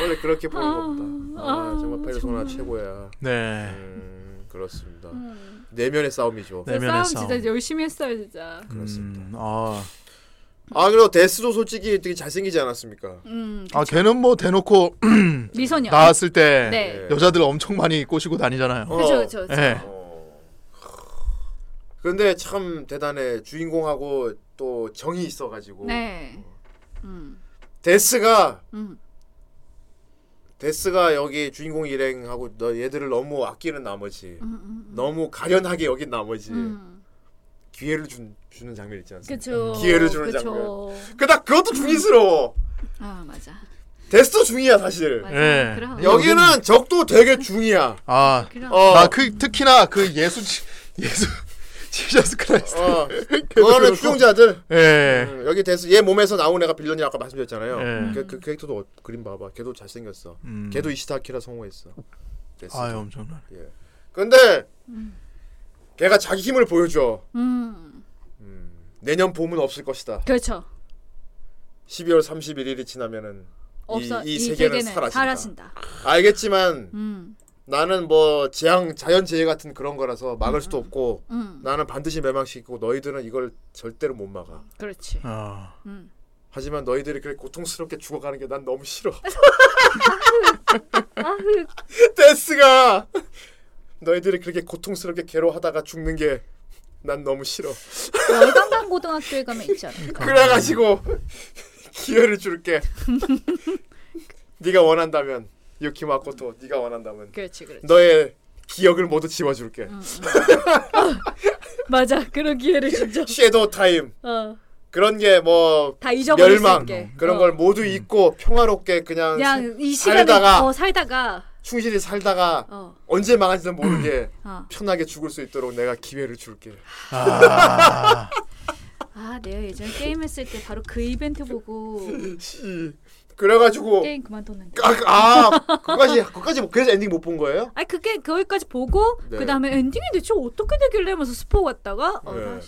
B: 원래 그렇게 보는 겁니다. 아, 정말 페르소나 최고야.
C: 네.
B: 음, 그렇습니다. 내면의 싸움이죠.
C: 네. 내면의
E: 싸움
C: 싸움.
E: 진짜 열심히 했어요, 진짜.
B: 그렇습니다.
C: 음, 아,
B: 아 그리고 데스도 솔직히 되게 잘생기지 않았습니까?
E: 음,
C: 아 걔는 뭐 대놓고
E: 미선이요.
C: 나왔을 때
E: 그렇죠. 네.
B: 예.
C: 여자들 엄청 많이 꼬시고
B: 어.
C: 다니잖아요.
E: 그렇죠, 그렇죠.
C: 예.
B: 근데 어. 참 대단해 주인공하고 또 정이 있어가지고
E: 네.
B: 데스가
E: 음.
B: 데스가 여기 주인공 일행하고 너 얘들을 너무 아끼는 나머지
E: 음.
B: 너무 가련하게 여긴 나머지 기회를 준, 주는 장면 있지 않습니까?
E: 그렇죠.
B: 네. 기회를 주는
E: 그쵸.
B: 그다 그것도 중이스러워.
E: 아 맞아.
B: 데스도 중이야 사실.
E: 맞아.
C: 예.
E: 그럼. 네,
B: 여기는 적도 되게 중이야.
C: 아,
E: 그럼.
B: 어.
C: 나 그 특히나 그 예수 지- 예수 지저스 크라이스트.
B: 어, 그거는 추종자들.
C: 예.
B: 음, 여기 데스 얘 몸에서 나온 애가 빌런이 아까 말씀드렸잖아요.
C: 예.
B: 그, 그 캐릭터도 어, 그림 봐봐. 걔도 잘생겼어.
C: 음.
B: 걔도 이시타키라 성공했어. 데스.
C: 아유 엄청나.
B: 근데 걔가 자기 힘을 보여줘.
E: 음.
B: 내년 봄은 없을 것이다.
E: 그렇죠.
B: 12월 31일이 지나면은
E: 없어.
B: 이,
E: 이,
B: 이
E: 세계는,
B: 세계는 사라진다.
E: 사라진다.
B: 알겠지만
E: 음.
B: 나는 뭐 재앙 자연 재해 같은 그런 거라서 막을 수도 없고
E: 음.
B: 나는 반드시 멸망시키고 너희들은 이걸 절대로 못 막아.
E: 그렇지.
C: 아,
E: 음.
B: 하지만 너희들이 그렇게 고통스럽게 죽어가는 게 난 너무 싫어. 데스가 너희들이 그렇게 고통스럽게 괴로하다가 죽는 게 난 너무 싫어.
E: 월간강 고등학교에 가면 있지 않을까?
B: 그래가지고 기회를 줄게. 네가 원한다면 유키 마코토, 네가 원한다면
E: 그렇지, 그렇지.
B: 너의 기억을 모두 지워줄게.
E: 맞아. 그런 기회를 진짜.
B: 섀도우 타임
E: 어.
B: 그런 게 뭐
E: 다 잊어버릴
B: 멸망
E: 수 있게.
B: 그런
E: 어.
B: 걸 모두 잊고 평화롭게 그냥,
E: 그냥 이 시간에
B: 살다가
E: 어, 살다가
B: 충실히 살다가
E: 어.
B: 언제 망하지도 모르게
E: 어.
B: 편하게 죽을 수 있도록 내가 기회를 줄게.
E: 아, 내가 예전 게임 했을 때 바로 그 이벤트 보고
B: 씨. 그래가지고
E: 게임 그만뒀는데.
B: 아, 아 그까지 그까지 그래서 엔딩 못 본 거예요?
E: 아니 그게 거기까지 보고
B: 네.
E: 그다음에 엔딩이 대체 어떻게 되길래 하면서 스포 갔다가 어,
B: 네.
E: 나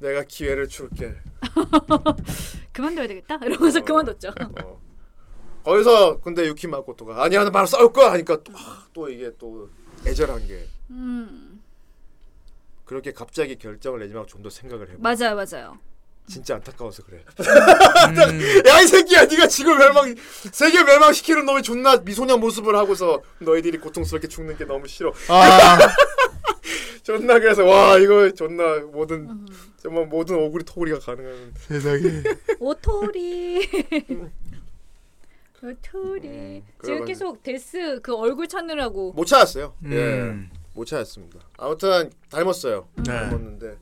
B: 내가 기회를 줄게.
E: 그만둬야 되겠다 이러면서 그만뒀죠.
B: 어. 거기서 근데 유키 마코토가 아니야 나 바로 싸울 거야 하니까 또, 아, 또 이게 또 애절한 게
E: 음
B: 그렇게 갑자기 결정을 내지 말고 좀 더 생각을 해봐.
E: 맞아요 맞아요.
B: 진짜 안타까워서 그래.
E: 음.
B: 야 이 새끼야, 네가 지금 멸망 세계 멸망시키는 놈의 존나 미소년 모습을 하고서 너희들이 고통스럽게 죽는 게 너무 싫어.
C: 아,
B: 존나 그래서 와 이거 존나 모든 정말 모든 오구리 토구리가 가능한.
C: 세상에.
E: 오토리 오토리 지금
B: 음, 그래가지고.
E: 계속 데스 그 얼굴 찾느라고
B: 못 찾았어요.
C: 음.
B: 예, 못 찾았습니다. 아무튼 닮았어요.
C: 네.
B: 닮았는데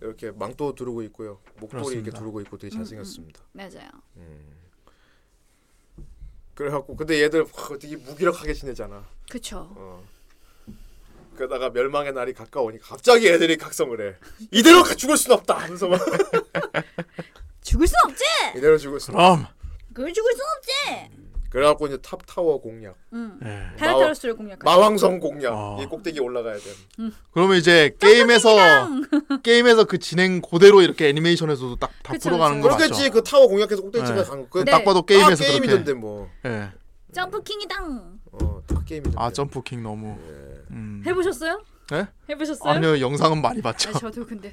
B: 이렇게 망토 두르고 있고요, 목도리 이렇게
C: 그렇습니다.
B: 두르고 있고 되게 잘생겼습니다.
E: 맞아요.
B: 그래갖고 근데 얘들 확 되게 무기력하게 지내잖아.
E: 그쵸.
B: 어. 그러다가 멸망의 날이 가까우니까 갑자기 애들이 각성을 해. 이대로 가- 죽을 순 없다. 하면서 막
E: 죽을 순 없지.
B: 이대로 죽을 순. 없다.
C: 그럼.
E: 그걸 죽을 순
B: 네.
E: 없지.
B: 그래갖고 이제 탑 타워 공략,
C: 예.
E: 타라타로스를 공략하죠.
B: 마왕성 공략,
C: 어.
B: 이 꼭대기 올라가야 돼.
C: 그러면 이제 게임에서 게임에서 그 진행 그대로 이렇게 애니메이션에서도 딱 다
E: 그쵸,
C: 풀어가는 거
E: 그쵸.
C: 맞죠?
B: 그렇겠지. 그 타워 공략해서 꼭대기까지
C: 네.
B: 간 거.
C: 딱
E: 네.
C: 봐도 게임에서
B: 다
C: 그렇게.
B: 게임이던데 뭐.
C: 예.
D: 점프킹이당.
B: 어, 다 게임이던데.
C: 아 점프킹 너무. 음.
E: 해보셨어요?
C: 네?
E: 해보셨어요?
C: 아니요 영상은 많이 봤죠.
E: 아니, 저도 근데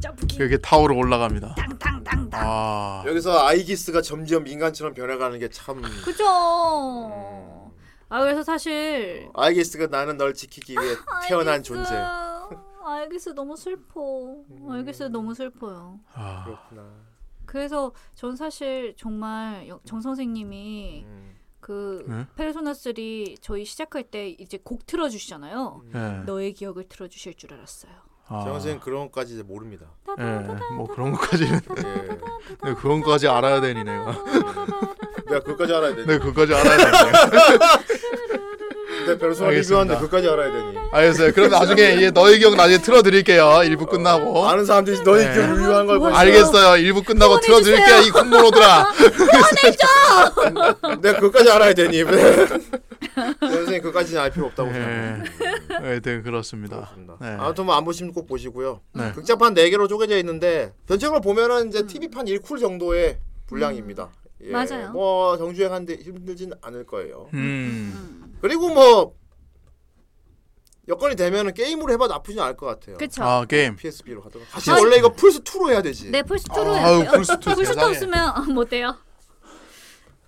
E: 점프킹
C: 여기 타워로 올라갑니다.
E: 땅땅땅땅.
C: 아.
B: 여기서 아이기스가 점점 인간처럼 변해가는 게 참. 음.
E: 그죠. 아 그래서 사실
B: 아이기스가 나는 널 지키기 위해 아, 태어난 존재.
E: 아,
B: 음.
E: 알겠어 너무 슬퍼. 알겠어 너무 슬퍼요.
C: 아.
B: 그렇구나.
E: 그래서 전 사실 정말 여- 정 선생님이
B: 음.
E: 그
C: 네?
E: 페르소나 3 저희 시작할 때 이제 곡 틀어주시잖아요.
C: 예.
E: 너의 기억을 틀어주실 줄 알았어요.
C: 아.
B: 정선생 그런 것까지 이제 모릅니다.
C: 예. 뭐 그런 것까지는.
B: 예.
C: 네, 그건까지 알아야 되니 내가.
B: 내가 그것까지 알아야 돼.
C: 네, 그것까지 알아야 되네.
B: 근데 별소나
C: 알겠습니다.
B: 리뷰하는데 그것까지 알아야 되니.
C: 알겠어요. 그럼 나중에 예, 너의 기억 나중에 틀어드릴게요. 1부 끝나고.
B: 아는 사람들이 너희
C: 네.
B: 기억 유효한 걸 보니까
C: 알겠어요. 1부 끝나고 틀어드릴게요. 이 콤보로들아.
B: 내가 그것까지 알아야 되니 선생님 그것까지는 알 필요 없다고
C: 예.
B: 생각합니다
C: 하여튼 그렇습니다. 네.
B: 아무튼 뭐안 보시면 꼭 보시고요
C: 네.
B: 극장판 4개로 쪼개져 있는데 전체적으로 보면은 이제 TV판 1쿨 정도의 분량입니다 예,
E: 음. 맞아요.
B: 뭐 정주행하는데 힘들진 않을 거예요
C: 음.
B: 그리고 뭐 여건이 되면은 게임으로 해봐도 나쁘진 않을 것 같아요
E: 그쵸.
C: 아, 게임.
B: PSP로 하다가 사실 원래 이거 플스2로 해야 되지
E: 네 플스 2로
C: 아유,
E: 해요.
C: 플스2
E: 플스 2
C: 세상에.
E: 없으면 아, 못해요.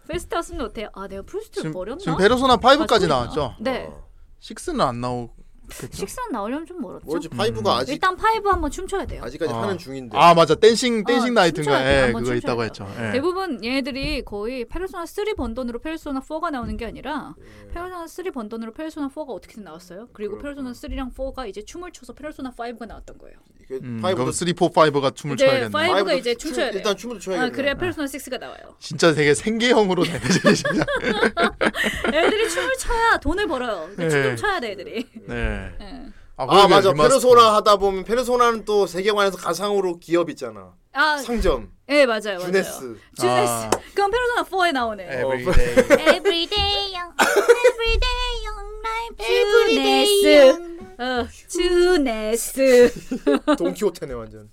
E: 플스 2 없으면 못해요. 아 내가 플스 2
C: 지금,
E: 버렸나?
C: 지금 페르소나 5까지
E: 아,
C: 나왔죠?
E: 네.
B: 어.
C: 6는 안 나오겠죠?
E: 식사 나오려면 좀 멀었죠.
B: 뭐지 5가 아직
E: 일단 파이브 한번 춤춰야 돼요.
B: 아직까지
C: 음. 아.
B: 하는 중인데
C: 아, 맞아. 댄싱 댄싱
E: 어,
C: 나이트인가?
E: 춤춰야 돼.
C: 예,
E: 한번
C: 그거
E: 춤춰야
C: 있다고
E: 돼.
C: 했죠. 예.
E: 대부분 얘네들이 거의 페르소나 3 번돈으로 페르소나 4가 나오는 게 아니라 페르소나 3 번돈으로 페르소나 4가 어떻게든 나왔어요. 그리고 페르소나 3랑 4가 이제 춤을 춰서 페르소나 5가 나왔던 거예요.
B: 이게
C: 음, 그럼
B: 5도
C: 3, 4, 5가 춤을
E: 이제
C: 춰야겠네.
E: 파이브- 파이브가 이제
B: 춤-
E: 춤춰야 돼요.
B: 일단 춤부터 춰야
E: 아,
B: 돼.
E: 그래야 페르소나 6가 나와요.
C: 진짜 되게 생계형으로 되네. 진짜.
E: 애들이 춤을 춰야 돈을 벌어요.
C: 예.
E: 그러니까 춤좀 춰야 돼 애들이.
C: 네.
E: 예.
B: 아
C: 그러게,
B: 맞아
C: 리마스터. 어.
B: 페르소나 하다 보면 페르소나는 또 세계관에서 가상으로 기업 있잖아
E: 아,
B: 상점
E: 예 맞아요, 맞아요.
B: 주네스
E: 주네스.
C: 아. 예.
E: 그럼 페르소나 4에 나오네.
C: Everyday.
D: Everyday young, everyday young life.
E: Everyday 어, 주네스.
B: 돈키호테네 완전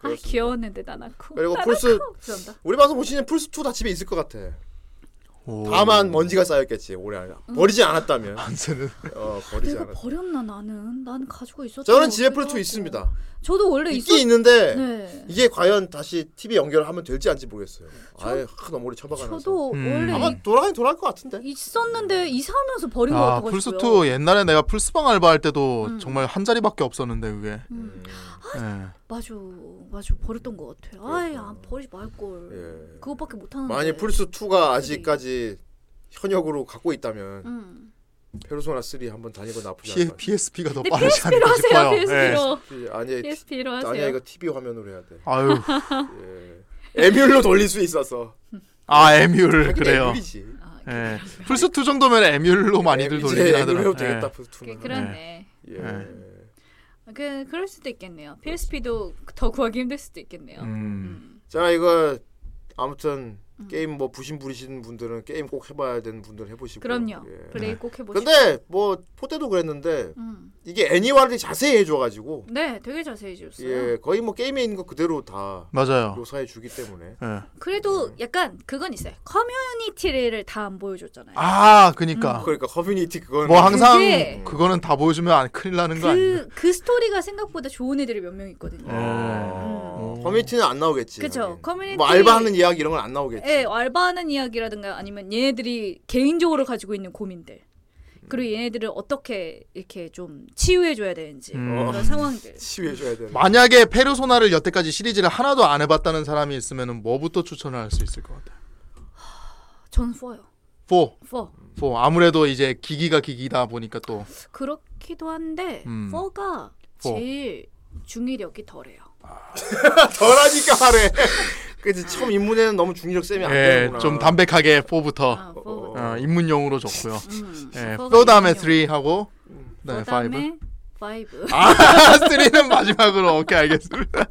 E: 아 귀여웠는데 나나코.
B: 그리고
E: 나나코.
B: 플스-
E: 죄송합니다.
B: 우리 방송 보시는 플스 2다 집에 있을 것 같아
C: 오.
B: 다만 먼지가 쌓였겠지 오래 안 버리지 않았다면
C: 안쓰는.
B: 어 버리지
E: 내가
B: 않았.
E: 음. 버렸나 나는? 난 가지고 있었던
B: 저는
E: 것
B: 지에
E: 같기도
B: 플루토
E: 하고.
B: 있습니다.
E: 저도 원래
B: 있긴
E: 있었...
B: 있는데
E: 네.
B: 이게 과연 다시 TV 연결하면 될지 안지 모르겠어요. 아예 큰 어머니 처박아 놔서.
E: 저도
C: 음.
E: 원래
B: 아마 돌아가긴 돌아갈 것 같은데.
E: 있었는데 이사하면서 버린 것
C: 아
E: 같아가지고요. 음.
C: 플스2 옛날에 내가 플스방 알바할 때도 정말 한 자리밖에 없었는데 그게.
E: 뭐?
B: 음,
C: 예.
E: 맞아, 맞아 버렸던 것 같아. 아예 안 버리지 말걸.
B: 그러니까. 예.
E: 그것밖에 못 하는데.
B: 만약 플스 2가
E: 네.
B: 아직까지 현역으로 갖고 있다면
D: 음.
B: 페르소나 3 한번 다니고 나쁘지
C: P,
B: 않을 것 같아요.
C: PSP가 더
E: 네,
C: 빠르지
E: PSP로
C: 않을까
E: 하세요.
C: 싶어요. 예.
E: PSP로.
B: 아니
D: PSP로
B: 예. 아니야
D: 하세요.
B: 이거 TV 화면으로 해야 돼.
C: 아유,
B: 예. 에뮬로 돌릴 수 있어서.
C: 아 에뮬 그래요.
B: 에뮬이지.
C: 예, 플스 2 정도면 에뮬로 많이들
B: 네, 이제
C: 돌리긴
B: 에뮬로
C: 하더라고요.
B: 해도 되겠다 플스
E: 그,
B: 2는.
E: 그렇네.
B: 예.
C: 네.
E: 그 그럴 수도 있겠네요. PSP도 더 구하기 힘들 수도 있겠네요.
C: 음,
B: 자 이거 아무튼
E: 음.
B: 게임 뭐 부심 부리시는 분들은 게임 꼭 해봐야 되는 분들은 해보시고.
E: 그럼요.
B: 예.
E: 플레이 꼭 해보시고.
B: 근데 뭐 포때도 그랬는데
E: 음.
B: 이게 애니화를 자세히 해줘가지고
E: 네, 되게 자세히 해줬어요.
B: 예 거의 뭐 게임에 있는 거 그대로 다
C: 맞아요.
B: 묘사해 주기 때문에
E: 네.
C: 예.
E: 그래도 약간 그건 있어요. 커뮤니티를 다 안 보여줬잖아요.
C: 아, 그니까
B: 그러니까 커뮤니티 그건
C: 뭐 항상
E: 음. 그게-
C: 그거는다 보여주면 안 큰일 나는 거
E: 그
C: 아니야?
E: 그 스토리가 생각보다 좋은 애들이 몇 명 있거든요.
B: 어, 아.
C: 음.
B: 커뮤니티는 안 나오겠지.
E: 음. 그쵸.
B: 하긴.
E: 커뮤니티
B: 뭐 알바하는 이야기 이런 건 안 나오겠지.
E: 예, 알바하는 이야기라든가 아니면 얘네들이 개인적으로 가지고 있는 고민들.
C: 음.
E: 그리고 얘네들을 어떻게 이렇게 좀 치유해 줘야 되는지
C: 음. 어.
E: 그런 상황들.
B: 치유해 줘야 되는.
C: 만약에 페르소나를 여태까지 시리즈를 하나도 안 해봤다는 사람이 있으면 뭐부터 추천을 할 수 있을 것 같아요?
E: 전 4요.
C: 4,
E: 4.
C: 4 아무래도 이제 기기가 기기다 보니까 또
E: 그렇기도 한데
C: 음.
E: 4가
C: four.
E: 제일 중의력이 덜해요.
B: 덜하니까 하래. 그래서 처음 입문에는 너무 중력 쌤이 안
C: 예,
B: 되는구나.
C: 좀 담백하게 4부터
E: 아, 4.
C: 어, 입문용으로 좋고요.
E: 음.
C: 예,
E: four가
C: 4 다음에
E: 입문용. 음.
C: 3 하고 네, 5.
E: 그다음에 5.
C: 아, 3는 마지막으로 오케이 알겠습니다.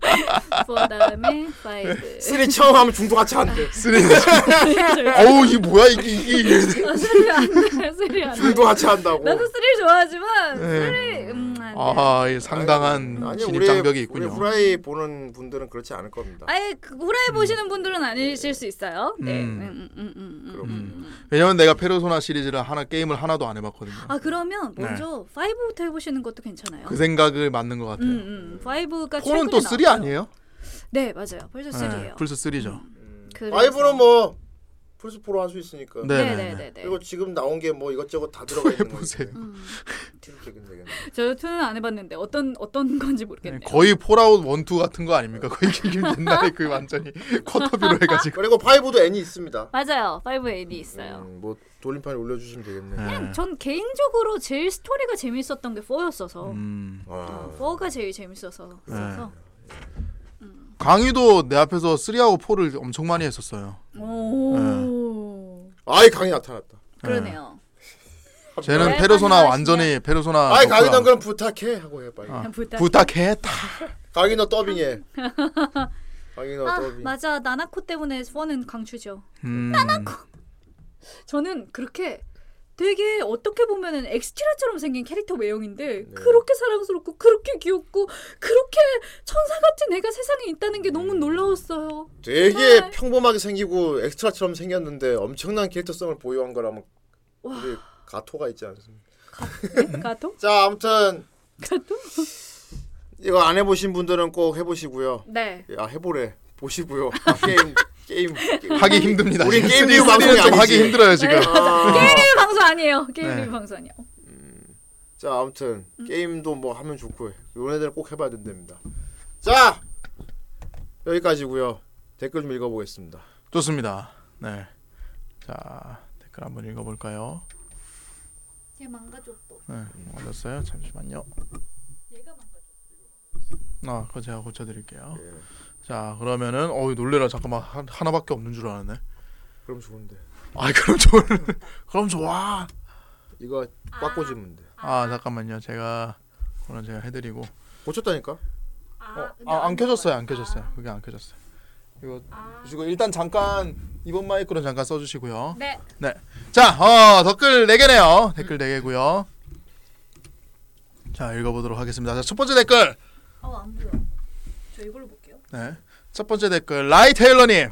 E: 그다음에 5.
B: 쓰리 처음 하면 중독 같이 안 돼.
C: 3는 어우, 이게 뭐야 이게 이게
E: 아, 소리 안 나. 소리 안 나.
B: 중독 같이 한다고.
E: 나도 스릴 좋아하지만
C: 어. 네.
E: 스릴 음, 안 돼.
C: 아, 이 상당한
B: 아니,
C: 진입
B: 우리-
C: 장벽이
B: 우리
C: 있군요.
B: 후라이 보는 분들은 그렇지 않을 겁니다.
E: 아예 그 후라이 보시는 분들은 아니실 수 있어요. 네.
C: 음.
E: 음, 음, 음, 음, 음.
B: 그렇군요.
C: 왜냐면 내가 페르소나 시리즈를 하나 게임을 하나도 안 해봤거든요.
E: 아 그러면
C: 네.
E: 먼저 5부터 해보시는 것도 괜찮아요.
C: 그 생각을 맞는 것 같아요.
E: 음, 음. 5가
C: 폰은 또 3 아니에요?
E: 네 맞아요. 벌써 3예요. 음,
C: 플스 3죠.
B: 바이브는 음. 뭐 플스 포로 할 수 있으니까.
C: 네네네.
E: 네네네.
B: 그리고 지금 나온 게 뭐 이것저것 다 들어가 있는 거.
C: 해보세요.
E: 저 투는 안 해봤는데 어떤 어떤 건지 모르겠네요.
C: 거의 폴아웃 원투 같은 거 아닙니까? 거의 지금 옛날에 그 완전히 쿼터뷰로 해가지고.
B: 그리고 파이브도 N이 있습니다.
D: 맞아요. 5 AD 있어요.
B: 음, 뭐 돌림판에 올려주시면 되겠네.
C: 네.
E: 전 개인적으로 제일 스토리가 재밌었던 게 4였어서
C: 음. 네.
B: 와.
E: 4가 제일 재밌어서 그래서
C: 강의도 내 앞에서 3하고 4를 엄청 많이 했었어요.
E: 오
B: 아이 강이 나타났다.
E: 그러네요.
C: 쟤는
E: 네,
C: 페르소나
E: 많이
C: 완전히 페르소나.
B: 아이 강이
C: 덕후야.
B: 넌 그럼 부탁해 하고 해 빨리.
C: 아.
E: 그냥 부탁.
C: 부탁해. 다.
B: 강이 너 더빙해. 강이 너
E: 아
B: 더빙.
E: 맞아 나나코 때문에 4는 강추죠.
C: 음.
E: 저는 그렇게 되게 어떻게 보면은 엑스트라처럼 생긴 캐릭터 외형인데
C: 네.
E: 그렇게 사랑스럽고 그렇게 귀엽고 그렇게 천사 같은 애가 세상에 있다는 게
C: 음.
E: 너무 놀라웠어요.
B: 되게
E: 네.
B: 평범하게 생기고 엑스트라처럼 생겼는데 엄청난 캐릭터성을 보유한 거라면 우리 가토가 있지 않습니까?
E: 네? 가토?
B: 자 아무튼
E: 가토?
B: 이거 안 해보신 분들은 꼭 해보시고요.
E: 네.
B: 야 해보래 보시고요. 아, 게임 게임. 게임.
C: 하기 힘듭니다.
B: 우리
C: 지금
B: 게임
C: 쓰리-
B: 리뷰 방송이
C: 쓰리는 좀 하기
B: 아니지.
C: 힘들어요 지금.
E: 네. 게임 리뷰 방송 아니에요. 게임
C: 네.
E: 리뷰 방송 아니에요.
B: 자 아무튼
E: 음.
B: 게임도 뭐 하면 좋고 요네들 꼭 해봐야 된답니다. 자 여기까지고요. 댓글 좀 읽어보겠습니다.
C: 좋습니다. 네. 자 댓글 한번 읽어볼까요?
E: 얘 망가졌어.
C: 네, 어렸어요. 잠시만요.
E: 얘가 망가졌어.
C: 아, 그거 제가 고쳐드릴게요. 자, 그러면은 어이 놀래라. 잠깐만 한, 하나밖에 없는 줄 알았네.
B: 그럼 좋은데
C: 아, 그럼 좋을. 그럼 좋아.
B: 이거 꽉 꽂으면 돼.
C: 아, 잠깐만요. 제가 그거는 제가 해드리고.
B: 고쳤다니까?
C: 어, 아, 안 켜졌어요. 아. 안 켜졌어요. 그게 안 켜졌어요. 이거 주시고 일단 잠깐 이번 마이크로 잠깐 써주시고요.
E: 네.
C: 네. 자, 어, 댓글 4개네요. 댓글 4개고요. 자, 읽어보도록 하겠습니다. 자, 첫 번째 댓글.
E: 아안 보여. 저 이걸로 뭐 볼게요.
C: 네. 첫 번째 댓글 라이 테일러님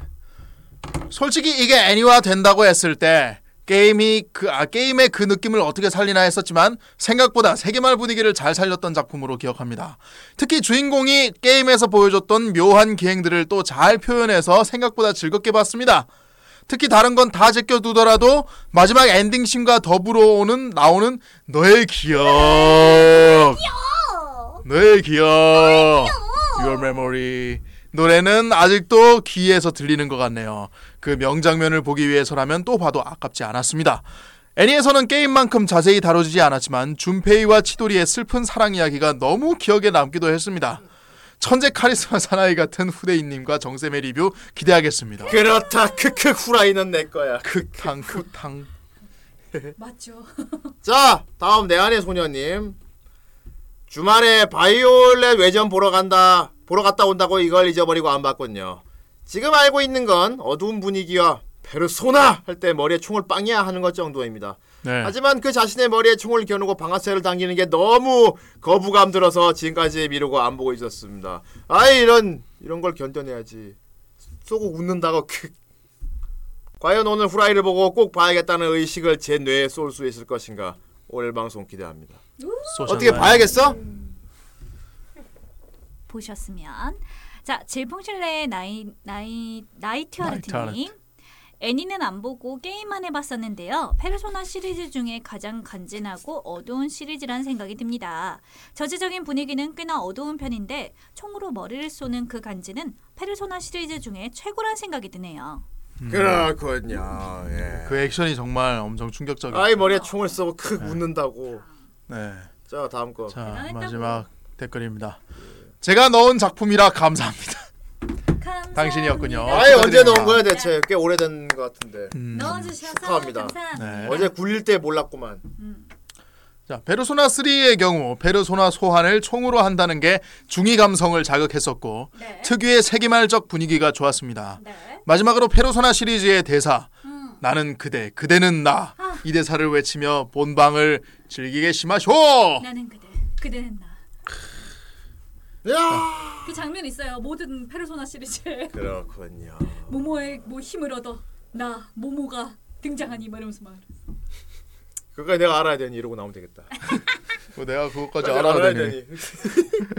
C: 솔직히 이게 애니화 된다고 했을 때 게임이 그 아, 게임의 그 느낌을 어떻게 살리나 했었지만 생각보다 세계말 분위기를 잘 살렸던 작품으로 기억합니다. 특히 주인공이 게임에서 보여줬던 묘한 기행들을 또 잘 표현해서 생각보다 즐겁게 봤습니다. 특히 다른 건 다 제껴두더라도 마지막 엔딩 씬과 더불어 오는 나오는 너의 기억, 너의 기억, Your Memory 노래는 아직도 귀에서 들리는 것 같네요. 그 명장면을 보기 위해서라면 또 봐도 아깝지 않았습니다. 애니에서는 게임만큼 자세히 다뤄지지 않았지만 준페이와 치도리의 슬픈 사랑 이야기가 너무 기억에 남기도 했습니다. 천재 카리스마 사나이 같은 후대인님과 정쌤의 리뷰 기대하겠습니다.
B: 그렇다. 크크 후라이는 내 거야.
C: 극탕
D: 그
C: 극탕
E: 맞죠.
B: 자, 다음 내 안의 소녀님. 주말에 바이올렛 외전 보러 간다. 보러 갔다 온다고 이걸 잊어버리고 안 봤군요. 지금 알고 있는 건 어두운 분위기와 페르소나 할 때 머리에 총을 빵이야 하는 것 정도입니다.
C: 네.
B: 하지만 그 자신의 머리에 총을 겨누고 방아쇠를 당기는 게 너무 거부감 들어서 지금까지 미루고 안 보고 있었습니다. 아이 이런 이런 걸 견뎌내야지. 쏘고 웃는다고 크. 과연 오늘 후라이를 보고 꼭 봐야겠다는 의식을 제 뇌에 쏠 수 있을 것인가? 오늘 방송 기대합니다. 어떻게 봐야겠어?
C: 음.
D: 보셨으면 자 질풍실레의 나이 나이
C: 나이트
D: 나이트하르트님 애니는 안 보고 게임만 해봤었는데요. 페르소나 시리즈 중에 가장 간지나고 어두운 시리즈란 생각이 듭니다. 전체적인 분위기는 꽤나 어두운 편인데 총으로 머리를 쏘는 그 간지는 페르소나 시리즈 중에 최고란 생각이 드네요.
B: 그렇군요. 예.
C: 그 액션이 정말 엄청 충격적이에요.
B: 아이 머리에 총을 쏘고 크 웃는다고.
C: 네.
B: 자 다음 거.
C: 자,
D: 대단했다고.
C: 마지막 댓글입니다. 제가 넣은 작품이라 감사합니다.
D: 감사합니다. 음.
C: 당신이었군요.
B: 아이 언제
C: 축하드립니다.
B: 넣은 거야 대체? 꽤 오래된 것 같은데.
D: 넣어주셔서
B: 축하합니다.
D: 감사합니다.
C: 네.
B: 어제 굴릴 때 몰랐구만.
C: 자, 페르소나 3의 경우 페르소나 소환을 총으로 한다는 게 중이 감성을 자극했었고
D: 네.
C: 특유의 세기말적 분위기가 좋았습니다.
D: 네.
C: 마지막으로 페르소나 시리즈의 대사
D: 음.
C: 나는 그대, 그대는 나.
D: 아.
C: 이 대사를 외치며 본방을 즐기게 심하쇼.
D: 나는 그대, 그대는 나.
B: 야.
E: 그 장면 있어요. 모든 페르소나 시리즈에
B: 그렇군요.
E: 모모의 뭐 힘을 얻어 나 모모가 등장하니 말하면서 막
B: 그거 내가 알아야 되니 이러고 나오면 되겠다.
C: 뭐 내가 그것까지
B: 내가
C: 알아야 되니.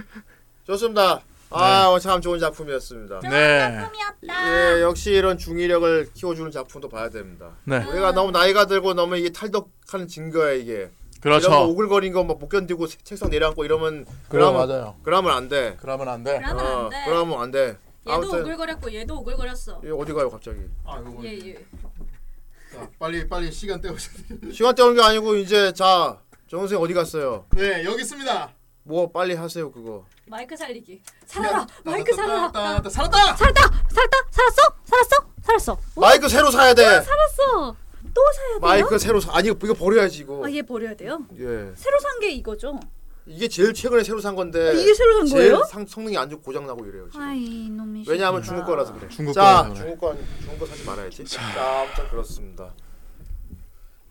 B: 좋습니다. 아, 참 좋은 작품이었습니다.
C: 네.
D: 꿈이었다.
B: 예, 역시 이런 중의력을 키워주는 작품도 봐야 됩니다.
C: 네.
B: 우리가 너무 나이가 들고 너무 이게 탈덕하는 증거야 이게. 이런 거
C: 그렇죠.
B: 오글거린 거 막 못 견디고 세- 책상 내려앉고 이러면
C: 그럼
B: 그러면-
C: 맞아요.
B: 그러면 안 돼.
C: 그러면 안 돼.
E: 그러면
B: 어,
E: 안 돼.
B: 그러면 안 돼.
E: 얘도
B: 아무튼
E: 오글거렸고 얘도 오글거렸어.
B: 예, 어디 가요 갑자기?
E: 예 예.
C: 자, 빨리 빨리 시간 때우셔야 돼요.
B: 시간 때우는 게 아니고 이제 자 정선생 어디 갔어요?
C: 네, 여기 있습니다.
E: 아,
B: 뭐 빨리 하세요 그거.
E: 마이크 살리기. 살아라. 마이크 살아라.
C: 살았다. 살았다.
D: 살았다, 살았다, 살았어, 살았어, 살았어.
E: 뭐?
D: 어,
B: 마이크 새로 사야 돼.
D: 살았어. 또 사야 돼요?
B: 마이크 새로 사. 아니 이거 버려야지 이거.
E: 아 얘 버려야 돼요?
B: 예.
E: 새로 산 게 이거죠?
B: 이게 제일 최근에 새로 산 건데
E: 아, 이게 새로 산
B: 제일
E: 거예요?
B: 상, 성능이 안 좋고 고장 나고 이래요 지금.
D: 아이 놈이.
B: 왜냐하면 중국 거라서 그래.
C: 중국
B: 자,
C: 거라서 그래.
B: 중국 거 아니 중국 거 사지 말아야지. 자, 아무튼 그렇습니다.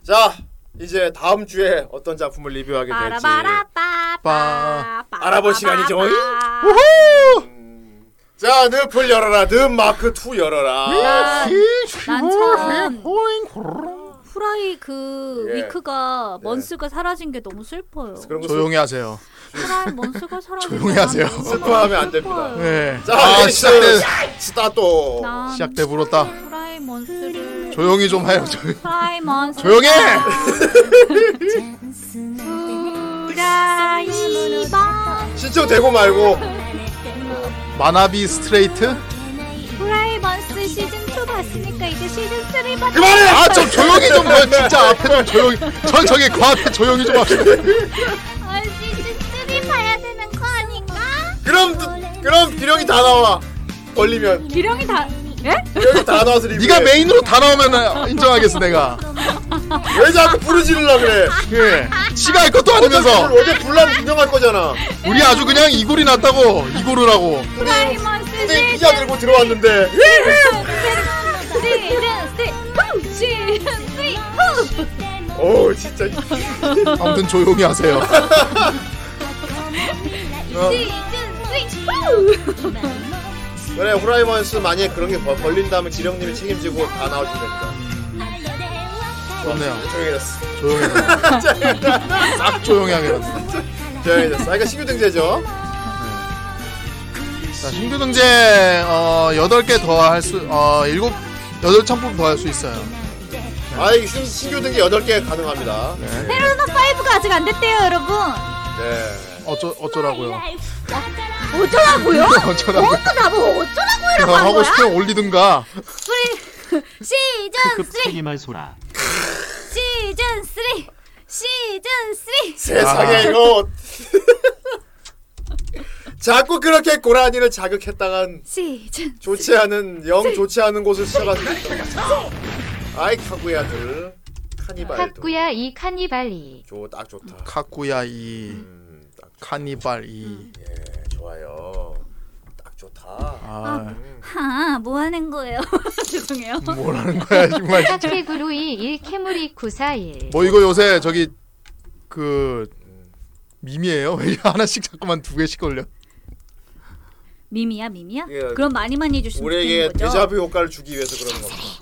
B: 자, 이제 다음 주에 어떤 작품을 리뷰하게 될지
D: 빠라바라빠빠.
B: 알아볼 시간이죠. 음, 자, 늪을 열어라. 늪 마크 2
E: 아.
B: 열어라.
D: 난처럼 후라이 그
B: 예.
D: 위크가
B: 네.
D: 먼스가 사라진 게 너무 슬퍼요.
B: 그런 거
C: 조용히 하세요.
D: 후라이 먼스가 사라진
C: 조용히
D: 게
C: 하세요.
D: 너무
B: 슬퍼하면 안 됩니다.
D: 슬퍼요.
C: 네.
B: 자,
C: 아, 시작 때
B: 스타 또.
D: 난
C: 시작 때
E: 아, 네.
C: 불었다.
D: 후라이 먼스를
C: 조용히 좀 해요. 조용히.
D: 후라이 먼스
C: 조용히 해!
D: 후라이 먼
B: 신청되고 말고
C: 마나비 스트레이트?
D: 후라이 먼스 시즌 2 봤으니까 이제 시즌 3 봤다.
C: 그만해! 아, 좀 조용히 좀 해요. 진짜 앞에 좀 조용히. 전 저기 그 앞에 조용히 좀 합시다.
D: 아, 시즌 3 봐야 되는 거 아닌가?
B: 그럼 그럼 기령이 다 나와. 걸리면
D: 기령이 다 예?
B: 기령이 다 나와서 리뷰.
C: 네가 메인으로 다 나오면 인정하겠어, 내가.
B: 왜 자꾸 부르짖으려 그래?
C: 예. 지가 할 것도 아니면서
B: 어제 불남 분명할 거잖아.
C: 우리 아주 그냥 이골이 났다고 이골을하고
D: 후라이 먼스
B: 근데
D: 시즌
B: 피자 들고 들어왔는데. 오 진짜.
C: 아무튼 조용히 하세요.
B: 그래 호라이먼스 만약에 그런 게 걸- 걸린다면 지령님이 책임지고 다 나와주면 됩니다.
C: 좋네요.
B: 조용해졌어.
C: 조용히 네. 싹 조용히 하게 됐어.
B: 조용해졌어. 아, 그러니까 신규 등재죠.
C: 자, 신규 등재 어, 8개 더 할 수, 어, 7, 8창품 더 할 수 있어요.
B: 아, 이 신, 신규 등재 8개 가능합니다. 네.
D: 페르소나 5가 아직 안 됐대요, 여러분.
C: 어쩌, 어쩌라고요.
D: 어쩌라고요?
C: 어쩌라고.
D: 그것도 나보고 어쩌라고요라고 한
C: 하고
D: 거야?
C: 싶으면 올리든가.
D: 우리 시즌 3,
J: 말 소라.
D: 시즌 3, 시즌 3.
B: 세상에
D: 아.
B: 이거. 자꾸 그렇게 고라니를 자극했다간
D: 시즌
B: 좋지 않은 영 좋지 않은 곳을 찾아가는 거죠. 아이 카구야들 카니발도
K: 카쿠야 이 카니발이
B: 좋딱 좋다.
C: 카쿠야 이,
B: 음, 딱
C: 카니발 이.
B: 예, 좋아요. 딱 좋다. 음,
C: 아,
D: 하, 뭐 하는 거예요? 죄송해요.
C: 뭐라는 거야, 정말.
K: 카테구루이 1 캐무리 941
C: 뭐 이거 요새 저기 그 밈이에요. 왜 하나씩 자꾸만 두 개씩 걸려?
D: 미미야, 미미야?
B: 예.
D: 그럼 많이 많이 해주시면
B: 우리에게
D: 좋겠는 거죠?
B: 데자뷰 효과를 주기 위해서 그런 겁니다.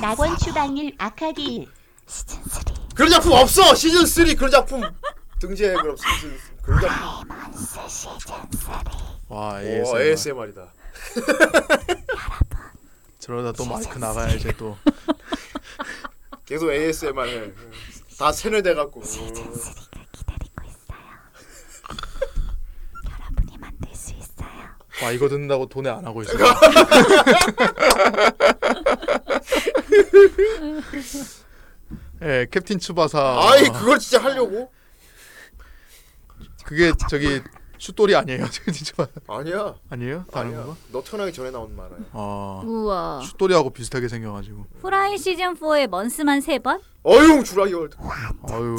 L: 낙원 추방일 아카디
B: 그런 작품 없어 시즌 3 그런 작품 등재해 그럼 시즌 그런
D: 아,
B: 작품.
C: 와,
B: 오
C: ASMR.
B: ASMR이다.
C: 저러다 또 마이크 나가야지 또.
B: 계속 ASMR 해. 다 세뇌돼
D: 아,
B: 갖고.
C: 와, 이거 듣는다고 돈에 안 하고 있어. 예, 캡틴 츠바사.
B: 아이 그걸 진짜 하려고?
C: 그게 저기 슛돌이 아니에요, 캡틴 츠바사.
B: 아니야.
C: 아니에요? 다른
B: 아니야.
C: 거?
B: 너 태어나기 전에 나온 만화야.
C: 아,
D: 우와.
C: 슛돌이하고 비슷하게 생겨가지고.
D: 후라이 시즌 4에 먼스만 3번?
B: 어용 주라기 월드.
C: 아유,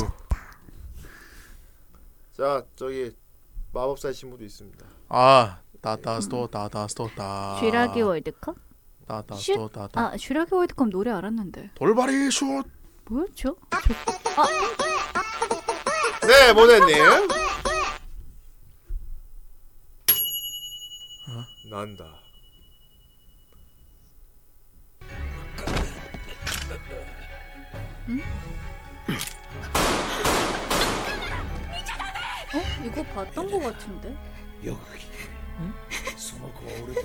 B: 자 저기 마법사의 신부도 있습니다.
C: 아, 다다스토 다다스토 다.
D: 쥐라기 월드컵?
C: 다다스토 다다.
D: 아, 슈라기 월드컵 노래 알았는데.
C: 돌발이 슛.
D: 뭐였죠?
B: 네 모네님. 난다.
D: 이거 봤던 거 같은데?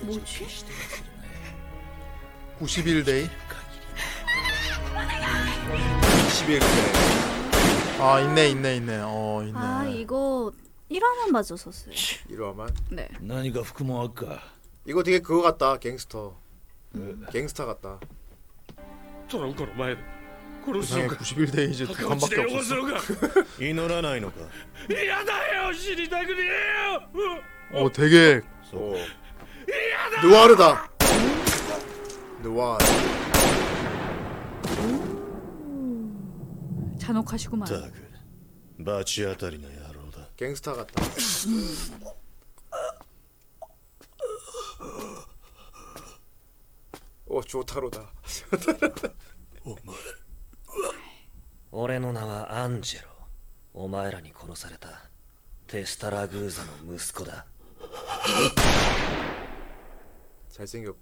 D: 뭐지?
C: 91데이.
B: 21세.
C: 아, 있네, 있네, 있네. 어, 있네.
D: 아, 이거 1화만 맞았었어요.
B: 이러만.
D: 네.
I: 何が服
C: 뭐
I: もあっか
B: 이거 되게 그거 같다 갱스터. 갱스터 같다.
I: トランコの前で殺す
C: 세상에 91데이즈 두 칸밖에 없었어.
I: のか
M: 祈らないのか
I: 嫌だよ死にたくねえよ
C: 어, 되게
B: 오. 느와르다. 느와르.
E: 잔혹하시구만.
M: ったく罰当たりの野郎だ
B: 갱스터 같다. 오 조타로다.
N: 俺の名はアンジェロお前らに殺されたテスタラグーザの息子だ
B: 잘생겼고.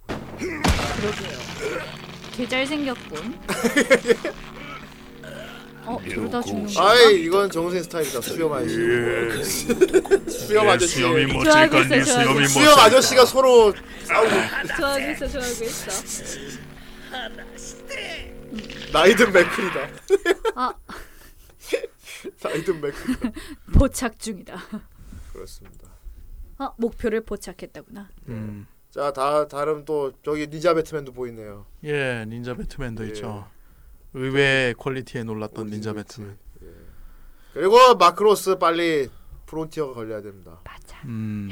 D: 개 잘생겼군. 어, 둘다 죽는 거.
B: 아이 이건 정우생 스타일이다. 수염 아저씨. 예. 수염 아저씨.
E: 좋아하고 있어, 좋아하고 있어,
B: 수염 아저씨가 서로
E: 좋아하고 있어, 좋아하고 있어.
B: 나이든 맥클이다.
D: 아.
B: 나이든 맥클.
E: 포착 중이다.
B: 그렇습니다.
E: 아, 목표를 포착했다구나.
C: 음.
B: 자, 다 다른 또 저기 니자 배트맨도 보이네요.
C: 예, 닌자 배트맨도
B: 예.
C: 있죠. 의외의 퀄리티에 놀랐던 닌자 배트맨.
B: 그리고 마크로스 빨리 프론티어가 걸려야 됩니다.
C: 음.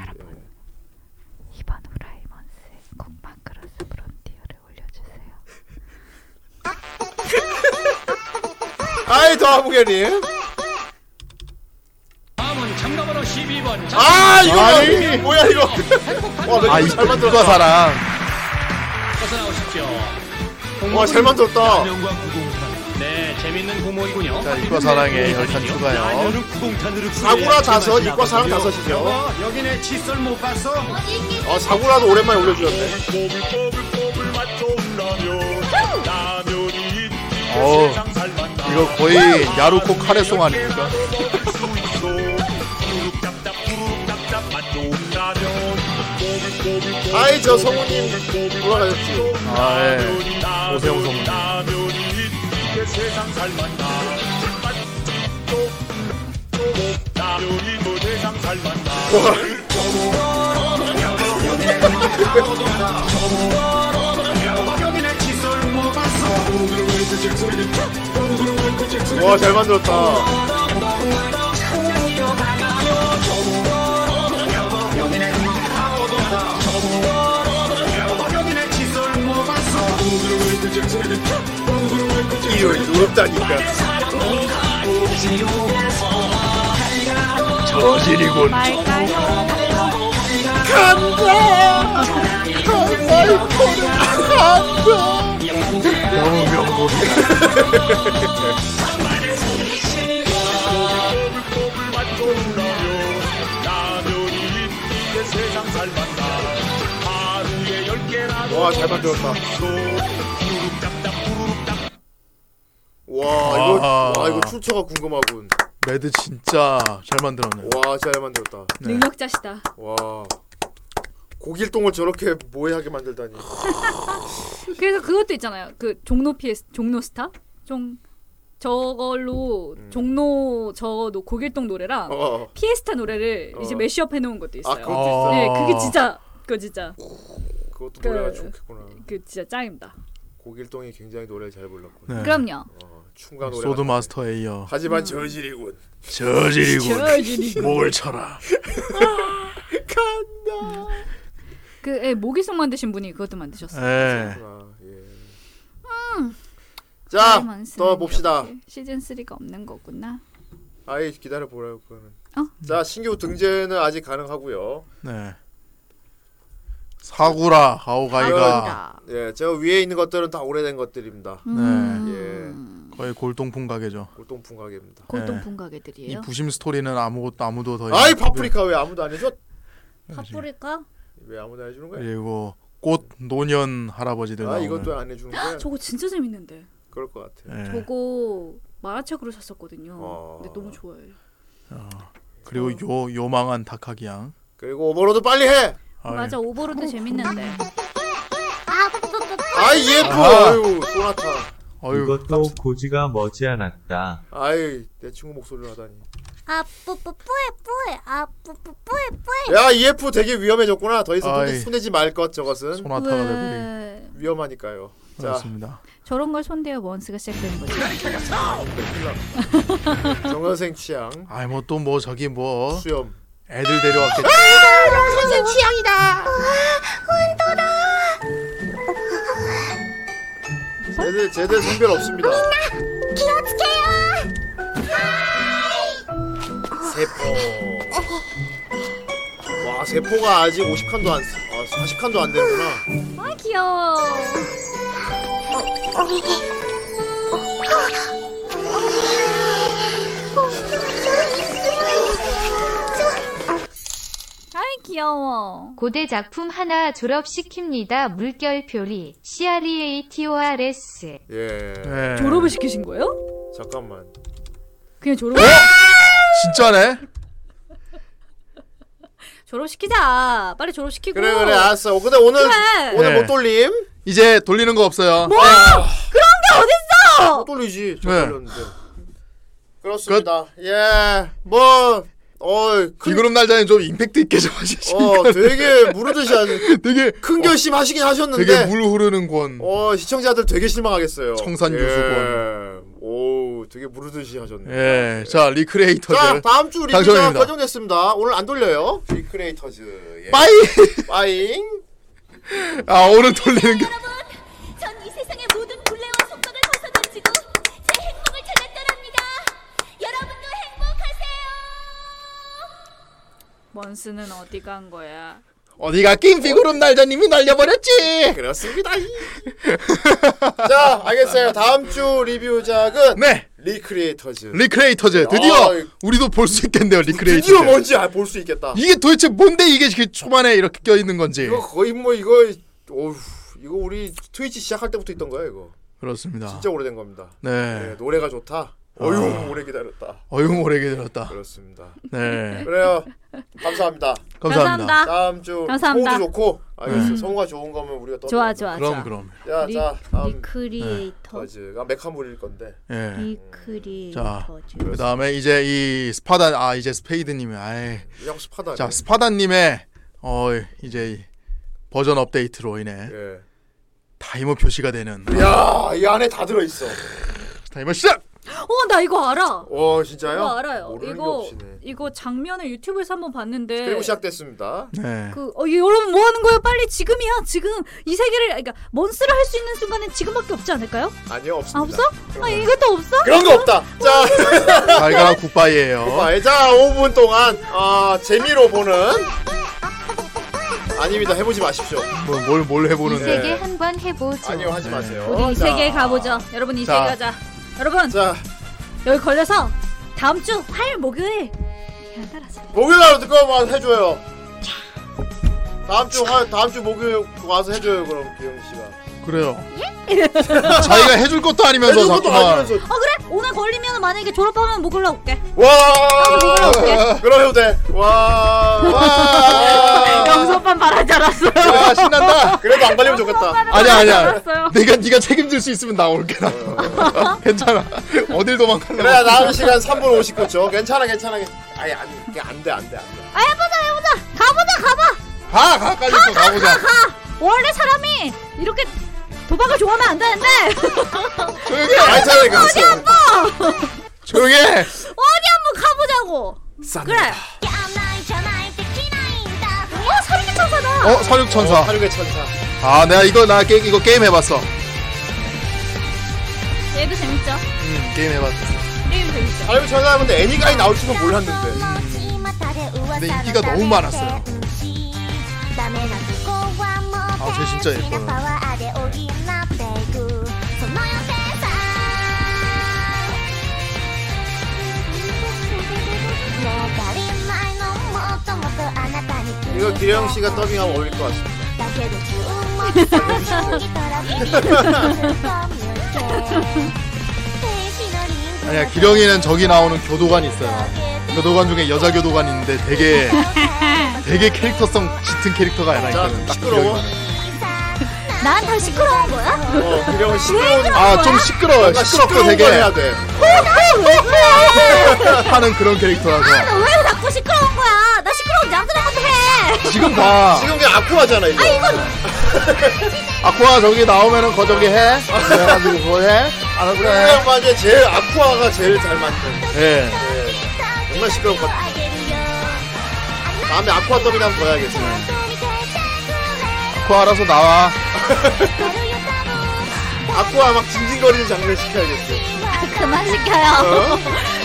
K: 이번 후라이먼스에 콩마크로스 프론티어를 올려주세요
B: 아이 더 아무개님.
I: 다음은 참가번호 12번
B: 아 이거
C: 아니.
B: 뭐야 이거. 와,
C: 아,
B: 맥클 잘
C: 이누가
B: 만들었다.
C: 사랑.
I: 벗어나오십시오
B: 와, 잘 만들었다.
I: 명과 구공단
J: 네, 재밌는 구모이군요.
C: 자, 이과 사랑의 열탄
B: 아,
C: 추가요.
B: 사구라 다섯, 이과 사랑 다섯이죠.
J: 어, 여기네 칫솔 못 봤어?
B: 아 사구라도 오랜만에 올려주셨네.
C: 어 이거 거의 야루코 카레송 아닙니까?
B: 아이 저 성우님 돌아가셨지.
C: 아, 예. 오세훈 성우.
B: 와 잘 만들었다. 이럴 누럽다니까.
H: 저질이군.
L: 간다! 정말 포를 간다!
H: 너무 명곡이다.
B: 와 잘 만들었다. 와
C: 아.
B: 이거 와 이거 출처가 궁금하군.
C: 매드 진짜 잘 만들었네요.
B: 와 잘 만들었다.
E: 능력자시다.
B: 와 고길동을 저렇게 모해하게 만들다니.
E: 그래서 그것도 있잖아요. 그 종로 PS 종로 스타 종 저걸로 종로 저 노- 고길동 노래랑
B: 어.
E: 피에스타 노래를 이제
B: 어.
E: 메시업 해놓은 것도 있어요.
B: 아, 그것도 있어요?
E: 네, 그게 진짜 그거 진짜
B: 그것도
E: 그-
B: 노래가 좋겠구나.
E: 그 진짜 짱입니다.
B: 고길동이 굉장히 노래를 잘 불렀군.
C: 네.
E: 그럼요.
B: 춤과 노래.
C: 소드 마스터에 이어
E: 음.
B: 하지만 저질이군.
C: 저질이군 목을 쳐라
E: 그 예, 모기송 만드신 분이 그것도 만드셨어요.
C: 예.
E: 음,
B: 아, 자,
E: 노래만 쓰는
B: 또 봅시다.
E: 이렇게 네, 시즌 3가 없는
C: 네.
E: 거구나.
B: 아예 기다려 보라고 그거는.
E: 어?
B: 자, 신규 등재는 아직 가능하고요.
C: 네 사구라 하오가이가
B: 아, 예, 저 위에 있는 것들은 다 오래된 것들입니다.
C: 음. 거의 골동품 가게죠
B: 예, 골동품 가게입니다.
C: 골동품 이
E: 가게들이에요.
C: 부심 스토리는 아무것도 아무도 더그
B: 아이 파프리카 왜 아무도 안 해줘? 예,
E: 파프리카?
B: 왜 아무도 안 해주는 거야?
C: 그리고 예, 꽃 노년 할아버지들
B: 아
C: 나오는
B: 이것도 안 해주는 거야?
E: 네. 저거 진짜 재밌는데.
B: 그럴 것 같아.
C: 예.
E: 저거 만화책으로 샀었거든요.
B: 어.
E: 근데 너무 좋아요.
C: 어. 그리고 요 요망한 다카기양
B: 그리고 오버로드 빨리 해.
E: 어,
C: 아이. 예. 아,
D: 맞아 오버로드 재밌는데.
B: 아이 얘 또.
O: 아하.
B: 아유 소나타.
O: 이것도 고지가 머지않았다.
B: 아이 내 친구 목소리를 하다니.
L: 아, 뿌뿌, 뿌에, 뿌에, 아, 뿌뿌, 뿌에, 뿌에.
B: 야 EF 되게 위험해졌구나. 더 이상
C: 아이.
B: 손대, 손대지 말 것 저것은.
C: 소나타가 왜?
D: 돼버린.
B: 위험하니까요. 자,
C: 그렇습니다
D: 저런 걸 손대어 원스가 시작되는 거지.
C: 네.
B: 정선생 취향.
C: 아이 뭐 또 뭐 저기 뭐
B: 수염
C: 애들 데려왔겠지
L: 아! 선생 취향이다.
B: 제대 제대 성별 없습니다.
L: 기어츠케요.
B: 세포. 와 세포가 아직 50칸도 안, 쓰- 아, 40칸도 안 되는구나.
D: 아 귀여워.
K: 아이 귀여워. 고대 작품 하나 졸업시킵니다. 물결표리 CREATORS.
B: 예.
E: 졸업을 시키신 거예요?
B: 잠깐만.
E: 그냥 졸업.
C: 진짜네?
D: 졸업시키자. 빨리 졸업시키고.
B: 그래 아, 그래 알았어. 근데 오늘
D: 그래.
B: 오늘
C: 네.
B: 못 돌림.
C: 이제 돌리는 거 없어요 예,
B: 뭐?
D: 그런 게 어딨어?
B: 못 돌리지. 저
C: 네.
B: 돌렸는데. 그렇습니다. 예. 뭐 어,
C: 비그룹 날짜는 좀 임팩트 있게 좀 하시지.
B: 어, 되게 무르듯이 하시,
C: 되게
B: 큰 결심 하시긴 하셨는데.
C: 어. 되게 물 흐르는 권.
B: 어, 시청자들 되게 실망하겠어요.
C: 청산
B: 예.
C: 교수권.
B: 오, 되게 무르듯이 하셨네.
C: 예. 자,
B: 자,
C: 리크레이터들.
B: 다음 주 리뷰가
C: 당첨입니다.
B: 결정됐습니다. 오늘 안 돌려요. 리크레이터즈. 예.
C: 빠이.
B: 빠잉.
C: 아, 오늘 돌리는 게
L: 전 이 세상의 모든 굴레와 속박을 벗어던지고 제 행복을 찾아 떠납니다. 여러분도 행복하세요.
E: 원스는 어디 간 거야?
C: 어디가 낀 비구름 날자님이 날려버렸지.
B: 그렇습니다. 자, 알겠어요. 다음 주 리뷰작은
C: 네.
B: 리크리에이터즈.
C: 리크레이터즈 드디어
B: 아,
C: 우리도 볼 수 있겠네요. 리크레이터즈. 예.
B: 드디어 뭐, 뭔지 볼 수 있겠다.
C: 이게 도대체 뭔데 이게 이렇게 초반에 이렇게 껴 있는 건지.
B: 이거 거의 뭐 이거 어휴, 이거 우리 트위치 시작할 때부터 있던 거야, 이거.
C: 그렇습니다.
B: 진짜 오래된 겁니다. 예,
C: 네.
B: 노래가 좋다.
C: 아.
B: 어휴, 오래 기다렸다.
C: 어용 오래 기다렸다.
B: 그렇습니다.
C: 네.
B: 그래요. 감사합니다.
C: 감사합니다. 감사합니다.
B: 다음 주
D: 아, 감사합니다.
B: 성우도 좋고 알겠어.
D: 음.
B: 성우가 좋은 거면 우리가 또
D: 좋아, 좋아,
C: 그럼, 좋아. 그럼.
B: 야,
D: 리-
B: 자, 다음
D: 리크리에이터.
C: 어?
B: 가 아, 메카물일 건데.
C: 예.
K: 음.
C: 자,
D: 리크리에이터즈.
C: 그 다음에 이제 이 스파단, 아, 이제 스페이드님이, 아이.
B: 형 스파단.
C: 자, 스파단님의, 어, 이제 이 버전 업데이트로 인해 타이머 표시가 되는.
B: 예. 야, 이 안에 다 들어 있어.
C: 타이머 시작!
E: 어, 나 이거 알아.
B: 어, 진짜요?
E: 이거 알아요.
B: 모르는 게
E: 이거
B: 없이네.
E: 이거 장면을 유튜브에서 한번 봤는데.
B: 그리고 시작됐습니다.
C: 네.
E: 그, 어, 이- 여러분 뭐 하는 거예요? 빨리 지금이야. 지금 이 세계를 그러니까 몬스를 할 수 있는 순간은 지금밖에 없지 않을까요?
B: 아니요, 없습니다.
E: 아, 없어? 아,
B: 네.
E: 이것도 없어?
B: 그런 거 없다. 자,
C: 발가락 굿바이예요.
B: 굿바이. 자, 5분 동안 아, 재미로 보는 아닙니다. 해보지 마십시오.
C: 뭐, 뭘, 뭘, 뭘
K: 이
C: 해보는데.
K: 세계 한번 해보죠.
B: 아니요,
C: 네.
B: 하지 마세요.
E: 우리 이
B: 자,
E: 세계에 가보죠. 여러분 이
C: 자.
E: 세계 가자. 여러분. 여기 걸려서 다음 주 화요일 목요일
B: 목요일 날 듣고 와서 해줘요. 다음 주 화, 다음 주 목요일 와서 해줘요. 그럼 기영 씨가.
C: 그래요.
K: 예?
C: 자기가 해줄 것도 아니면서
B: 해줄 것도
C: 자꾸만.
B: 아니면서.
E: 어 그래 오늘 걸리면 만약에 졸업하면 목요일 날 올게.
B: 와. 그럼 해도 돼. 와. 와.
E: 영수 오빠 말한 줄 알았어.
B: 야 신난다. 그래도 안 걸리면 좋겠다.
C: 아니야, 아니야. 내가 네가 책임질 수 있으면 나올게 나. 괜찮아. 어딜 도망가려고.
B: 그래 다음 시간 3분 59초. 괜찮아 괜찮아. 아니 아니 이게 안돼 안돼 안돼.
E: 아 해보자 해보자 가보자 가봐.
C: 가 가까이 있어 가보자.
E: 원래 사람이 이렇게 도박을 좋아하면 안 되는데.
C: 조용히 해. 알잖아, 이거.
E: 어디 한번
C: 조용히 해.
E: 어디 한번 가보자고. 그래. 어 사륙의 천사다.
C: 어, 사륙천사.
B: 사륙의 천사.
C: 아, 내가 이거 나 게, 이거 게임 해봤어.
E: 얘도 재밌죠.
C: 음, 게임 해봤어.
E: 게임 재밌죠.
B: 사륙의 천사 근데 애니가이 나올 줄은 몰랐는데.
C: 근데 인기가 너무 많았어요. 아, 쟤 진짜 예뻐요.
B: 이거 기령 씨가 더빙하면 어울릴 것 같습니다.
C: 아니야, 기령이는 저기 나오는 교도관이 있어요. 교도관 중에 여자 교도관이 있는데 되게, 되게 캐릭터성 짙은 캐릭터가 하나 있거든. 딱그 기령이.
E: 난 다 시끄러운 거야?
B: 어, 기령은 시끄러운
C: 아, 좀 시끄러워요.
B: 뭔가
C: 시끄럽고
B: 시끄러운
C: 되게.
B: 걸 해야 돼.
E: 나왜 그래?
C: 하는 그런 캐릭터라서.
E: 나 왜 자꾸 시끄러운 거야? 나 시끄러운 남들한테 해.
C: 지금 봐.
B: 지금 그냥 아쿠아잖아 이거.
C: 아쿠아 저기 나오면은 거 저기 해. 그래가지고 그거 해. 아,
B: 그래.
C: 그래.
B: 맞아. 네. 제일 아쿠아가 제일 잘 맞는.
C: 예.
B: 정말 시끄러운 것 같아. 다음에 아쿠아 더빙 한번 봐야겠어.
C: 아쿠아 알아서 나와.
B: 아쿠아 막 징징거리는 장면 시켜야겠어.
D: 그만 시켜요.
B: 어?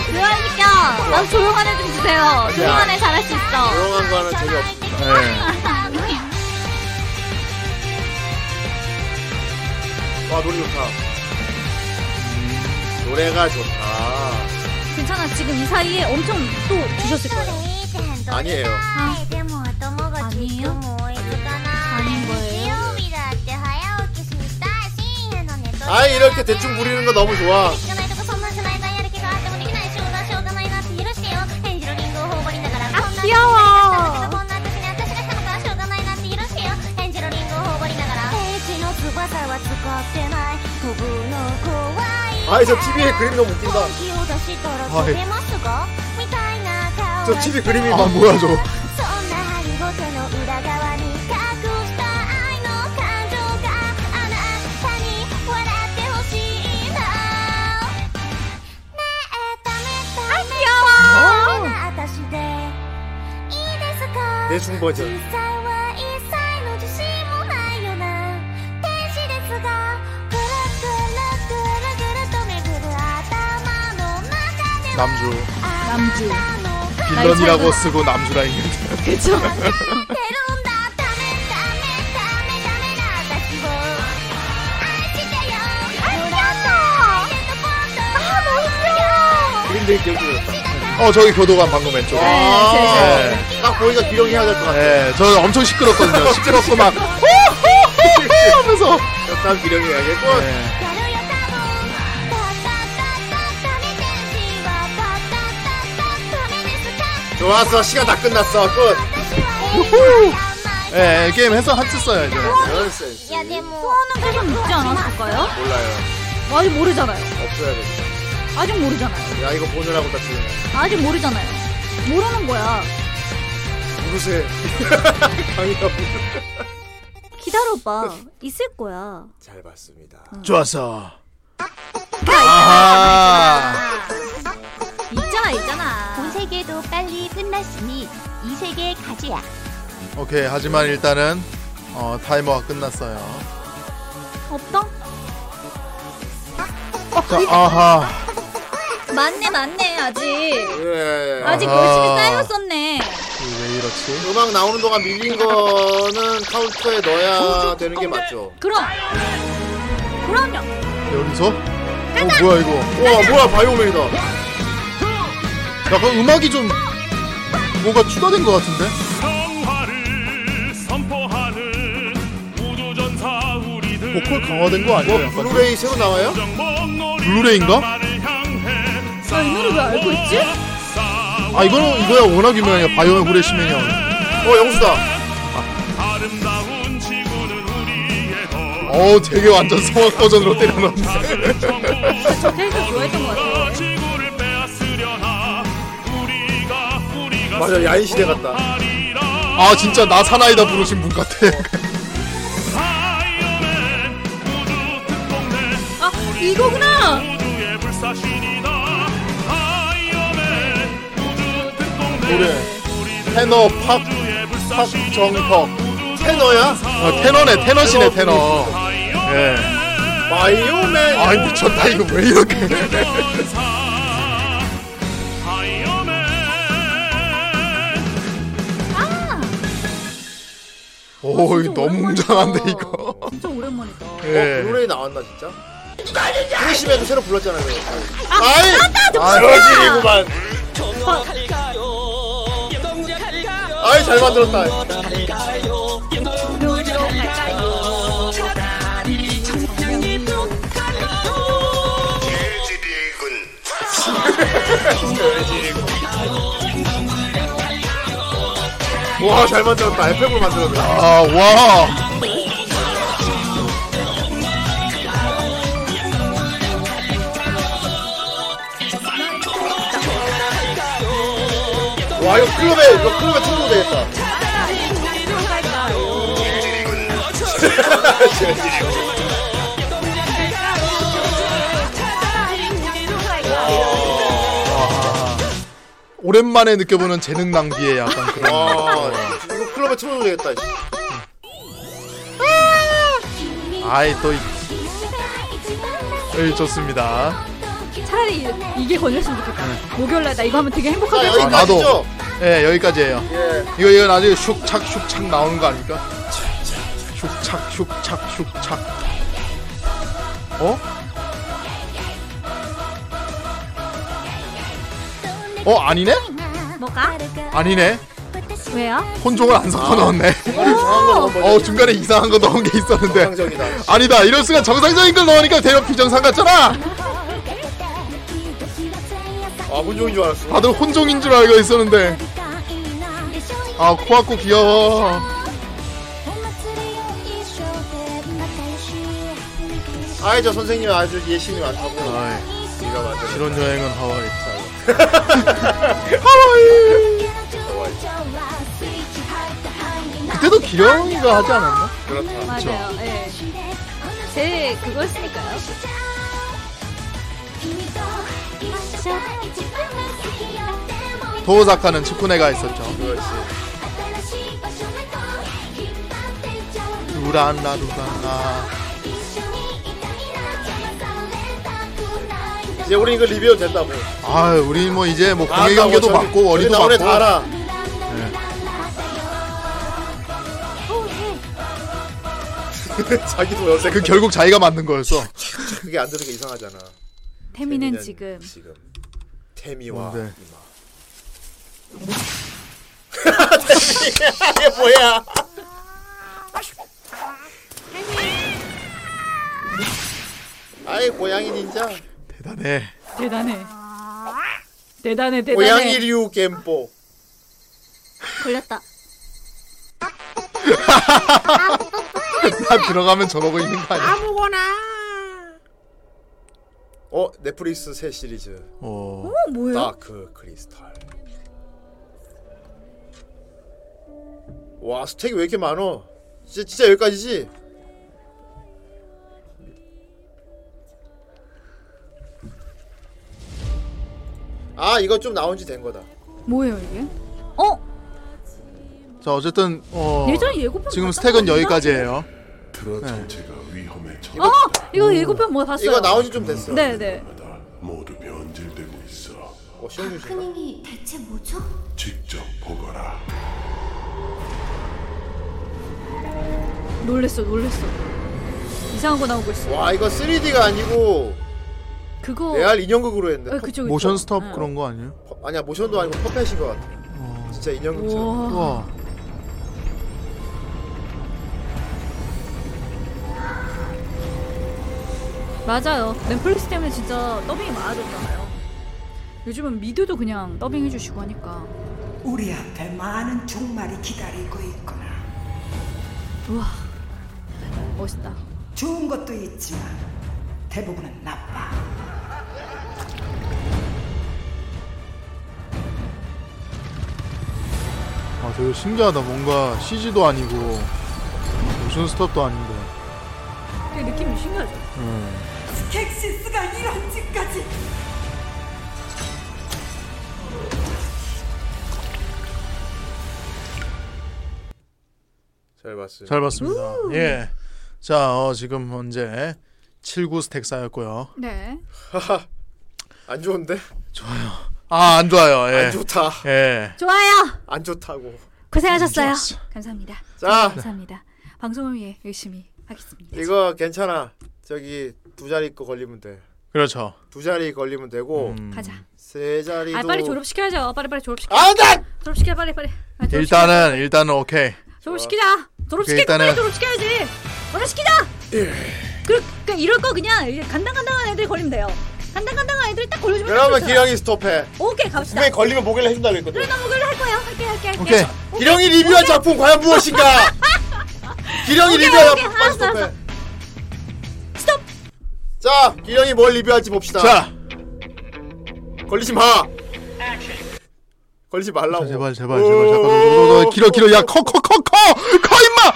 D: 그만 시켜. 나 조용한 애좀 주세요. 조용한 애 잘할 수
E: 아,
D: 있어.
B: 조용한 거 하나 재미 없습니다.
C: 예.
B: 어? 와 노래 좋다. 음, 노래가 좋다.
E: 괜찮아 지금 이 사이에 엄청 또 주셨을 거예요.
B: 아니에요.
E: 아니에요? 아닌 거예요?
B: 아 이렇게 대충 부리는 거 너무 좋아.
L: 귀여워
B: 아 저 TV의 그림 너무 웃긴다. 저 TV 그림이
C: 아, 뭐야, 저거.
B: 대충 버전.
C: 남주.
E: 남주.
C: 빌런이라고 쓰고 남주라 있는데.
E: 그쵸.
B: 데 기억해요.
C: 어 저기 교도관 방금 왼쪽.
B: 아,
C: 네.
B: 딱 보니까 기억이 해야 될 것 같아.
C: 네, 저 엄청 시끄럽거든요. 시끄럽고 막 하면서
B: 다음 기령이 해야겠고. 좋았어, 시간 다 끝났어. 끝.
C: 예, 게임 해서 합쳤어요 이제.
D: 소원은 계속 묻지 않았을까요?
B: 몰라요.
D: 아직 모르잖아요.
B: 없어야 돼.
D: 아직 모르잖아요.
B: 야 이거 보느라고 다 지금.
D: 아직 모르잖아요. 모르는 거야.
B: 누구세? 강의가
D: 기다려봐. 있을 거야.
B: 잘 봤습니다.
C: 좋았어. 아하.
L: 있잖아 있잖아. 본 세계도 빨리 끝났으니 이 세계 가지야.
C: 오케이 하지만 일단은 어, 타이머가 끝났어요.
D: 없다?
C: 자 아하.
D: 맞네 맞네 아직.
B: 예.
D: 아직 열심히 쌓였었네.
C: 왜 이렇지?
B: 음악 나오는 동안 밀린 거는 카운터에 넣어야 되는 게 맞죠.
D: 그럼. 그럼요.
C: 여기서? 어 뭐야 이거?
B: 와 뭐야 바이오맨이다.
C: 약간 음악이 좀 뭐가 추가된 것 같은데?
A: 평화를 선포하는 우주전사 우리들
C: 보컬 강화된 거 아니에요? 약간
B: 음. 뭐, 블루레이 새로 나와요?
C: 블루레이인가?
A: 나 아, 이 노래 왜 알고 있지?
C: 아 이거는 이거야 워낙 유명해요. 바이오맨 후레시맨이 형. 어 영수다.
A: 아름다운 지구는 우리의 것
C: 어 되게 완전 성악 버전으로 때려넣었네.
D: 저 캐릭터 좋아했던 것 같아요.
A: 지구를 빼앗으려나 우리가 우리가
C: 맞아, 야인 시대 같다. 아 진짜 나 사나이다 부르신 분 같아.
D: 아 이거구나.
A: 우주의 불사신이다 아이오맨 우주
C: 노래 테너 팝 팝정석 테너야? 어, 테너네 테너시네 테너. 예.
B: 바이오맨.
C: 아 미쳤다 이거 왜 이렇게?
D: 아
C: 오 이거 너무 웅장한데 이거.
D: 진짜 오랜만이다.
C: 예.
B: 어, 블루레이 나왔나 진짜? 후레시맨도 새로 불렀잖아요.
C: 아이!
B: 아, 그러시구만. 아이 잘 만들었다. 와, 잘 만들었다. 에펙으로 만들었다.
C: 아, 와.
B: 와, 이거 클럽에, 이거 클럽에 통로 되겠다.
C: 아. 오랜만에 느껴보는 재능 낭비의 약간 그런.
B: 아.
C: 어.
B: 이거 클럽에 틀어도 되겠다. 이씨.
C: 아이 또 이- 에이, 좋습니다.
E: 차라리 이- 이게 걸렸으면 좋겠다.
B: 네.
E: 목요일날 나 이거 하면 되게 행복하게.
C: 아, 나도. 예 여기까지예요. 이거 이거 나중에 슉착 슉착 나오는 거 아닙니까? 슉착 슉착 슉착. 어? 어 아니네?
D: 뭐가?
C: 아니네.
D: 왜요?
C: 혼종을 안 섞어 넣었네. 어 중간에 이상한 거 넣은 게 있었는데. 아니다 이럴 수가 정상적인 걸 넣으니까 대략 비정상 같잖아.
B: 아, 문종인 줄 알았어.
C: 다들 혼종인 줄 알고 있었는데. 아 코아코 귀여워.
B: 아이, 저 선생님 아주 아, 예신이 많다고. 네가 만들었다.
C: 신혼여행은 하와이.
B: 하와이.
C: 그때도 기령이가 하지 않았나?
B: 그렇다.
D: 맞아요. 예. 제 그걸 쓰니까요.
C: 도우사카는 축구네가 있었죠. 루란라 루란라.
B: 이제 우리 이거 리뷰해도 된다고. 아,
C: 아 우리 뭐 이제 뭐
B: 다
C: 공예 관계도
B: 한다고,
C: 맞고
B: 저기.
C: 어리도
B: 저기 나오네,
C: 맞고.
B: 다 알아.
D: 예.
B: 자기도 요새
C: 그 결국 자기가 만든 거였어.
B: 그게 안 되는 게 이상하잖아.
D: 태민은
B: 태민은
D: 지금
B: 지금 태미와
C: 뭔데?
B: 이게 뭐야? 아이 고양이 닌자
C: 대단해.
E: 대단해.
D: 아.
C: 어,
E: 대단해, 대단해.
B: 고양이류 겜보
D: 걸렸다.
E: 어,
C: 나 들어가면 저러고 있는 거 아니야?
P: 아무거나.
B: 어 넷플릭스 새 시리즈
C: 오.
E: 어, 뭐예요?
B: 그 다크 크리스탈 와 스택이 왜 이렇게 많어 진짜, 진짜 여기까지지? 아 이거 좀 나온 지 된 거다
E: 뭐예요 이게? 어?
C: 자 어쨌든 어,
E: 예전에 예고편
C: 지금
E: 봤던
C: 스택은
E: 거
C: 여기까지예요.
Q: 드라 자체가 위험에 처
E: 어! 이거
C: 음.
E: 예고편 뭐 봤어요?
B: 이거 나온 지좀 됐어요.
E: 네네.
Q: 모두 변질되고 있어.
L: 다크닝이 대체 뭐죠?
Q: 직접 보거라.
E: 놀랬어, 놀랬어. 이상한 거 나오고 있어.
B: 와 이거 3D가 아니고
E: 그거
B: 레알 인형극으로 했는데
E: 어, 그쵸, 그쵸.
C: 모션 스톱 그런 거 아니에요?
B: 퍼- 아니야 모션도 아니고 퍼펫인 것 같아 진짜
E: 어.
B: 인형극처럼
C: 와.
E: 맞아요. 넷플릭스 때문에 진짜 더빙이 많아졌잖아요. 요즘은 미드도 그냥 더빙 해주시고 하니까.
P: 우리 앞에 많은 종말이 기다리고 있구나.
E: 우와, 멋있다.
P: 좋은 것도 있지만 대부분은 나빠.
C: 아 되게 신기하다. 뭔가 CG도 아니고 모션 스톱도 아닌데.
E: 그 느낌이 신기하죠.
C: 음.
P: 스캑시스가 이런 짓까지.
B: 잘 봤어요
C: 잘 봤습니다.
E: 음.
C: 예. 자 어, 지금 현재 79 스택 쌓였고요.
E: 네.
B: 하하 안 좋은데?
C: 아 안 좋아요. 예.
B: 안 좋다.
C: 예.
E: 좋아요.
B: 안 좋다고
D: 고생하셨어요.
B: 좋았어.
D: 감사합니다.
B: 자.
E: 네,
D: 감사합니다. 방송을 위해 열심히 하겠습니다.
B: 이거 괜찮아 저기 두 자리 거 걸리면 돼두
C: 그렇죠.
B: 자리 걸리면 되고
C: 음.
E: 가자.
B: 세 자리도
E: 아 빨리 졸업시켜야죠. 빨리 빨리 졸업시켜.
B: 안돼.
E: 졸업시켜 빨리 빨리. 아, 졸업시켜.
C: 일단은 일단은 오케이.
E: 졸업시키자. 졸업시켜
C: 일단은- 예.
E: 빨리 졸업시켜야지. 졸업시키자. 그리고 그러니까 이럴 거 그냥 이제 간당간당한 애들 걸리면 돼요. 간당간당한 애들 딱 걸려주면.
B: 그러면
E: 딱 좋죠.
B: 기령이 스톱해
E: 오케이 갑시다.
B: 분명히 걸리면 목요일에 해준다 그랬거든
E: 그러다 목요일 할 거예요. 할게 할게 할게.
B: 오케이. 기령이 리뷰한 작품 과연 무엇인가? 기령이
E: 오케이,
B: 리뷰한
E: 오케이.
B: 작품
E: 알았어,
B: 스톱해.
E: 알았어.
B: 자, 기령이 뭘 리뷰할지 봅시다.
C: 자.
B: 걸리지 마. 걸리지 말라고.
C: 제발 제발 제발 잠깐 너, 너, 너, 길어 길어 야 커 커 커 커 커 임마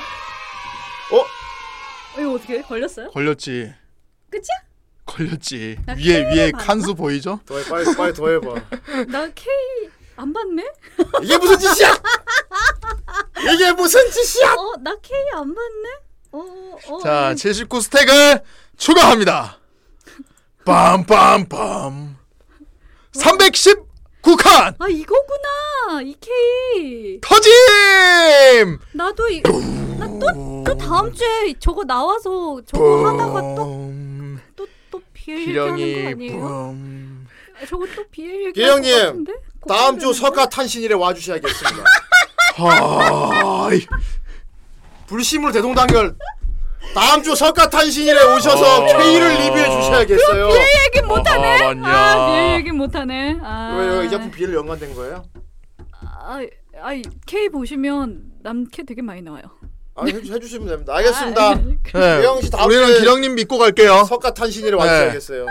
B: 어?
E: 이거 어떻게 걸렸어요?
C: 걸렸지
E: 끝이야?
C: 걸렸지
E: 나
C: 위에
E: 큰일
C: 위에
E: 났나?
C: 칸수 보이죠?
B: 더해 빨리 빨리 더해봐
E: 나 K 안 봤네.
B: 이게 무슨 짓이야? 이게 무슨 짓이야?
E: 어, 나 K 안 봤네. 어, 어.
C: 자 79 스택을 추가합니다 빰빰빰 319칸
E: 아 이거구나 이 K.
C: 터짐
E: 나도 이나또그 다음 주에 저거 나와서 저거 하다가 또또 비일하는 거
C: 음, 기령이
E: 아니에요?
C: 뿜
E: 아, 저거 또 비일.
B: 기령님 다음
E: 어,
B: 주 석가 탄신일에 와주셔야겠습니다.
C: 하이
B: 불심으로 대동단결. 다음 주 석가 탄신일에 오셔서
C: 어.
B: K를 리뷰해 주셔야겠어요.
E: 비일 얘기 못하네.
C: 아, 맞냐.
E: 아 비일 얘기 못하네. 아,
B: 왜이 작품 비를 연관된 거예요?
E: 아, 아 K 보시면 남캐 되게 많이 나와요.
B: 아 해주, 해주시면 됩니다. 알겠습니다.
C: 네,
B: 기령 씨그 다음
C: 우리는
B: 주에
C: 기령님 믿고 갈게요
B: 석가 탄신일에
C: 네.
B: 와주셔야겠어요.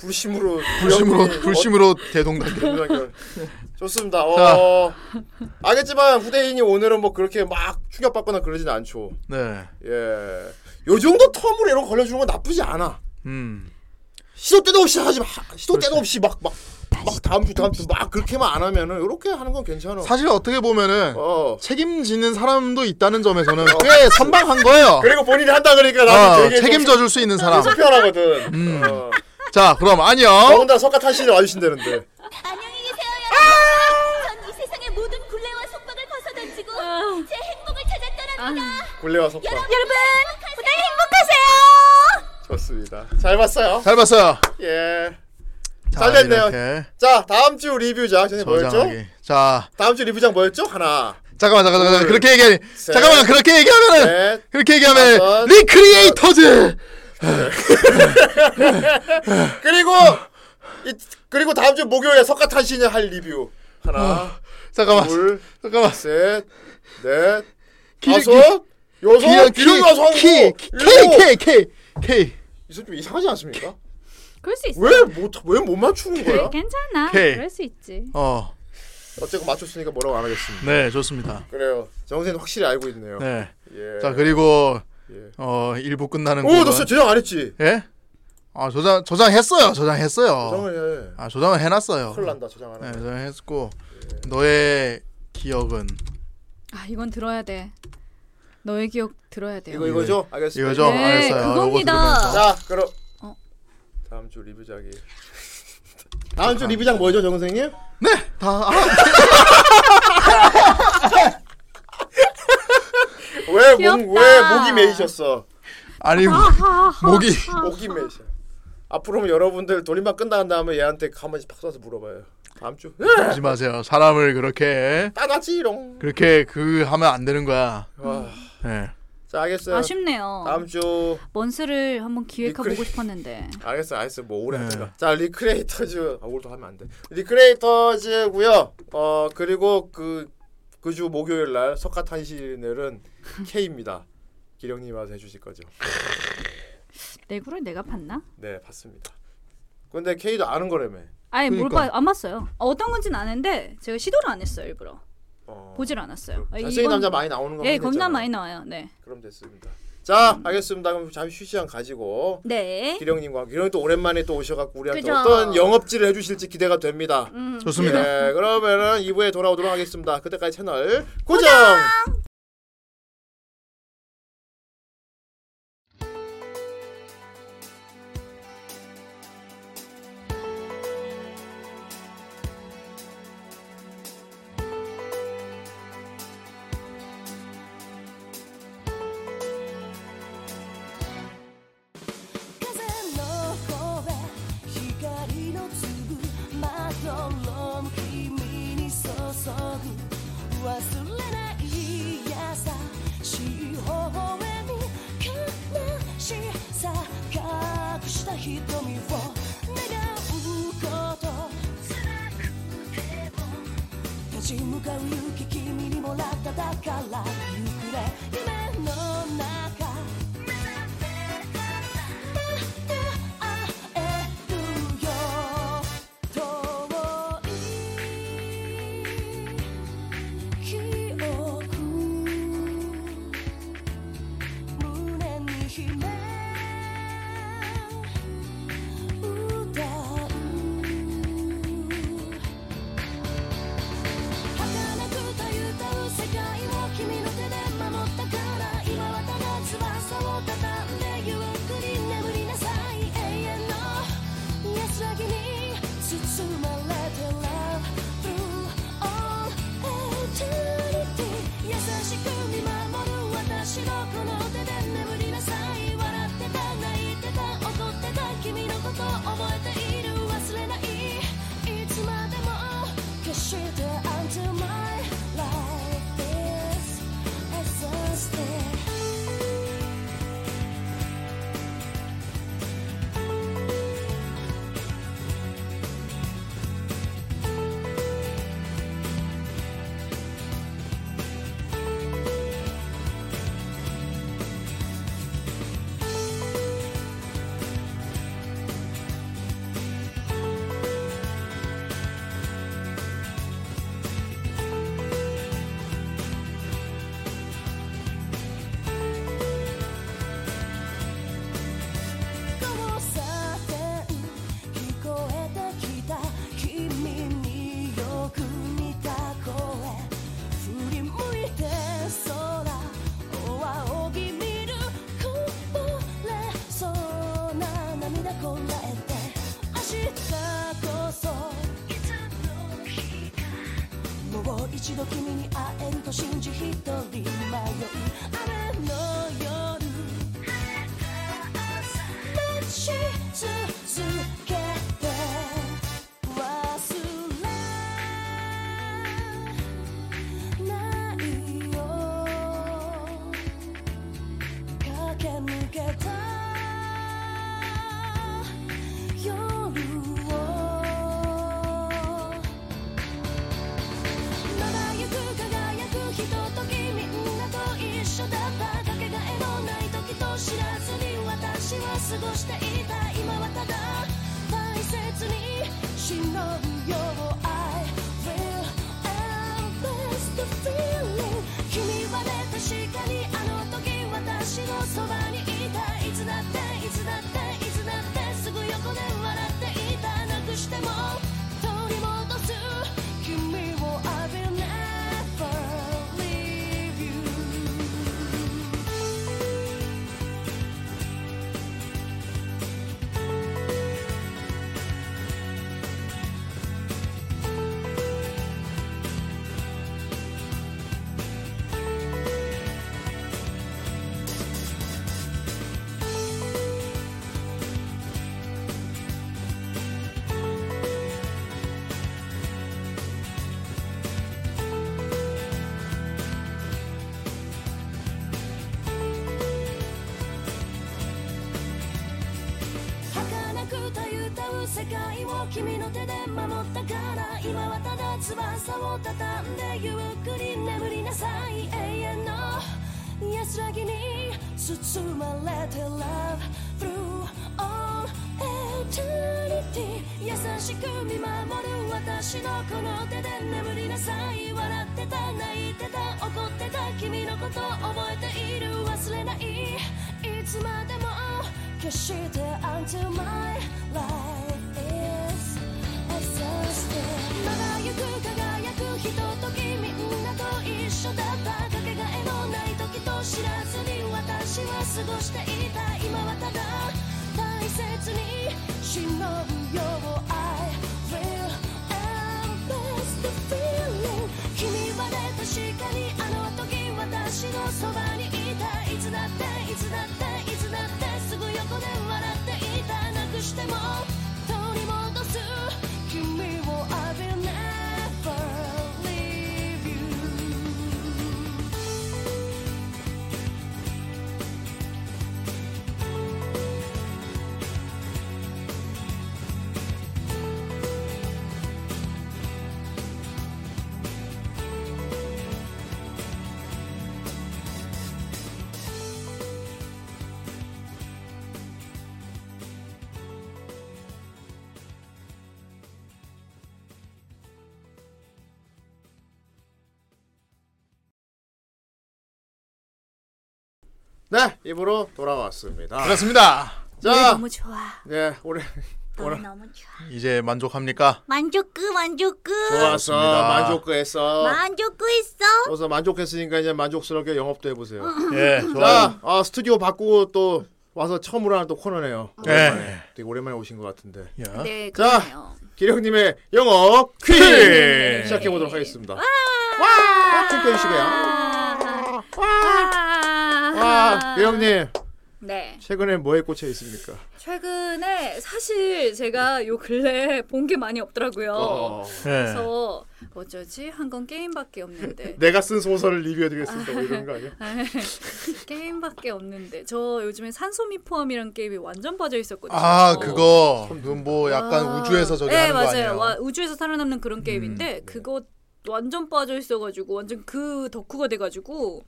B: 불심으로
C: 불심으로
B: 기령님
C: 불심으로 대동단결
B: 연결. 좋습니다. 어, 알겠지만 후대인이 오늘은 뭐 그렇게 막 충격받거나 그러진 않죠.
C: 네
B: 예. 요 정도 텀으로 이런 거 걸려주는 건 나쁘지 않아.
C: 음.
B: 시도 때도 없이 하지 마. 시도 때도 없이 막 막 막 다음 주 다음 주 막 그렇게만 안 하면은 이렇게 하는 건 괜찮아.
C: 사실 어떻게 보면은 책임지는 사람도 있다는 점에서는
B: 어.
C: 꽤 선방한 거예요.
B: 그리고 본인이 한다 그러니까
C: 아. 어,
B: 나도 되게
C: 책임져 줄 수 있는 사람.
B: 편하거든. 어.
C: 음. 자, 그럼 안녕.
B: 더군다나 석가 탄신이 와주신다는데.
L: 전 이 세상의 모든 굴레와 속박을 벗어던지고 제 행복을 찾아 떠납니다.
B: 굴레와 석가
L: 아. 여러분, 오늘 행복하세요.
B: 좋습니다. 잘 봤어요.
C: 잘 봤어요.
B: 예. 잘 됐네요.
C: 이렇게
B: 자 다음 주 리뷰작 전에 뭐였죠?
C: 저장하기. 자
B: 다음 주 리뷰작 뭐였죠? 하나.
C: 잠깐만 잠깐만 잠깐만
B: 둘,
C: 그렇게 얘기
B: 셋,
C: 잠깐만 그렇게 얘기하면은
B: 넷,
C: 그렇게 얘기하면
B: 다섯,
C: 리크리에이터즈
B: 그리고
C: 음.
B: 이, 그리고 다음 주 목요일에 석가탄신을 할 리뷰 하나.
C: 잠깐만.
B: 둘,
C: 잠깐만.
B: 셋, 넷,
C: 기-
B: 다섯,
C: 기-
B: 여섯,
C: 기- 기-
B: 기름 여섯,
C: 키,
B: 일곱.
C: K K K K
B: 이거 좀 이상하지 않습니까?
D: 그럴 수 있어.
B: 왜못왜못 맞추는 거야?
D: 괜찮아.
C: 오케이.
D: 그럴 수 있지.
C: 어.
B: 어쨌건 맞췄으니까 뭐라고 안 하겠습니다.
C: 네, 좋습니다.
B: 그래요. 정세는 확실히 알고 있네요.
C: 네.
B: 예.
C: 자 그리고 어 일부 끝나는.
B: 오, 너 진짜 저장 안 했지?
C: 예? 아 저장 저장했어요. 저장했어요.
B: 저장을 해.
C: 아 저장을 해놨어요.
B: 큰일 난다, 저장 안
C: 네, 저장했고 너의 기억은
E: 아 이건 들어야 돼. 너의 기억 들어야 돼요.
B: 이거 이거죠? 알겠습니다. 예.
C: 이거죠? 네, 알겠어요. 그겁니다. 요거 들으면서.
B: 자, 그럼 다음 주 리뷰작이. 다음 주 리뷰작 뭐죠, 정 선생님?
C: 네, 다.
B: 왜목왜 목이 메이셨어?
C: 아니 목이
B: 목이 메이셔. 앞으로는 여러분들 돌림판 끝나간 다음에 얘한테 가만히 박수 와서 물어봐요. 다음 주.
C: 그러지 마세요. 사람을 그렇게
B: 따다지롱.
C: 그렇게 그 하면 안 되는 거야.
B: 와.
C: 네.
B: 자, 알겠어요.
D: 아쉽네요.
B: 다음 네, 주
D: 먼스를 한번 기획해보고
B: 리크레-
D: 싶었는데.
B: 알겠어, 알겠어. 뭐 오래 하자. 자, 리크레이터즈. 아, 오늘도 하면 안 돼. 리크레이터즈고요. 어 그리고 그 그 주 목요일 날 석가탄신일은 K입니다. 기령님 와서 해주실 거죠.
D: 내구를 내가 봤나?
B: 네, 봤습니다. 근데 K도 아는 거라며.
D: 아니
B: 그러니까.
D: 뭘 봐? 안 봤어요. 어떤 건지는 아는데 제가 시도를 안 했어요 일부러. 보질 않았어요. 아,
B: 그 잘생긴 남자 많이 나오는 거
D: 예,
B: 확인했잖아요.
D: 겁나 많이 나와요. 네.
B: 그럼 됐습니다. 자, 알겠습니다. 그럼 잠시 휴시간 가지고
D: 네.
B: 기령님과 기령이 또 오랜만에 또 오셔갖고 우리한테
D: 그죠.
B: 어떤 영업질을 해주실지 기대가 됩니다.
D: 음.
C: 좋습니다.
B: 예, 그러면은 2부에 돌아오도록 하겠습니다. 그때까지 채널 고정.
A: 風の声光の粒まどろん君に注ぐ忘れない優しい微笑み悲しさ隠した瞳を願うこと辛くても立ち向かう勇気君にもらっただから行くれ夢の中また会えるよ遠い記憶胸に秘め歌う儚くたゆたう世界を君の手で守ったから今はただ翼を畳んでゆっくり眠りなさい永遠の安らぎに包まれて Love through all eternity 優しく見守る私のこの手で眠りなさい笑ってた泣いてた怒ってた君のこと覚えている忘れないいつまでも決して until my life is exhausted「交差点聞こえてきた」「君によく似た声」「振り向いて空を仰ぎ見る」「こぼれそうな涙こらえて」「明日こそいつの日か」もう一度君に会えると信じ一人迷い雨の夜待ち続けて過ごしていた今はただ大切に忍ぶよ I will embrace the feeling 君はね確かにあの時私のそばにいたいつだっていつだっていつだってすぐ横で笑っていたなくしても取り戻す君を I will never leave you 儚く歌ゆたう世界を君の手で守ったから今はただ翼を畳んでゆっくり眠りなさい永遠の安らぎに包まれて Love through all eternity 優しく見守る私のこの手で眠りなさい笑ってた泣いてた怒ってた君のこと覚えている忘れないいつまでも決して Until my life is exhausted まだ行く輝くひとときみんなと一緒だったかけがえのない時と知らずに私は過ごしていた今はただ大切に忍ぶよ I will embrace the feeling 君はね確かにあの時私のそばにいたいつだっていつだっていつだってすぐ横で笑っていたなくしても取り戻す君を I will never leave you
B: 네 입으로 돌아왔습니다.
C: 네. 그렇습니다.
B: 자,
L: 좋아.
B: 네 올해 올해
L: 너무 좋아.
C: 이제 만족합니까?
L: 만족구 만족구.
B: 좋았어
C: 그렇습니다.
B: 만족했어.
L: 만족구했어.
B: 그래서 만족했으니까 이제 만족스럽게 영업도 해보세요.
C: 예,
B: 자, 아, 스튜디오 바꾸고 또 와서 처음으로 하는 또 코너네요.
C: 네.
B: 오랜만에. 되게 오랜만에 오신 것 같은데.
C: 예.
L: 네,
B: 자, 기령님의 영어 퀴즈 시작해 보도록 하겠습니다. 와, 툭 빼주시고요.
E: 아,
B: 와, 기령님
E: 네.
B: 최근에 뭐에 꽂혀 있습니까?
E: 최근에 사실 제가 요 근래 본 게 많이 없더라고요.
B: 어.
C: 예.
B: 네. 네.
E: 그래서 어쩌지 한 건 게임밖에 없는데.
B: 내가 쓴 소설을 리뷰해드리겠습니다. 뭐 이런 거 아니야?
E: 네. 게임밖에 없는데 저 요즘에 산소미 포함이란 게임이 완전 빠져 있었거든요. 어.
C: 아 그거
B: 어.
C: 그뭐 약간
E: 아.
C: 우주에서 저기
E: 네,
C: 하는
E: 맞아요.
C: 거 아니에요? 음.
E: 와, 우주에서 살아남는 그런 게임인데 그거 완전 빠져 있어가지고 완전 그 덕후가 돼가지고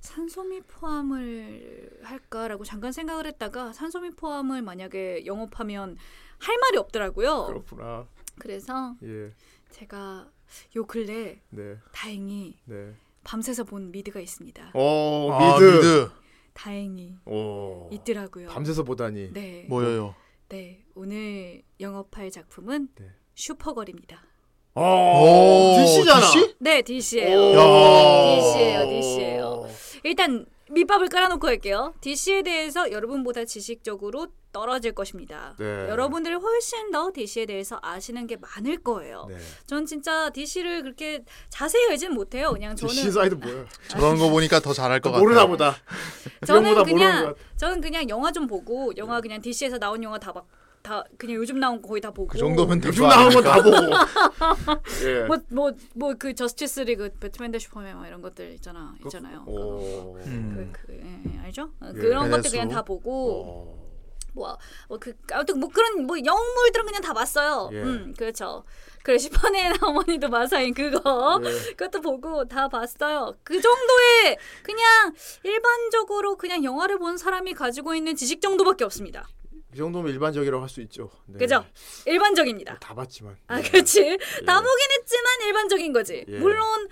E: 산소미 포함을 할까라고 잠깐 생각을 했다가 산소미 포함을 만약에 영업하면 할 말이 없더라고요.
B: 그렇구나.
E: 그래서
B: 예,
E: 제가 요 근래
B: 네,
E: 다행히
B: 네.
E: 밤새서 본 미드가 있습니다.
B: 오,
C: 아,
B: 어, 미드.
C: 미드.
E: 다행히
B: 오.
E: 있더라고요.
B: 밤새서 보다니.
E: 네.
C: 어, 뭐예요?
E: 네 오늘 영업할 작품은
C: 네.
E: 슈퍼걸입니다.
B: 오, DC잖아.
E: 네 DC예요.
B: 야.
E: DC예요, DC예요. 일단 밑밥을 깔아놓고 할게요. DC에 대해서 여러분보다 지식적으로 떨어질 것입니다.
A: 네.
E: 여러분들이 훨씬 더 DC에 대해서 아시는 게 많을 거예요.
B: 네.
E: 전 진짜 DC를 그렇게 자세히 알지는 못해요. 그냥 저는
B: 신사이드 뭐야?
C: 저런 거 보니까 더 잘할 것 같아요.
B: 모르나 보다.
E: 저는
B: 이거보다 모르는 것
E: 그냥 저는 그냥 영화 좀 보고 영화 그냥 DC에서 나온 영화 다 막 다 그냥 요즘 나온 거 거의 다 보고
C: 그 정도면
B: 요즘 나온 건다 예.
E: 뭐 뭐 뭐 그 저스티스 리그 배트맨 대 슈퍼맨 막 이런 것들 있잖아 있잖아요.
B: 오. 음.
C: 음.
E: 그, 그, 예, 알죠? 어,
B: 예.
E: 그런 것들
B: 배수.
C: 어.
E: 그냥 다 보고 뭐그 아무튼 뭐 그런 뭐 영웅물들은 그냥 다 봤어요.
R: 예.
E: 음 그렇죠. 그래 10번의 어머니도 마사인 그거
B: 네.
R: 예.
E: 그것도 보고 다 봤어요. 그 정도의 그냥 일반적으로 그냥 영화를 본 사람이 가지고 있는 지식 정도밖에 없습니다.
B: 이 정도면 일반적이라고 할 수 있죠. 네.
E: 그죠? 일반적입니다.
B: 다 봤지만.
E: 아,
C: 네.
E: 그렇지.
C: 예.
E: 다 보긴 했지만 일반적인 거지.
B: 예.
E: 물론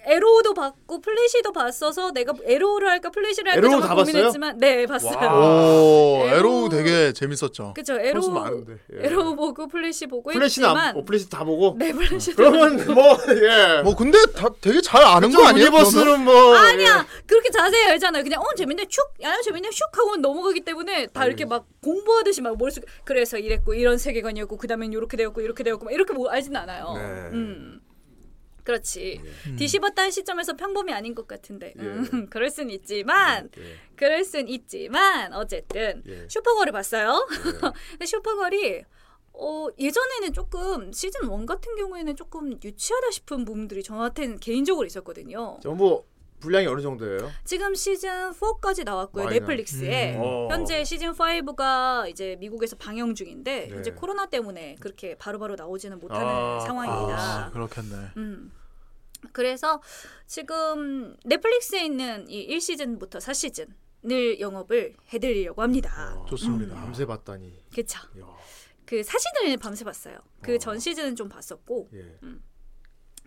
E: 에로우도 봤고 플래시도 봤어서 내가 에로우를 할까 플래시를 할까
C: 에로우
E: 정말
C: 다 봤어요?
E: 고민했지만 네 봤어요.
C: 오, 에로우 되게 재밌었죠.
E: 그죠 에로우 에로우 보고 플래시 보고
C: 플래시는
E: 했지만
C: 안, 어, 플래시 다 보고.
E: 네 플래시
B: 그러면 뭐 예.
C: 뭐 근데 다 되게 잘 아는 거 아니에요?
B: 유니버스는
C: 그러면?
B: 뭐
E: 아니야 그렇게 자세히 알잖아요. 그냥 어 재밌네 슉야 재밌네 슉 하고 넘어가기 때문에 다 이렇게 막 공부하듯이 막 머릿속 그래서 이랬고 이런 세계관이었고 그다음엔 요렇게 되었고 이렇게 되었고 막 이렇게 뭐 알진 않아요.
R: 네.
E: 음 그렇지
R: 음.
E: 뒤집었다는 시점에서 평범이 아닌 것 같은데 음,
R: 예.
E: 그럴 순 있지만
B: 예.
E: 그럴 순 있지만 어쨌든
R: 예.
E: 슈퍼걸을 봤어요. 근데 슈퍼걸이 어, 예전에는 조금 시즌 1 같은 경우에는 조금 유치하다 싶은 부분들이 저한테는 개인적으로 있었거든요.
B: 전부 분량이 어느 정도예요?
E: 지금 시즌 4까지 나왔고요.
B: 많이
E: 넷플릭스에
B: 나왔- 음. 어.
E: 현재 시즌 5가 이제 미국에서 방영 중인데
C: 네.
E: 이제 코로나 때문에 그렇게 바로바로 나오지는 못하는
C: 아,
E: 상황입니다.
C: 아, 그렇겠네.
E: 음. 그래서 지금 넷플릭스에 있는 이 1시즌부터 4시즌을 영업을 해드리려고
B: 어.
C: 아,
E: 합니다.
B: 좋습니다. 아, 밤새 봤다니.
E: 그쵸. 그 사진을 밤새 봤어요. 그 전 시즌은 좀 봤었고
B: 예.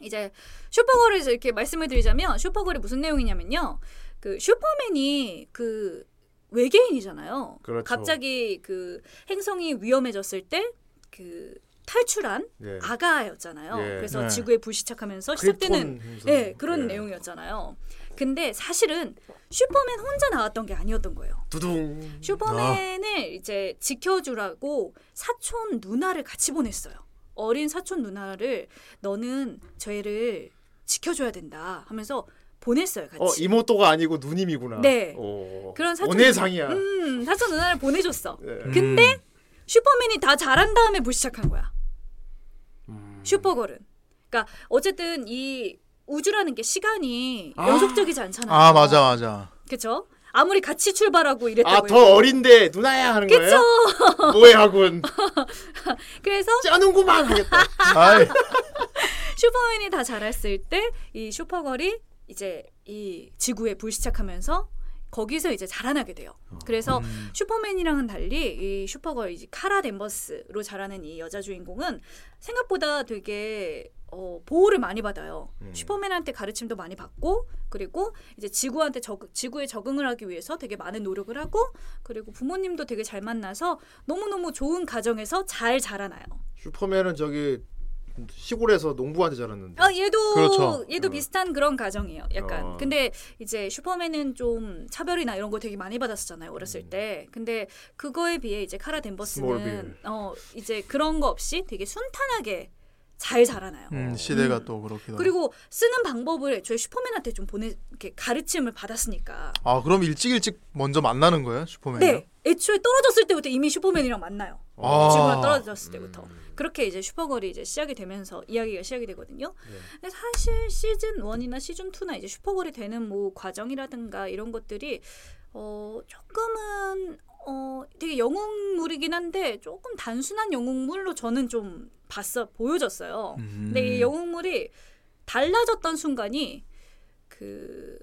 E: 이제 슈퍼걸을 이제 이렇게 말씀을 드리자면 슈퍼걸이 무슨 내용이냐면요. 그 슈퍼맨이 그 외계인이잖아요.
R: 그렇죠.
E: 갑자기 그 행성이 위험해졌을 때 그 탈출한
R: 예.
E: 아가였잖아요.
R: 예.
E: 그래서
R: 네.
E: 지구에 불시착하면서
R: 크립톤
E: 시작되는
R: 행성.
E: 예, 그런
R: 예.
E: 내용이었잖아요. 근데 사실은 슈퍼맨 혼자 나왔던 게 아니었던 거예요.
B: 두둥.
C: 음.
E: 슈퍼맨을
B: 아.
E: 이제 지켜주라고 사촌 누나를 같이 보냈어요. 어린 사촌 누나를 너는 저희를 지켜줘야 된다 하면서 보냈어요. 같이.
B: 어 이모토가 아니고 누님이구나.
E: 네.
B: 오.
E: 그런 사촌
B: 원해상이야.
E: 음, 사촌 누나를 보내줬어.
B: 예.
E: 근데 슈퍼맨이 다 잘한 다음에 불시착한 거야.
B: 음.
E: 슈퍼걸은. 그러니까 어쨌든 이 우주라는 게 시간이
C: 아.
E: 연속적이지 않잖아요.
C: 아 맞아 맞아.
E: 그렇죠? 아무리 같이 출발하고 이랬다고
B: 아 더
E: 해도.
B: 어린데 누나야 하는 거예요?
E: 그쵸.
B: 노예하군.
E: 그래서
B: 짜는구만 하겠다. 아이.
E: 슈퍼맨이 다 자랐을 때 이 슈퍼걸이 이제 이 지구에 불시착하면서 거기서 이제 자라나게 돼요. 그래서 슈퍼맨이랑은 달리 이 슈퍼걸 이제 카라 댄버스로 자라는 이 여자 주인공은 생각보다 되게 어, 보호를 많이 받아요. 슈퍼맨한테 가르침도 많이 받고 그리고 이제 지구한테 적, 지구에 적응을 하기 위해서 되게 많은 노력을 하고 그리고 부모님도 되게 잘 만나서 너무 너무 좋은 가정에서 잘 자라나요.
B: 슈퍼맨은 저기 시골에서 농부한테 자랐는데.
E: 아 얘도
B: 그렇죠.
E: 얘도 비슷한 그런 가정이에요. 약간
B: 어.
E: 근데 이제 슈퍼맨은 좀 차별이나 이런 거 되게 많이 받았었잖아요 어렸을 때. 근데 그거에 비해 이제 카라 댄버스는
C: 스몰빌.
E: 어 이제 그런 거 없이 되게 순탄하게 잘 자라나요.
C: 음, 시대가 또 그렇기도. 하고.
E: 그리고 쓰는 방법을 애초에 슈퍼맨한테 좀 보내 이렇게 가르침을 받았으니까.
C: 아 그럼 일찍 일찍 먼저 만나는 거예요 슈퍼맨?
E: 네, 애초에 떨어졌을 때부터 이미 슈퍼맨이랑 만나요.
C: 아. 음.
E: 지구랑 떨어졌을 때부터. 그렇게 이제 슈퍼걸이 이제 시작이 되면서 이야기가 시작이 되거든요.
C: 네.
E: 근데 사실 시즌 1이나 시즌 2나 이제 슈퍼걸이 되는 뭐 과정이라든가 이런 것들이 어 조금은 어 되게 영웅물이긴 한데 조금 단순한 영웅물로 저는 좀 봤어 네, 보여졌어요.
C: 음.
E: 근데 이 영웅물이 달라졌던 순간이 그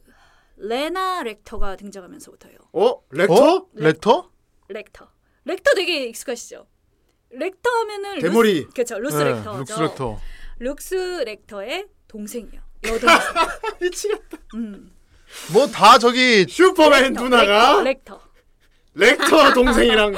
E: 레나 렉터가 등장하면서부터예요.
B: 어 렉터?
C: 렉터?
E: 렉터. 렉터 되게 익숙하시죠? 렉터 하면은
C: 대머리.
E: 루스, 그렇죠. 루스
C: 네,
E: 렉터죠.
C: 룩스 렉터.
E: 룩스 렉터의 동생이요. 여동생.
B: 미치겠다.
E: 음.
C: 뭐 다 저기
B: 슈퍼맨 누나가
E: 렉터.
B: 렉터 동생이랑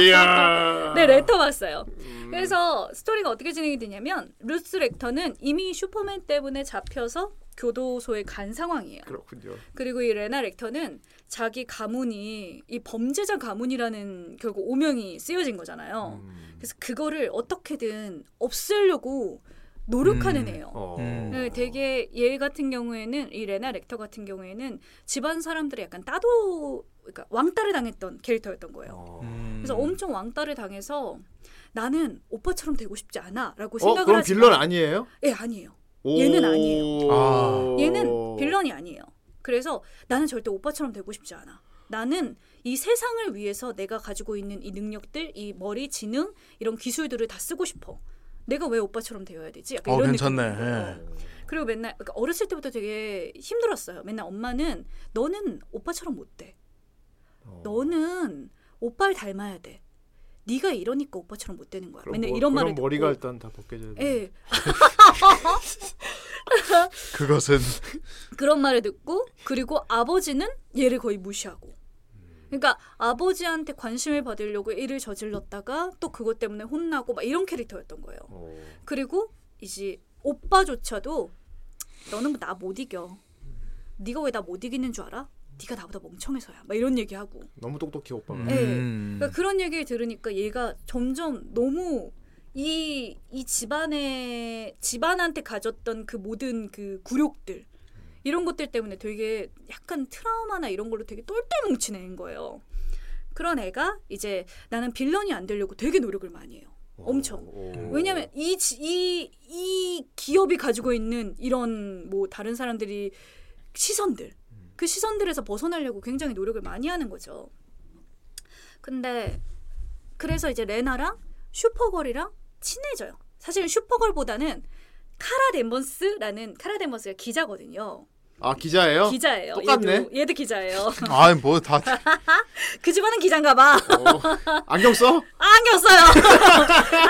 B: 이야.
E: 네, 렉터 봤어요.
B: 음.
E: 그래서 스토리가 어떻게 진행이 되냐면 루스 렉터는 이미 슈퍼맨 때문에 잡혀서 교도소에 간 상황이에요.
B: 그렇군요.
E: 그리고 이 레나 렉터는 자기 가문이 이 범죄자 가문이라는 결국 오명이 쓰여진
B: 음.
E: 거잖아요.
C: 음.
E: 그래서 그거를 어떻게든 없애려고
B: 음.
E: 노력하는 애예요.
B: 어.
C: 음.
E: 네, 되게 얘 같은 경우에는 이 레나 렉터 같은 경우에는 집안 사람들의 약간 따도 그러니까 왕따를 당했던 캐릭터였던 거예요.
B: 어.
C: 음.
B: 음.
E: 그래서 엄청 왕따를 당해서 나는 오빠처럼 되고 싶지 않아라고
B: 어
E: 생각을
B: 그럼
E: 하지만-
B: 빌런 아니에요?
E: 예, 아니에요.
B: 오.
E: 얘는 아니에요.
B: 아.
E: 얘는 빌런이 아니에요. 그래서 나는 절대 오빠처럼 되고 싶지 않아. 나는 이 세상을 위해서 내가 가지고 있는 이 능력들, 이 머리, 지능 이런 기술들을 다 쓰고 싶어. 내가 왜 오빠처럼 되어야 되지? 약간
C: 어
E: 이런
C: 괜찮네.
E: 느낌.
C: 예.
E: 그리고 맨날 그러니까 어렸을 때부터 되게 힘들었어요. 맨날 엄마는 너는 오빠처럼 못 돼.
S: 어.
E: 너는 오빠를 닮아야 돼. 네가 이러니까 오빠처럼 못 되는
B: 뭐,
E: 거야. 맨날
S: 머-
E: 이런 말을
S: 그럼 머리가
E: 듣고
S: 일단 다 벗겨져야 돼.
E: 예.
C: 그것은
E: 그런 말을 듣고 그리고 아버지는 얘를 거의 무시하고
S: 음.
E: 그러니까 아버지한테 관심을 받으려고 일을 저질렀다가 또 그것 때문에 혼나고 막 이런 캐릭터였던 거예요.
B: 어,
E: 그리고 이제 오빠조차도 너는 나 못 이겨. 네가 왜 나 못 이기는 줄 알아? 네가 나보다 멍청해서야. 막 이런
B: 음.
E: 얘기하고.
S: 너무 똑똑해
C: 음.
S: 오빠가.
E: 예. 그러니까 그런 얘기를 들으니까 얘가 점점 너무 이, 이 집안에 집안한테 가졌던 그 모든 그 굴욕들 이런 것들 때문에 되게 약간 트라우마나 이런 걸로 되게 똘똘 뭉친 애인 거예요. 그런 애가 이제 나는 빌런이 안 되려고 되게 노력을 많이 해요. 엄청. 왜냐면 이 이 이 기업이 가지고 있는 이런 뭐 다른 사람들이 시선들 그 시선들에서 벗어나려고 굉장히 노력을 많이 하는 거죠. 근데 그래서 이제 레나랑 슈퍼걸이랑 친해져요. 사실 슈퍼걸보다는 카라 데먼스라는 카라 데먼스가 기자거든요.
C: 아 기자예요?
B: 어,
E: 기자예요. 얘도, 얘도 기자예요.
C: 아이 뭐다
E: 그 집안은 기자인가 봐.
B: 어.
C: 안경 써?
E: 아, 안경 써요.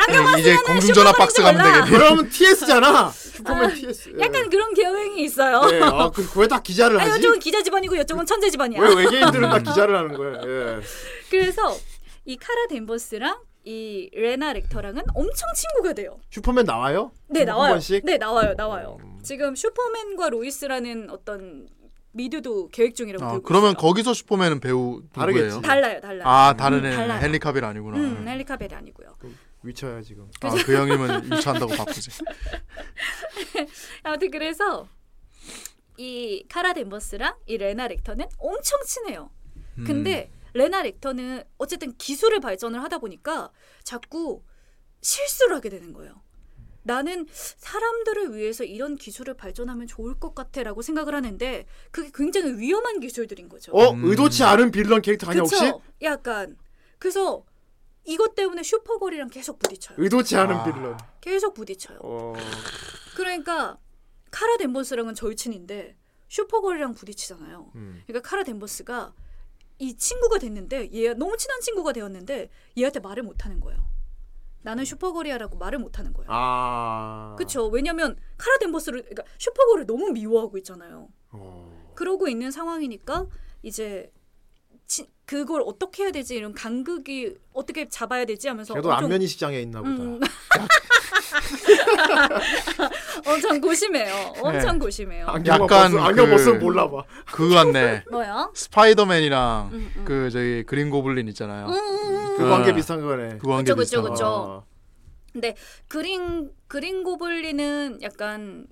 C: 그 이제 공중전화 박스 가면 어, 되겠네.
B: 그러면 TS잖아.
E: 아,
B: 네.
E: 약간 그런 경향이 있어요.
B: 예. 아, 그, 왜다 기자를
E: 아,
B: 하지?
E: 이쪽은 기자 집안이고 이쪽은 천재 집안이야.
B: 왜 외계인들은 다 기자를 하는 거야? 예.
E: 그래서 이 카라 덴버스랑 이 레나 렉터랑은 엄청 친구가 돼요.
B: 슈퍼맨 나와요?
E: 네 나와요.
B: 한 번씩?
E: 네 나와요. 나와요.
C: 음.
E: 지금 슈퍼맨과 로이스라는 어떤 미드도 계획 중이라고
C: 아,
E: 들고
C: 그러면 거기서 슈퍼맨은 배우 누구예요?
E: 있어요. 달라요, 달라요.
C: 아 다른 애
E: 음, 달라요.
C: 헨리 카빌 아니구나.
E: 음, 헨리 카벨이 아니고요.
S: 위쳐야 지금.
C: 아, 그 형님은 유치한다고 바쁘지.
E: 아무튼 그래서 이 카라 덴버스랑 이 레나 렉터는 엄청 친해요.
B: 음.
E: 근데 레나 렉터는 어쨌든 기술을 발전을 하다 보니까 자꾸 실수를 하게 되는 거예요. 나는 사람들을 위해서 이런 기술을 발전하면 좋을 것 같아라고 생각을 하는데 그게 굉장히 위험한 기술들인 거죠.
B: 어 의도치 않은 빌런 캐릭터 아니야
E: 그쵸?
B: 혹시?
E: 약간 그래서 이것 때문에 슈퍼걸이랑 계속 부딪혀요.
B: 의도치 않은
E: 아.
B: 빌런.
E: 계속 부딪혀요.
B: 어.
E: 그러니까 카라 덴버스랑은 절친인데 슈퍼걸이랑 부딪히잖아요.
A: 음.
E: 그러니까 카라 덴버스가 이 친구가 됐는데 얘 너무 친한 친구가 되었는데 얘한테 말을 못 하는 거예요. 나는 슈퍼걸이야라고 말을 못 하는 거예요.
B: 아.
E: 그렇죠. 왜냐면 카라 덴버스를 그러니까 슈퍼걸을 너무 미워하고 있잖아요.
B: 어.
E: 그러고 있는 상황이니까 이제 치, 그걸 어떻게 해야 되지 이런 간극이 어떻게 잡아야 되지 하면서
B: 걔도
E: 엄청-
B: 안면이 식장애 있나 보다.
E: 음. 엄청 고심해요. 엄청
C: 네.
E: 고심해요.
B: 아,
C: 약간
B: 벗어- 안경 벗으면 몰라봐.
C: 그거 같네.
E: 뭐야?
C: 스파이더맨이랑
E: 음, 음.
C: 그 저기 그린 고블린 있잖아요.
E: 음, 음, 음.
B: 그 관계 비슷한 거네. 아.
C: 그 관계
E: 그쵸, 그쵸,
C: 비슷한
E: 그쵸.
C: 거.
E: 근데 그린 그린 고블린은 약간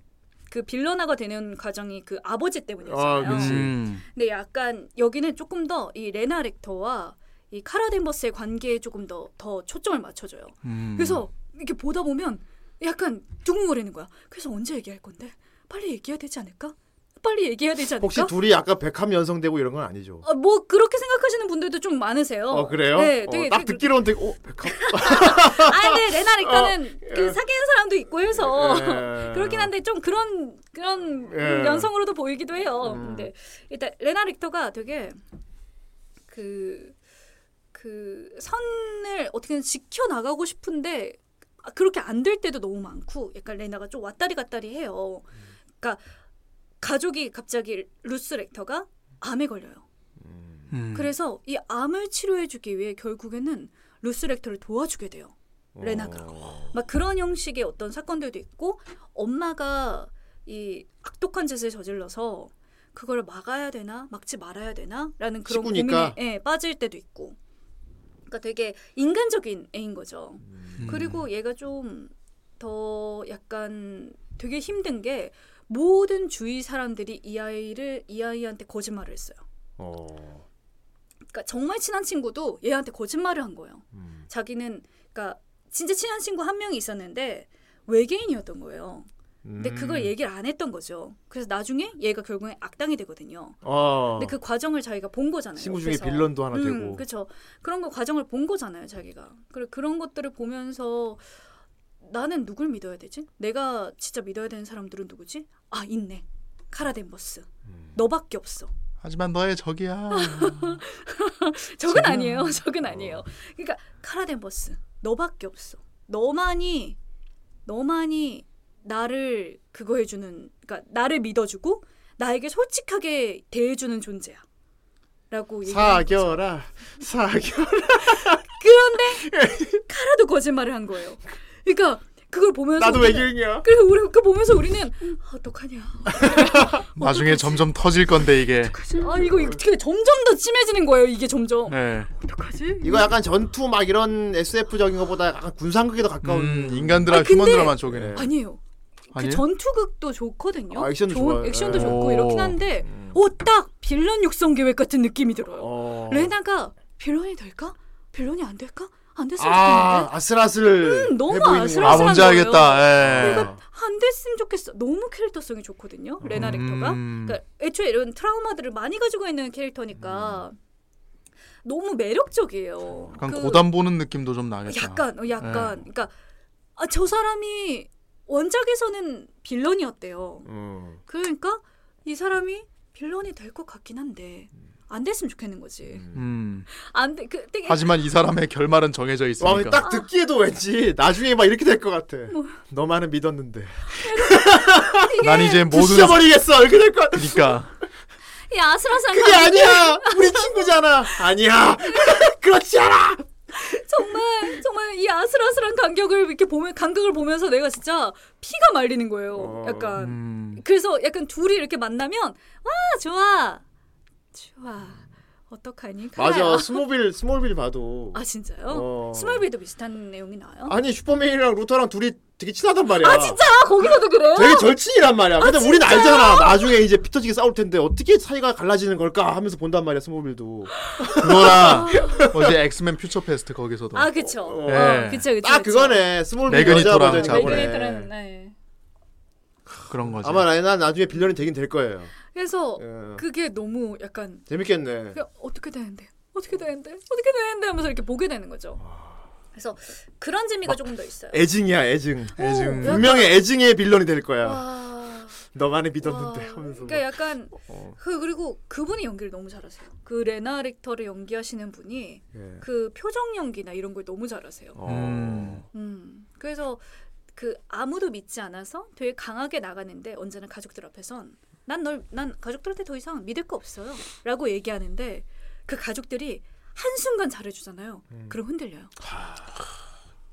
E: 그 빌런화가 되는 과정이 그 아버지 때문이었잖아요.
A: 아, 그치.
C: 음.
E: 근데 약간 여기는 조금 더 이 레나 렉터와 이 카라 덴버스의 관계에 조금 더 더 초점을 맞춰줘요.
A: 음.
E: 그래서 이렇게 보다 보면 약간 두근거리는 거야. 그래서 언제 얘기할 건데? 빨리 얘기해야 되지 않을까? 빨리 얘기해야 되지 않을까?
B: 혹시 둘이 약간 백합 연성되고 이런 건 아니죠?
E: 어, 뭐 그렇게 생각하시는 분들도 좀 많으세요.
B: 어 그래요?
E: 네,
B: 어,
E: 되게
B: 딱
E: 그-
B: 듣기로는 되게 어,
E: 아, 네, 레나 렉터는 그 사귀는 사람도 있고 해서
B: 예.
E: 어, 그렇긴 한데 좀 그런 그런
B: 예. 음.
E: 연성으로도 보이기도 해요. 근데 일단 레나 렉터가 되게 그 그 선을 어떻게든 지켜 나가고 싶은데 아, 그렇게 안 될 때도 너무 많고 약간 레나가 좀 왔다리 갔다리 해요.
B: 음.
E: 그러니까 가족이 갑자기 루스 렉터가 암에 걸려요.
B: 음.
C: 음,
E: 그래서 이 암을 치료해주기 위해 결국에는 루스 렉터를 도와주게 돼요. 레나가
B: 어.
E: 막 그런 형식의 어떤 사건들도 있고 엄마가 이 악독한 짓을 저질러서 그걸 막아야 되나 막지 말아야 되나라는 그런
B: 식구니까.
E: 고민에 예, 빠질 때도 있고 그러니까 되게 인간적인 애인 거죠.
B: 음.
C: 음.
E: 그리고 얘가 좀 더 약간 되게 힘든 게 모든 주위 사람들이 이 아이를 이 아이한테 거짓말을 했어요.
B: 어.
E: 그러니까 정말 친한 친구도 얘한테 거짓말을 한 거예요.
B: 음,
E: 자기는 그러니까 진짜 친한 친구 한 명이 있었는데 외계인이었던 거예요. 근데
B: 음.
E: 그걸 얘기를 안 했던 거죠. 그래서 나중에 얘가 결국에 악당이 되거든요.
S: 아.
B: 어.
E: 근데 그 과정을 자기가 본 거잖아요.
S: 친구 중에 빌런도 하나 되고.
E: 그렇죠. 그런 거 과정을 본 거잖아요, 자기가. 그래 그런 것들을 보면서 나는 누굴 믿어야 되지? 내가 진짜 믿어야 되는 사람들은 누구지? 아 있네, 카라덴버스.
S: 음.
E: 너밖에 없어.
C: 하지만 너의
E: 어,
C: 적이야.
E: 적은 아니에요. 적은 아니에요. 그러니까 카라덴버스 너밖에 없어. 너만이 너만이 나를 그거 해주는 그러니까 나를 믿어주고 나에게 솔직하게 대해주는 존재야. 라고 얘기하는 거죠.
S: 사겨라. 사겨라.
E: 그런데 카라도 거짓말을 한 거예요. 그러니까 그걸 보면서
S: 나도
E: 우리는-
S: 외계인이야.
E: 그래 우리 그 보면서 우리는 아, 어떡하냐.
C: 나중에 점점 터질 건데 이게.
E: 아 이거 이거 어떻게 점점 더 심해지는 거예요. 이게 점점.
C: 네.
E: 어떡하지?
B: 이거 약간 전투 막 이런 SF적인 것보다 약간 군상극에 더 가까운
C: 음, 인간드라 휴먼 드라마 쪽이네.
E: 아니에요. 그
C: 아니에요?
E: 전투극도 좋거든요.
C: 아, 액션도
E: 좋은
C: 좋아요.
E: 액션도
C: 예.
E: 좋고
C: 오. 음.
E: 이렇긴 한데 오딱 빌런 육성 계획 같은 느낌이 들어요. 레나가 빌런이 될까? 빌런이 안 될까? 안 됐으면
B: 아
E: 좋겠는데.
B: 아슬아슬
E: 음, 너무 그러니까
B: 해보이는 아,
E: 아슬아슬한
C: 아, 뭔지
E: 거예요.
C: 알겠다. 예.
E: 내가 안 됐으면 좋겠어. 너무 캐릭터성이 좋거든요.
C: 음.
E: 레나 렉터가. 그러니까 애초에 이런 트라우마들을 많이 가지고 있는 캐릭터니까 너무 매력적이에요.
C: 음. 약간 네.
E: 그-
C: 고단 보는 느낌도 좀 나겠다.
E: 약간 어, 약간 그러니까 아, 저 사람이 원작에서는 빌런이었대요.
B: 음.
E: 그러니까 이 사람이 빌런이 될 것 같긴 한데 안 됐으면 좋겠는 거지.
C: 음.
E: 안돼그 되게
C: 하지만 이 사람의 결말은 정해져 있으니까.
B: 와,
E: 아.
B: 딱 듣기에도 왠지 나중에 막 이렇게 될 것 같아.
E: 뭐.
B: 너만은 믿었는데.
C: 난 이제 모든
B: 부셔버리겠어. 이렇게 될 것.
C: 그러니까
E: 이 아슬아슬한
B: 그게
E: 감정.
B: 아니야. 우리 친구잖아. 아니야. 그렇지 않아.
E: 정말 정말 이 아슬아슬한 간격을 이렇게 보면 간격을 보면서 내가 진짜 피가 말리는 거예요.
B: 어.
E: 약간
B: 음.
C: 음.
E: 그래서 약간 둘이 이렇게 만나면 와 좋아 좋아 어떡하니
B: 맞아.
E: 카라야.
B: 스모빌 스몰빌 봐도.
E: 아 진짜요?
B: 어.
E: 스몰빌도 비슷한 내용이 나와요?
B: 아니 슈퍼맨이랑 루터랑 둘이 되게 친하단 말이야.
E: 아, 진짜 거기서도 그래요?
B: 되게 절친이란 말이야.
E: 아,
B: 근데 우린
E: 진짜요?
B: 알잖아. 나중에 이제 피터지게 싸울 텐데 어떻게 사이가 갈라지는 걸까 하면서 본단 말이야 스모빌도.
C: 그거랑 어제 엑스맨 퓨처 페스트 거기서도.
E: 아 그쵸. 어,
C: 예.
E: 그쵸 그쵸.
B: 딱 아, 그거네. 스몰빌 여자
C: 매그니토랑
B: 버전이
C: 자본의
E: 그런 네.
C: 그런 거지.
B: 아마 라이나 나중에 빌런이 되긴 될 거예요.
E: 그래서
B: 예.
E: 그게 너무 약간
B: 재밌겠네.
E: 그냥 어떻게 되는데 어떻게 되는데 어떻게 되는데 하면서 이렇게 보게 되는 거죠.
B: 아.
E: 그래서 그런 재미가 조금 더 있어요.
B: 애증이야 애증.
E: 애증.
B: 분명히 애증의 빌런이 될 거야.
E: 와.
B: 너만을 믿었는데 하면서.
E: 그러니까 약간
B: 어.
E: 그 그리고 그분이 연기를 너무 잘하세요. 그 레나 렉터를 연기하시는 분이
B: 예.
E: 그 표정 연기나 이런 걸 너무 잘하세요.
B: 음.
E: 음. 그래서 그 아무도 믿지 않아서 되게 강하게 나가는데 언제나 가족들 앞에선 난 널 난 가족들한테 더 이상 믿을 거 없어요라고 얘기하는데 그 가족들이 한 순간 잘해주잖아요.
C: 음.
E: 그럼 흔들려요.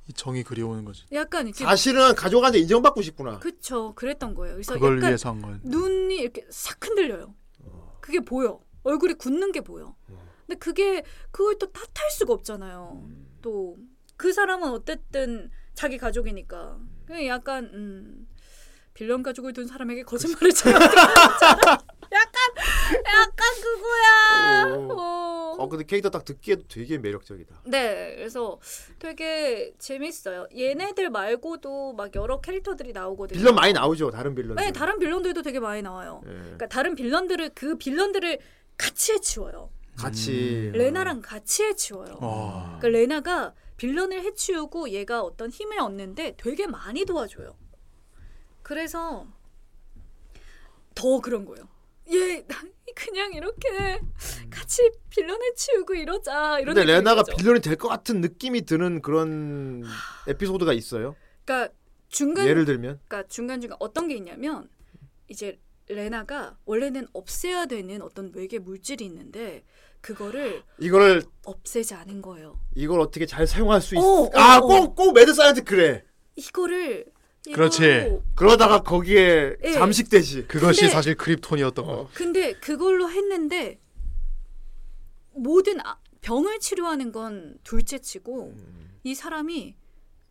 C: 이 정이 그리워오는 거지.
E: 약간 이렇게
B: 사실은 가족한테 인정받고 싶구나.
E: 그쵸 그랬던 거예요. 그래서
C: 그걸
E: 약간
C: 위해서 한 거예요.
E: 눈이 이렇게 싹 흔들려요. 그게 보여. 얼굴이 굳는 게 보여. 근데 그게 그걸 또 탓할 수가 없잖아요. 또 그 사람은 어쨌든 자기 가족이니까. 그냥 약간 음, 빌런 가족을 둔 사람에게 거짓말을 치는 약간 그거야.
B: 오.
E: 어.
B: 어 근데 캐릭터 딱 듣기에도 되게 매력적이다.
E: 네, 그래서 되게 재밌어요. 얘네들 말고도 막 여러 캐릭터들이 나오거든요.
B: 빌런 많이 나오죠 다른 빌런.
E: 네, 다른 빌런들도 되게 많이 나와요.
B: 그렇죠. 예.
E: 그러니까 다른 빌런들을 그 빌런들을 같이 해치워요.
B: 같이.
E: 레나랑 같이 해치워요.
B: 와.
E: 그러니까 레나가 빌런을 해치우고 얘가 어떤 힘을 얻는데 되게 많이 도와줘요. 그래서 더 그런 거예요. 얘 나- 그냥 이렇게 같이 빌런 해치우고 이러자 이런.
B: 근데
E: 느낌인
B: 레나가
E: 거죠.
B: 빌런이 될 것 같은 느낌이 드는 그런 에피소드가 있어요.
E: 그러니까 중간
B: 예를 들면?
E: 그러니까 중간 중간 어떤 게 있냐면 이제 레나가 원래는 없애야 되는 어떤 외계 물질이 있는데 그거를
B: 이거를
E: 없애지 않은 거예요.
B: 이걸 어떻게 잘 사용할 수 있.
E: 어, 어,
B: 아꼭
E: 어.
B: 꼭 매드 사이언스 그래.
E: 이거를
C: 그렇지.
B: 그러다가 거기에
E: 예.
B: 잠식되지.
C: 그것이
E: 근데-
C: 사실 크립톤이었던
B: 어.
C: 거.
E: 근데 그걸로 했는데 모든 아- 병을 치료하는 건 둘째치고
B: 음.
E: 이 사람이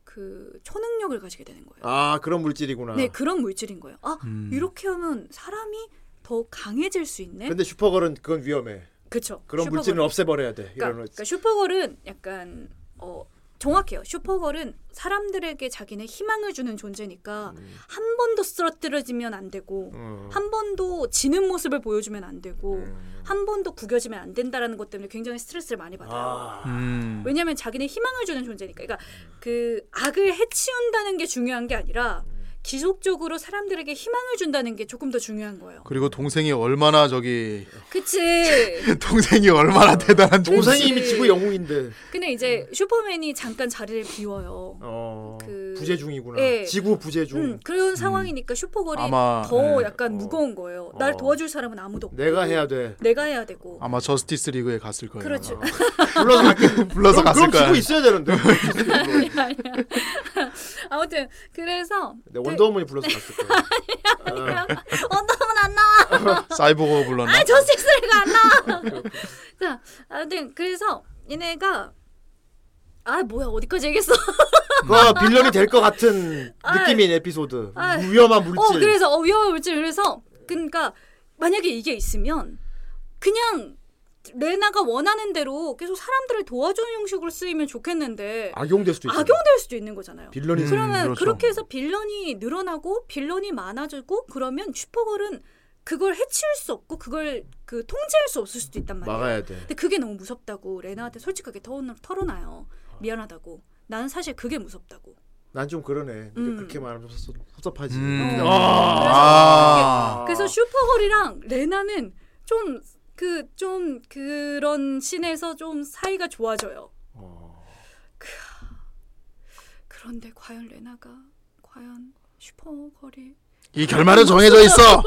E: 그 초능력을 가지게 되는 거예요.
B: 아 그런 물질이구나.
E: 네 그런 물질인 거예요. 아
B: 음.
E: 이렇게 하면 사람이 더 강해질 수 있네.
B: 근데 슈퍼걸은 그건 위험해.
E: 그쵸.
B: 그런
E: 슈퍼걸.
B: 물질은 없애버려야 돼.
E: 그러니까,
B: 이런
E: 그러니까 슈퍼걸은 약간 어, 정확해요. 슈퍼걸은 사람들에게 자기네 희망을 주는 존재니까 한 번도 쓰러뜨려지면 안 되고
A: 음.
E: 한 번도 지는 모습을 보여주면 안 되고 한 번도 구겨지면 안 된다라는 것 때문에 굉장히 스트레스를 많이 받아요.
C: 음.
E: 왜냐하면 자기네 희망을 주는 존재니까. 그러니까 그 악을 해치운다는 게 중요한 게 아니라 지속적으로 사람들에게 희망을 준다는 게 조금 더 중요한 거예요.
C: 그리고 동생이 얼마나 저기
E: 그치.
C: 동생이 얼마나 대단한
E: 동생이 이미 지구
B: 영웅인데.
E: 근데 이제 슈퍼맨이 잠깐 자리를 비워요.
B: 어
E: 그-
B: 부재중이구나.
E: 예.
B: 지구 부재중.
E: 음, 그런 상황이니까 슈퍼걸이
C: 아마,
E: 더
B: 네.
C: 예.
E: 약간 무거운 거예요.
B: 어.
E: 날 도와줄 사람은 아무도 없고
C: 내가 해야 돼.
B: 네.
E: 내가 해야 되고.
C: 아마 저스티스 리그에 갔을 거예요.
E: 그렇죠.
C: 불러서 갔 불러서
B: 그럼-
C: 갔을
B: 그럼
C: 거야.
B: 지구 있어야 네. 되는데.
E: 아니, 아니야. 아무튼 그래서 어,
B: 내 원더우먼이 불러서 갔을 거야.
E: 원더우먼 안 나와.
C: 사이보그 불렀나?
E: 아, 저 식스리가 안 나와. 자, 아무튼 그래서 얘네가 아 뭐야 어디까지 얘기했어?
B: 그 빌런이 될 것 같은
E: 아. 아이.
B: 느낌인 에피소드.
E: 아,
B: 위험한 물질.
E: 어, 그래서 어, 위험한 물질. 그래서 그러니까 만약에 이게 있으면 그냥 레나가 원하는 대로 계속 사람들을 도와주는 형식으로 쓰이면 좋겠는데
B: 악용될 아, 수도 있어.
E: 악용될 수도 있는 거잖아요.
B: 빌런이 음,
E: 그러면
B: 그렇죠.
E: 그렇게 해서 빌런이 늘어나고 빌런이 많아지고 그러면 슈퍼걸은 그걸 해치울 수 없고 그걸 그 통제할 수 없을 수도 있단 말이에요.
B: 막아야 돼.
E: 근데 그게 너무 무섭다고 레나한테 솔직하게 터, 털어놔요. 미안하다고. 나는 사실 그게 무섭다고.
B: 난 좀 그러네. 네가 그렇게 말하면 좀 섭- 섭섭하지.
E: 음.
C: 음.
B: 음.
E: 어.
B: 아.
E: 그래서 슈퍼걸이랑 레나는 좀 그 좀 그런 신에서 좀 사이가 좋아져요.
B: 어.
E: 크. 그런데 과연 레나가 과연 슈퍼걸이 아,
C: 이 결말은 정해져 있어.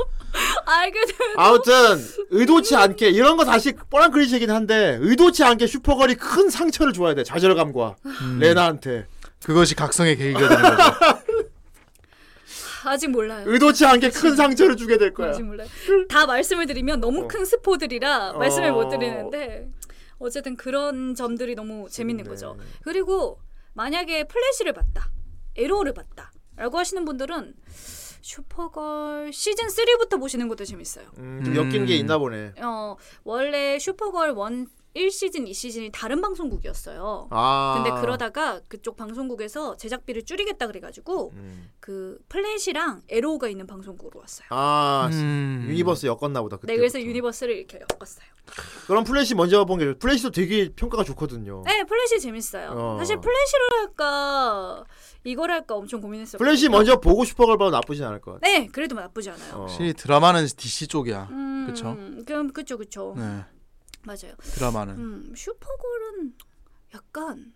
E: 알게 된
B: 아무튼 의도치 않게 이런 거 다시 뻔한 그리시긴 한데 의도치 않게 슈퍼걸이 큰 상처를 줘야 돼. 좌절감과 레나한테.
C: 그것이 각성의 계기가 되는 거죠.
E: 아직 몰라요.
B: 의도치 않게 큰 상처를 주게 될 거야.
E: 아직 몰라요. 다 말씀을 드리면 너무 큰 스포들이라
B: 어.
E: 말씀을 못 드리는데 어쨌든 그런 점들이 너무 재밌는 거죠. 그리고 만약에 플래시를 봤다, 에로를 봤다라고 하시는 분들은 슈퍼걸 시즌 3부터 보시는 것도 재밌어요.
B: 음, 좀 엮인 게 있나 보네.
E: 어 원래 슈퍼걸 원 1시즌, 2시즌이 다른 방송국이었어요.
B: 아.
E: 근데 그러다가 그쪽 방송국에서 제작비를 줄이겠다 그래가지고
B: 음.
E: 그 플래시랑 에로우가 있는 방송국으로 왔어요.
B: 아
C: 음.
B: 유니버스 엮었나 보다. 그때.
E: 네, 그래서 유니버스를 이렇게 엮었어요.
B: 그럼 플래시 먼저 본 게 플래시도 되게 평가가 좋거든요.
E: 네, 플래시 재밌어요.
B: 어.
E: 사실 플래시를 할까 이걸 할까 엄청 고민했어요.
B: 플래시 먼저 보고 싶어걸 봐도 나쁘진 않을 것 어. 같아.
E: 네, 그래도 나쁘지 않아요.
C: 확실히 드라마는 DC 쪽이야.
E: 음,
C: 그렇죠.
E: 그럼 그쵸 그쵸.
C: 네.
E: 맞아요.
C: 드라마는.
E: 음, 슈퍼골은 약간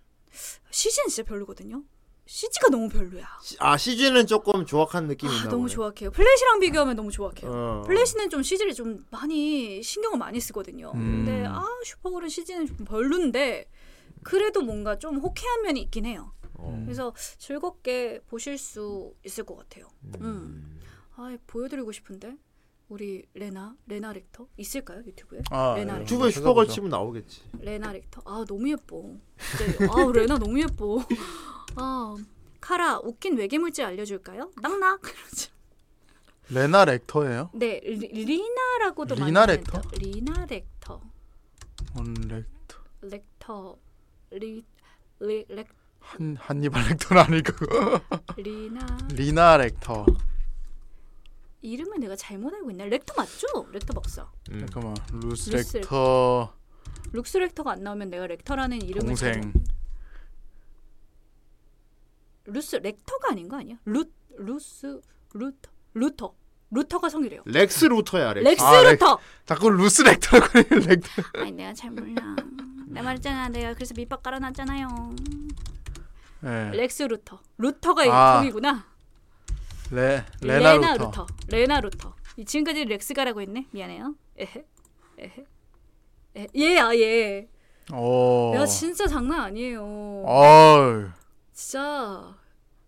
E: CG는 진짜 별로거든요. CG가 너무 별로야. 아,
B: 아 CG는 조금 조악한 느낌이 있나
E: 너무
B: 보네.
E: 조악해요. 플래시랑 비교하면 너무 조악해요.
B: 어.
E: 플래시는 좀 CG를 좀 많이 신경을 많이 쓰거든요.
B: 음.
E: 근데 아 슈퍼골은 CG는 좀 별론데 그래도 뭔가 좀 호쾌한 면이 있긴 해요. 그래서 즐겁게 보실 수 있을 것 같아요. 음. 아 보여드리고 싶은데 우리 레나 레나 렉터 있을까요 유튜브에?
C: 아, 예.
E: 레나 렉터.
B: 유튜브에 슈퍼걸 치면 나오겠지.
E: 레나 렉터 아 너무 예뻐. 진짜 아 레나 너무 예뻐. 아 카라 웃긴 외계물질 알려줄까요? 낙낙.
C: 레나 렉터예요.
E: 네 리, 리나라고도 많이
C: 리나
E: 불린다.
C: 렉터?
E: 리나 렉터
C: 음, 렉-
E: 렉터 리렉
C: 한 한니발 렉터는 아닐 거고.
E: 리나
C: 리나 렉터.
E: 이름을 내가 잘못 알고 있나? 렉터 맞죠? 렉터 박사.
B: 음.
C: 잠깐만. 루스
E: 루스
C: 렉터
E: 룩스 렉터가 안 나오면 내가 렉터라는 이름을
C: 동생.
E: 잘못- 루스 렉터가 아닌 거 아니야? 루 루스 루터 루터 루터가 성이래요.
B: 렉스 루터야 렉스.
E: 렉스 아, 렉- 루터!
C: 자꾸 루스 렉터라고 그래. 렉터.
E: 아니 내가 잘 몰라. 내가 말했잖아. 내가 그래서 밑밥 깔아놨잖아요.
C: 예.
E: 렉스 루터. 루터가
C: 아.
E: 이름이구나.
C: 레 레나,
E: 레나,
C: 루터.
E: 루터. 레나 루터. 이 지금까지 렉스가라고 했네. 미안해요. 에헤. 에헤. 에, 얘야 얘.
C: 오.
E: 야 진짜 장난 아니에요.
C: 어. 어이.
E: 진짜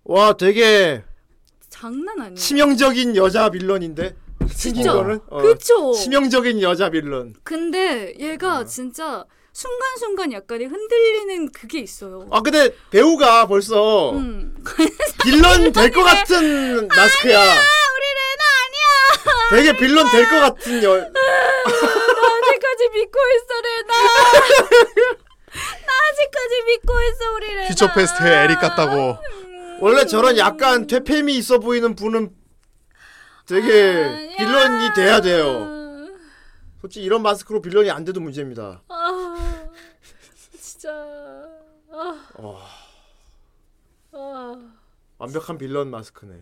B: 와 되게
E: 장난 아니에요.
B: 치명적인 여자 빌런인데 생긴
E: 진짜.
B: 거는 어,
E: 그쵸.
B: 치명적인 여자 빌런.
E: 근데 얘가
C: 어.
E: 진짜 순간순간 약간의 흔들리는 그게 있어요.
B: 아 근데 배우가 벌써
E: 음.
B: 빌런 될 것 같은 마스크야.
E: 우리
B: 되게 빌런 될 것 같은 여.
E: 나 아직까지 믿고 있어 레나. 나
D: 아직까지 믿고 있어 우리를.
C: 퓨처페스트에 에릭 같다고.
B: 원래 저런 약간 퇴폐미 있어 보이는 분은 되게 빌런이 돼야 돼요. 솔직히 이런 마스크로 빌런이 안 돼도 문제입니다.
E: 아, 진짜. 아,
B: 와,
E: 아,
B: 완벽한 빌런 마스크네.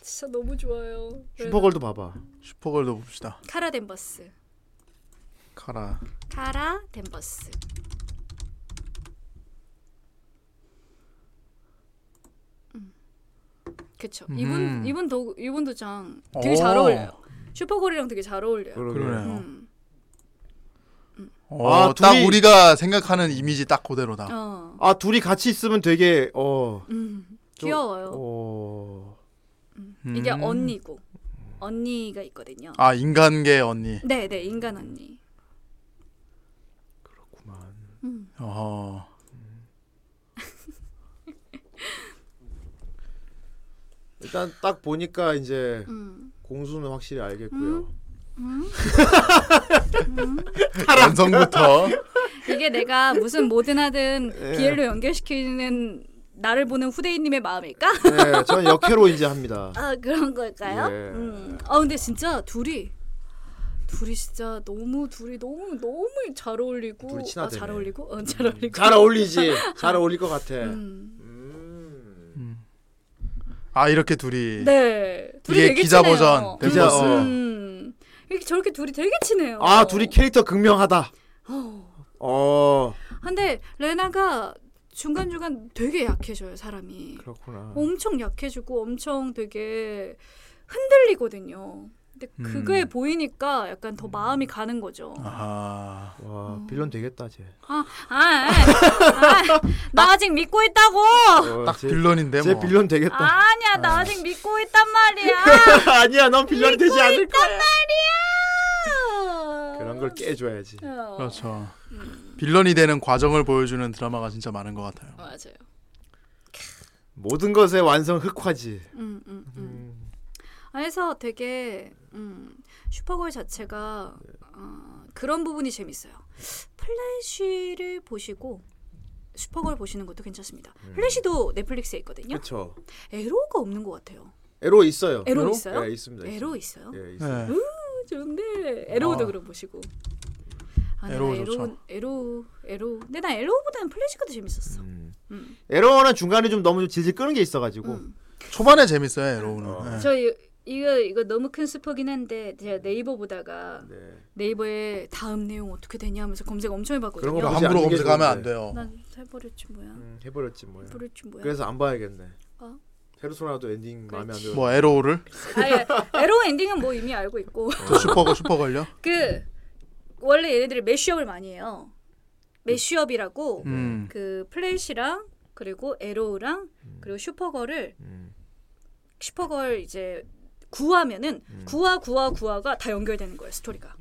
E: 진짜 너무 좋아요.
B: 슈퍼걸도 봐봐.
C: 슈퍼걸도 봅시다.
E: 카라 덴버스.
C: 카라.
D: 카라 덴버스.
E: 음. 그쵸.
C: 음.
E: 이분 이분 도 이분 도장
C: 오.
E: 되게 잘 어울려요. 슈퍼걸이랑 되게 잘 어울려요.
C: 그러네요.
E: 음.
C: 어,
B: 아,
C: 딱
B: 둘이-
C: 우리가 생각하는 이미지 딱 그대로다.
E: 어.
B: 아 둘이 같이 있으면 되게 어.
E: 음.
B: 좀-
E: 귀여워요.
B: 어.
E: 이게
C: 음.
E: 언니고 언니가 있거든요.
C: 아 인간계 언니.
E: 네, 네 인간 언니.
C: 어.
B: 일단 딱 보니까 이제
E: 음.
B: 공수는 확실히 알겠고요.
C: 완성부터.
E: 이게 내가 무슨 모든 하든
B: 예.
E: BL로 연결시키는 나를 보는 후대인님의 마음일까?
B: 네, 저는 역회로 이제 합니다.
E: 아 그런 걸까요?
B: 예.
E: 음. 아 근데 진짜 둘이 둘이 진짜 너무 둘이 너무 너무 잘 어울리고
B: 둘이 음.
E: 아,
B: 친하다며.
E: 잘 어울리고 어, 잘 어울리고
B: 잘 어울리지. 잘 어울릴 것 같아.
C: 아
B: 음.
C: 이렇게 둘이.
E: 네. 둘이
C: 이게
E: 되게
C: 기자
E: 친해요.
C: 버전
B: 기자,
C: 멤버스.
B: 어.
E: 음. 이렇게 저렇게 둘이 되게 친해요.
B: 아 둘이 캐릭터 극명하다.
E: 어.
B: 어.
E: 근데 레나가 중간 중간 되게 약해져요 사람이.
B: 그렇구나.
E: 엄청 약해지고 엄청 되게 흔들리거든요. 근데
B: 음.
E: 그게 보이니까 약간 더 마음이 가는 거죠.
C: 아.
B: 와 빌런 되겠다 쟤.
E: 아, 아, 아, 아, 나 아직 믿고 있다고.
B: 딱
C: 빌런인데
B: 쟤
C: 뭐.
B: 빌런 되겠다.
E: 아니야, 나 아직 믿고 있단 말이야.
B: 아니야, 넌 빌런 되지 않을
E: 믿고 있단
B: 거야.
E: 말이야.
C: 그런 걸
B: 깨줘야지.
E: 어.
C: 그렇죠.
E: 음.
C: 빌런이 되는 과정을 보여주는 드라마가 진짜 많은 것 같아요.
E: 맞아요.
B: 모든 것의 완성 흑화지.
E: 음, 음, 음. 그래서 되게 음, 슈퍼걸 자체가 어, 그런 부분이 재밌어요. 플래시를 보시고 슈퍼걸 보시는 것도 괜찮습니다. 플래시도 넷플릭스에 있거든요.
B: 그렇죠.
E: 에로가 없는 것 같아요.
B: 에로 있어요.
E: 에로 있어요?
B: 예, 있습니다.
E: 에로
B: 있습니다.
E: 있어요?
C: 네.
B: 예, 있어요.
E: 우 좋은데 에로도
B: 아.
E: 그럼 보시고. 아,
B: 에로우
E: 에로
B: 좋죠.
E: 에로 에로 에로. 근데 나 에로보다는 플래시가 더 재밌었어. 음.
B: 에로는 중간에 좀 너무 좀 질질 끄는 게 있어가지고
C: 초반에 재밌어요 에로는. 네.
E: 저 이, 이거 이거 너무 큰 스포긴 한데 제가 네이버 보다가 네이버에 다음 내용 어떻게 되냐 하면서 검색 엄청 해봤거든요.
B: 그런 거
C: 함부로 검색하면 안 돼요.
E: 난 해버렸지 뭐야.
B: 음, 해버렸지 뭐야.
E: 해버렸지 뭐야.
B: 그래서 안 봐야겠네.
E: 어?
B: 페르소나도 엔딩 마음에 안 들어.
C: 뭐 에로우를?
E: 아예 에로 엔딩은 뭐 이미 알고 있고
C: 저 슈퍼걸 슈퍼걸요?
E: 그 원래 얘네들이 매쉬업을 많이 해요. 매쉬업이라고
C: 음.
E: 그 플래시랑 그리고 에로우랑
B: 음.
E: 그리고 슈퍼걸을 슈퍼걸 이제 구하면은
B: 음.
E: 구화 구화 구화가 다 연결되는 거예요 스토리가.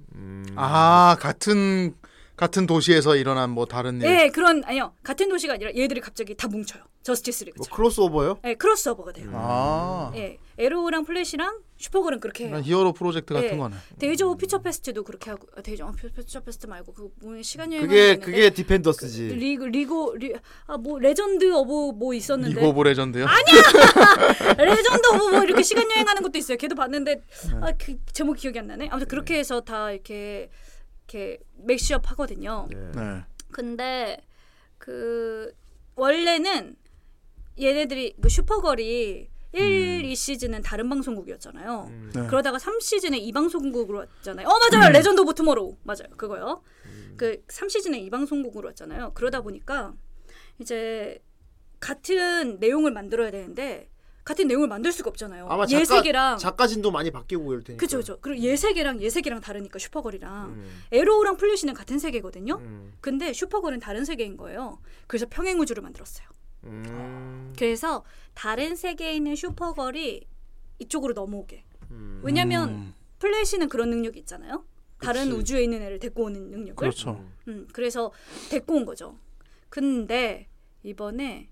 C: 아 같은 같은 도시에서 일어난 뭐 다른 일.
B: 네.
E: 예, 그런 아니요 같은 도시가 아니라 얘들이 갑자기 다 뭉쳐요. 저스티스 리그.
B: 뭐
C: 그렇죠.
B: 음. 크로스오버요?
E: 예, 크로스오버가 돼요.
C: 아.
E: 예, 에로우랑 플래시랑 슈퍼걸은 그렇게 해요.
C: 이런 히어로 프로젝트 같은
E: 예,
C: 거네.
E: 데이즈 오브 퓨처 페스트도 그렇게 하고 아, 데이즈 오브 퓨처 페스트 말고 그뭐 시간 여행
B: 그게 그게 디펜더스지.
E: 네, 리그 리고 아뭐 레전드 오브 뭐 있었는데
C: 리그 오브 레전드요?
E: 레전드 오브 뭐 이렇게 시간 여행하는 것도 있어요. 걔도 봤는데 아 그 제목 기억이 안 나네. 아무튼 그렇게 해서 다 이렇게 이렇게 맥시업 하거든요.
C: 네.
E: 근데 그 원래는 얘네들이 그 슈퍼걸이 1, 2시즌은 다른 방송국이었잖아요.
B: 음.
A: 네.
E: 그러다가 3시즌에 이 방송국으로 왔잖아요. 어 맞아요. 레전드 오브 투모로우. 맞아요. 그거요. 그 3시즌에 이 방송국으로 왔잖아요. 그러다 보니까 이제 같은 내용을 만들어야 되는데 같은 내용을 만들 수가 없잖아요.
B: 아마 작가
E: 어. 예색이랑
B: 작가진도 많이 바뀌고 이럴 테니까.
E: 그죠, 그죠. 그리고 예색이랑 예색이랑 다르니까 슈퍼걸이랑
B: 음.
E: 에로우랑 플래시는 같은 세계거든요.
B: 음.
E: 근데 슈퍼걸은 다른 세계인 거예요. 그래서 평행 우주를 만들었어요.
B: 음.
E: 그래서 다른 세계에 있는 슈퍼걸이 이쪽으로 넘어오게.
B: 음.
E: 왜냐면 플래시는 그런 능력이 있잖아요. 다른
B: 그치.
E: 우주에 있는 애를 데리고 오는 능력을.
C: 그렇죠.
E: 음, 그래서 데리고 온 거죠. 근데 이번에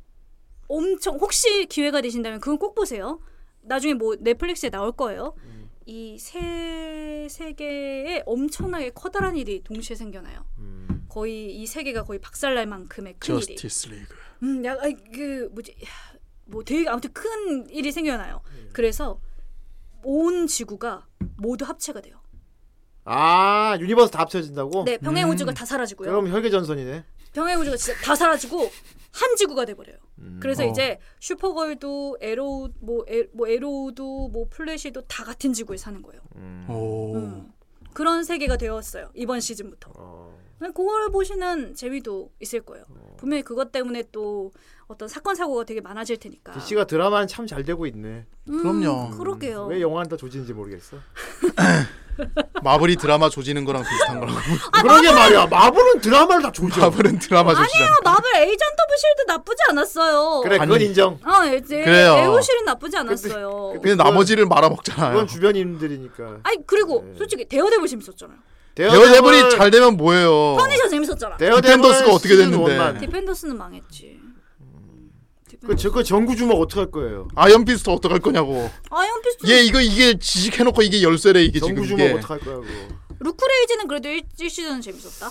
E: 엄청 혹시 기회가 되신다면 그건 꼭 보세요. 나중에 뭐 넷플릭스에 나올 거예요.
C: 음.
B: 음.
E: 이 세 세계에 엄청나게 커다란 일이 동시에 생겨나요. 거의 이 세계가 거의 박살날 만큼의 큰 일이.
C: 저스티스 리그.
E: 음, 약, 아니, 그 뭐지, 뭐 되게 아무튼 큰 일이 생겨나요.
C: 음.
E: 그래서 온 지구가 모두 합체가 돼요.
B: 아 유니버스 다 합쳐진다고?
E: 네, 병행
C: 음.
E: 우주가 다 사라지고요.
B: 그럼 혈계전선이네.
E: 병행 우주가 진짜 다 사라지고 한 지구가 돼버려요.
C: 음.
E: 그래서
B: 어.
E: 이제 슈퍼걸도 에로우 뭐, 에, 뭐 에로우도 뭐 플래시도 다 같은 지구에 사는 거예요.
C: 오.
E: 음. 그런 세계가 되었어요 이번 시즌부터.
B: 어.
E: 그걸 보시는 재미도 있을 거예요.
C: 어.
E: 분명히 그것 때문에 또 어떤 사건 사고가 되게 많아질 테니까.
C: 그
B: DC가 드라마는 참 잘 되고 있네.
E: 음, 그러게요. 아,
B: 왜 영화는 다 조지는지 모르겠어.
C: 마블이 드라마 조지는 거랑 비슷한 거라고.
B: 아, 그러게 말이야. 마블은 드라마를 다 조져.
C: 마블은 드라마 조지잖아.
E: 아니에요 마블 에이전트 오브 실드 나쁘지 않았어요.
C: 그래, 그건 아니. 인정.
E: 어 예, 예,
C: 그래요.
E: 에오실은 나쁘지 않았어요.
C: 근데 나머지를 말아먹잖아요.
B: 그건 주변인들이니까.
E: 아니 그리고
C: 네.
E: 솔직히 대어데블 재밌었잖아요.
C: 데어데블이 잘 되면 뭐예요?
E: 퍼니셔 재밌었잖아.
C: 디펜더스가 어떻게 됐는데?
E: 디펜더스는 망했지.
B: 네. 그, 저, 그 전구 주먹 어떻게 할 거예요?
C: 아이언 피스트 어떡할 거냐고.
E: 아이언 피스트.
B: 예,
C: 얘 이거 이게 지식해놓고 이게 열쇠래 이게 지금
B: 전구 주먹
C: 이게.
B: 어떡할 거야 그거.
E: 루크레이즈는 그래도 1, 시즌은 재밌었다.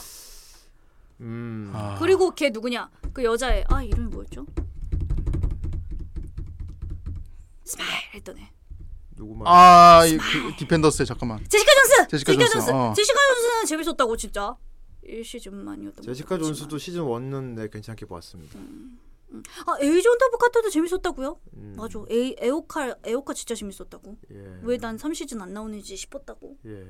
B: 음.
E: 그리고 걔 누구냐? 그 여자애. 아 이름이 뭐였죠? 스마일 했던 애.
C: 아, 이, 그, 디펜더스 잠깐만.
E: 제시카 존스.
C: 제시카 존스, 어.
E: 제시카 존스는 재밌었다고 진짜. 1시즌만이었던 거.
B: 제시카 존스도 시즌 1은 네, 괜찮게 보았습니다.
E: 아 에이전트 오브 카터도 재밌었다고요? 맞아. 에이, 에오카 에오카 진짜 재밌었다고.
B: 음. 예.
E: 왜 난 3시즌 안 나오는지 싶었다고.
B: 예.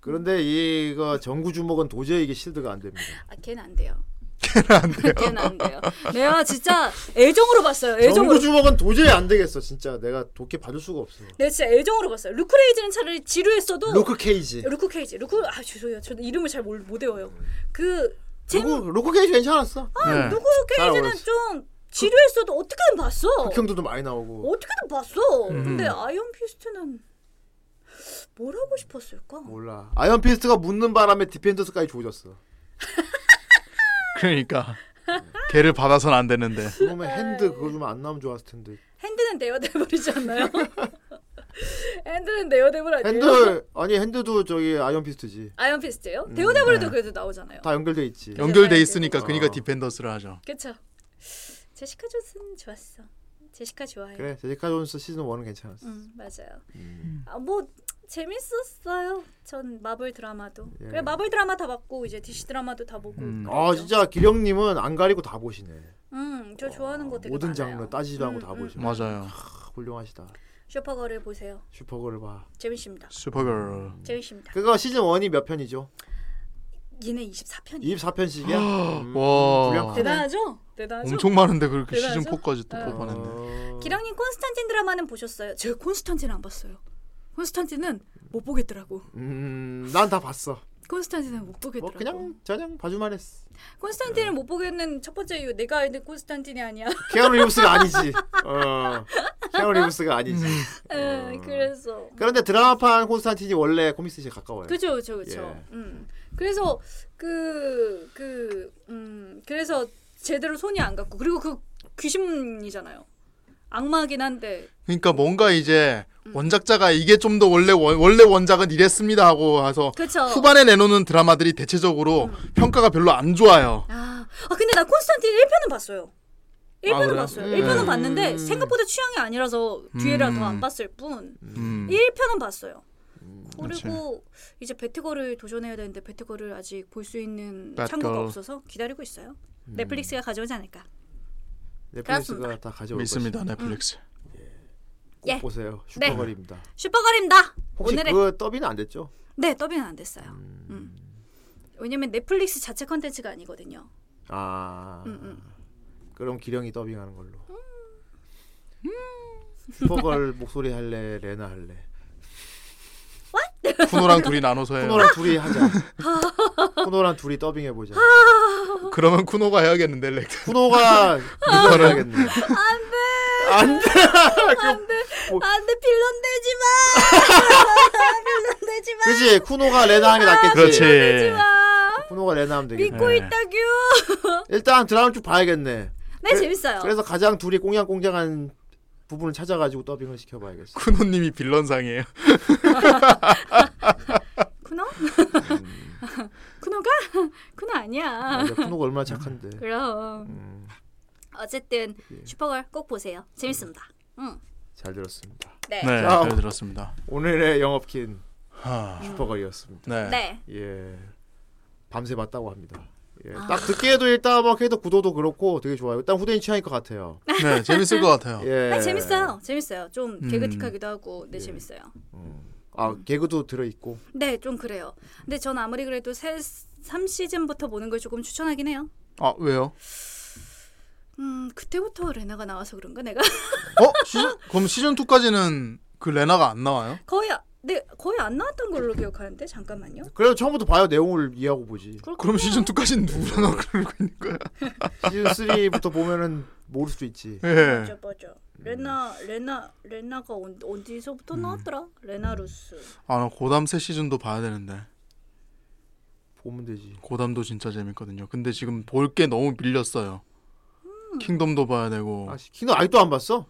B: 그런데 이거 전구 주먹은 도저히 이게 실드가 안 됩니다.
E: 아 걔는 안 돼요. 걔는 안 돼요. 내가 진짜 애정으로 봤어요. 애정으로.
B: 전구 주먹은 도저히 안 되겠어 진짜. 내가 돕게 받을 수가 없어.
E: 내가 진짜 애정으로 봤어요. 루크레이즈는 차라리 지루했어도
B: 루크 케이지.
E: 루크 케이지. 루크 아 죄송해요. 저 이름을 잘 못 외워요. 그
B: 루크, 루크 케이지 괜찮았어.
E: 아,
B: 네.
E: 루크
B: 잘
E: 케이지는
B: 어울렸어.
E: 좀 지루했어도 어떻게든 봤어.
B: 극형도도 많이 나오고.
E: 어떻게든 봤어.
B: 음.
E: 근데 아이언 피스트는 뭘 하고 싶었을까?
B: 몰라. 아이언 피스트가 묻는 바람에 디펜더스까지 조졌어.
C: 그러니까 걔를 받아선 안 되는데.
B: 그러면 핸드 그거 좀 안 나오면 좋았을 텐데.
E: 핸드는 데어데블이지 않나요? 핸드는 데어데블 아니에요?
B: 핸드 아니 핸드도 저기 아이언 피스트지.
E: 아이언 피스트예요?
B: 음.
E: 데어데블도
B: 네.
E: 그래도 나오잖아요.
B: 다 연결돼 있지.
C: 연결돼 있으니까 그니까 디펜더스를 하죠.
E: 그렇죠. 제시카 존슨 좋았어. 제시카 좋아해요.
B: 그래 제시카 존스 시즌 1은 괜찮았어.
E: 음 맞아요. 아 뭐 재밌었어요. 전 마블 드라마도.
B: 예.
E: 그래 마블 드라마 다 봤고 이제 DC 드라마도 다 보고. 음,
B: 아 진짜 기령님은 안 가리고 다 보시네.
E: 음, 저 좋아하는 거 되게
B: 모든
E: 많아요.
B: 장르 따지지도 않고 다 보시네.
C: 맞아요.
B: 아, 훌륭하시다.
E: 슈퍼걸을 보세요.
B: 슈퍼걸을 봐.
E: 재밌습니다.
C: 슈퍼걸.
E: 재밌습니다.
B: 그거 시즌 1이 몇 편이죠?
E: 얘네 24편이.
B: 그 24편씩이야? 음,
C: 와.
E: 대단하죠? 대단하죠?
C: 엄청 많은데 그렇게
E: 대단하죠?
C: 시즌 4까지 또
E: 네.
C: 뽑아냈네.
B: 어,
E: 기랑님 콘스탄틴 드라마는 보셨어요? 제가 콘스탄틴 안 봤어요. 콘스탄틴은 못 보겠더라고.
B: 음, 난 다 봤어. 뭐
E: 콘스탄틴은 못 보겠더라고.
B: 그냥 저냥 봐주만 했어.
E: 콘스탄틴을 못 보겠는 첫 번째 이유 내가 알던 콘스탄틴이 아니야.
B: 케아노 리브스가 아니지. 어. 케아노 리브스가 아니지.
C: 음. 어.
E: 예, 그래서
B: 그런데 드라마판 콘스탄틴이 원래 코믹스에 가까워요.
E: 그죠, 그죠, 그죠.
B: 예.
E: 음, 그래서 그, 그, 음, 그래서 제대로 손이 안 갔고 그리고 그 귀신이잖아요. 악마긴 한데
C: 그러니까 뭔가 이제 원작자가 이게 좀 더 원래 원, 원래 원작은 이랬습니다 하고 와서
E: 그쵸.
C: 후반에 내놓는 드라마들이 대체적으로 평가가 별로 안 좋아요.
E: 아, 아 근데 나 콘스탄틴 1편은 봤어요. 1편은
C: 그래요?
E: 봤어요.
C: 네.
E: 1편은 봤는데 생각보다 취향이 아니라서 뒤에라 더 안 봤을 뿐
C: 음.
E: 1편은 봤어요.
C: 그렇지.
E: 그리고 이제 배트걸을 도전해야 되는데 배트걸을 아직 볼 수 있는
B: 배트걸.
E: 창구가 없어서 기다리고 있어요.
B: 음.
E: 넷플릭스가 가져오지 않을까.
B: 넷플릭스가 네, 다 가져올
C: 믿습니다,
B: 것이다.
C: 넷플릭스.
B: 꼭
E: 예.
B: 보세요.
E: 네.
B: 슈퍼걸입니다.
E: 슈퍼걸입니다.
B: 혹시
E: 오늘의
B: 그 더빙은 안 됐죠?
E: 네 더빙은 안 됐어요. 음. 왜냐면 넷플릭스 자체 컨텐츠가 아니거든요.
B: 아.
E: 음, 음.
B: 그럼 기령이 더빙하는 걸로. 음. 슈퍼걸 목소리 할래, 레나 할래.
C: 쿠노랑 둘이 나눠서
E: 음.
C: 해요.
B: 쿠노랑 둘이 하자. 쿠노랑 둘이 더빙해 보자.
E: 아.
C: 그러면 쿠노가 해야겠는데 렉.
B: 쿠노가
C: 이거를
B: 해야겠네.
E: 안돼.
B: 안돼.
E: 안돼.
B: 아,
E: 안돼 빌런 되지 마. 빌런 되지 마.
B: 그지 쿠노가 레나 하는 게 낫겠지.
C: 그렇지. 그러지
B: 쿠노가 레나 하면 되겠네.
E: 믿고 있다 규.
B: 일단 드라마 쭉 봐야겠네.
E: 네 재밌어요.
B: 그래서 가장 둘이 꽁냥꽁냥한 부분을 찾아가지고 더빙을 시켜봐야겠어.
C: 쿠노님이 빌런상이에요.
B: 음.
E: 쿠노? 쿠노가? 쿠노 아니야.
B: 맞아, 쿠노가 얼마나 착한데.
E: 그럼.
B: 음.
E: 어쨌든
B: 예.
E: 슈퍼걸 꼭 보세요. 재밌습니다.
B: 음.
E: 응.
B: 잘 들었습니다.
E: 네.
C: 네,
B: 자,
C: 잘 들었습니다.
B: 오늘의 영업킨
C: 하.
B: 슈퍼걸이었습니다.
C: 네.
E: 네.
B: 예. 밤새 봤다고 합니다. 예.
E: 아.
B: 딱 듣기에도 일단 막 해도 구도도 그렇고 되게 좋아요. 일단 후대인 취향일 것 같아요.
C: 네, 재밌을 것 같아요.
B: 예.
E: 아, 재밌어요. 재밌어요. 좀
B: 음. 예.
E: 개그틱하기도 하고 네 재밌어요.
B: 아 개그도 들어 있고.
E: 네, 좀 그래요. 근데 전 아무리 그래도 새 3시즌부터 보는 걸 조금 추천하긴 해요.
C: 아 왜요?
E: 음, 그때부터 레나가 나와서 그런가 내가?
C: 어 시즌 그럼 시즌 2까지는 그 레나가 안 나와요?
E: 거의 아- 네, 거의 안 나왔던 걸로 기억하는데 잠깐만요.
B: 그래도 처음부터 봐요 내용을 이해하고 보지.
C: 그럼 시즌
B: 네.
C: 2까지는 누구랑 그러고 있는 거야?
B: 시즌 3부터 보면은 모를 수도 있지. 네.
E: 맞아 맞아. 레나 레나 레나가 언, 어디서부터 나왔더라? 레나루스.
C: 아나 고담 새 시즌도 봐야 되는데.
B: 보면 되지.
C: 고담도 진짜 재밌거든요. 근데 지금 볼 게 너무 밀렸어요. 킹덤도 봐야 되고. 아,
B: 킹덤 음. 아직도 안 봤어?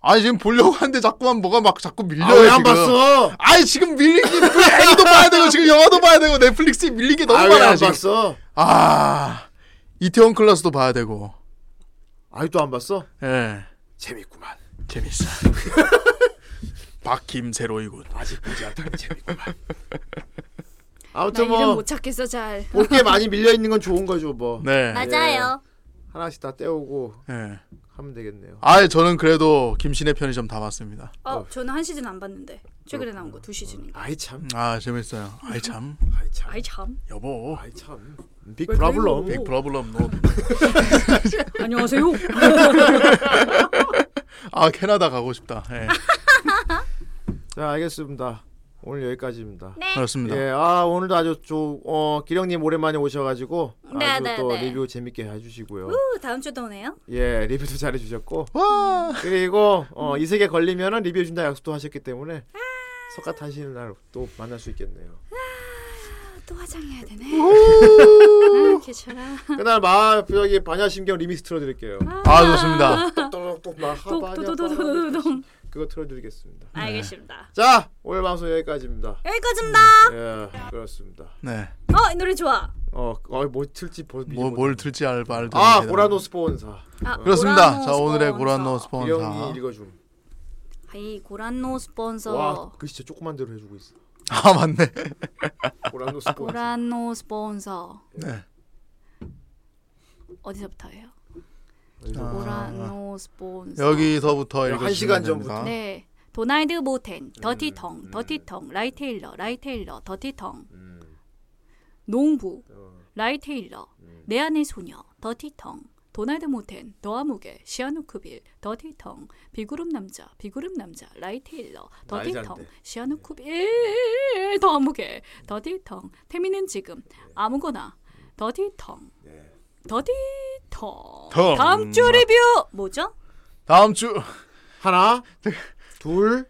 C: 아니 지금 보려고 하는데 자꾸만 뭐가 막 자꾸 밀려요.
B: 아, 왜안
C: 지금.
B: 봤어?
C: 아니 지금 밀리기 애니도 봐야 되고 지금 영화도 봐야 되고 넷플릭스에 밀린 게 너무
B: 아, 왜안
C: 많아요 지금.
B: 봤어?
C: 아 이태원 클라스도 봐야 되고.
B: 아직도 안 봤어?
C: 예.
B: 재밌구만.
C: 재밌어. 박김세로이군.
B: 아직 보지 않다니 재밌구만.
T: 나
B: 아무튼
T: 이름
B: 뭐
T: 못 찾겠어 잘.
B: 볼 게 많이 밀려 있는 건 좋은 거죠 뭐.
C: 네.
E: 맞아요.
B: 예. 하나씩 다 떼우고
C: 예.
B: 하면 되겠네요.
C: 아 저는 그래도 김신의 편의점 다 봤습니다.
E: 어, 저는 한 시즌 안 봤는데 최근에 나온 거 두 시즌인가.
B: 아이 참.
C: 아 재밌어요. 아이 참.
B: 아이 참.
E: 아이 참.
C: 여보.
B: 아이 참. 빅
E: 왜 그래요?
B: 브라블럼.
C: 빅 브라블럼 너.
E: 안녕하세요.
C: 아 캐나다 가고 싶다. 예.
B: 자 알겠습니다. 오늘 여기까지입니다.
E: 네.
C: 그렇습니다.
B: 예, 아 오늘도 아주 좀어 기령님 오랜만에 오셔가지고
E: 네,
B: 아주
E: 네,
B: 또
E: 네.
B: 리뷰 재밌게 해주시고요.
E: 우, 다음 주도 오네요.
B: 예, 리뷰도 잘해주셨고 그리고 어, 이 세계 걸리면은 리뷰해준다 약속도 하셨기 때문에 석가탄신 날또 만날 수 있겠네요.
E: 아, 또 화장해야 되네.
B: 우.
E: 아, 귀찮아.
B: 그날 마 여기 반야심경 리믹스 틀어드릴게요.
C: 아, 좋습니다.
B: 똑똑똑막
E: 어,
B: 하바냐
E: 도도도도도동.
B: 그거 틀어드리겠습니다.
E: 알겠습니다.
B: 자 오늘 방송 여기까지입니다.
E: 네. 음. 여기까지입니다.
B: 예, 그렇습니다.
C: 네.
E: 어, 이 노래 좋아.
B: 어, 어, 뭐 틀지 벌
C: 뭐 뭘 들지 알바 알도.
B: 아
C: 모르겠네요.
B: 고라노 스폰사.
E: 아,
C: 그렇습니다. 자
E: 고라노
C: 오늘의
E: 스폰서.
C: 고란노 스폰사.
B: 이령이 읽어줌.
E: 아이 고란노 스폰서.
B: 와 글씨 진짜 조그만 대로 해주고 있어.
C: 아 맞네.
B: 고란노 스폰서.
E: 고란노 스폰서.
C: 네.
E: 어디서부터 해요?
C: 아.
E: 고란노 스폰서.
C: 여기서부터 읽어
B: 한 시간 전부터.
E: 네. 도날드 모텐, 더티텅, 더티텅, 라이테일러, 라이테일러, 더티텅. 농부, 라이테일러, 내 안의 소녀, 더티텅. 도날드 모텐, 더아무게, 시아누쿠빌, 더티텅, 비구름 남자, 비구름 남자, 라이테일러, 더티텅,
L: 나이잔데.
E: 시아누쿠빌, 더아무게, 더티텅, 태미는 지금, 아무거나, 더티텅, 더티텅.
C: 텅.
E: 다음 주 리뷰! 뭐죠?
C: 다음 주
B: 하나, 둘,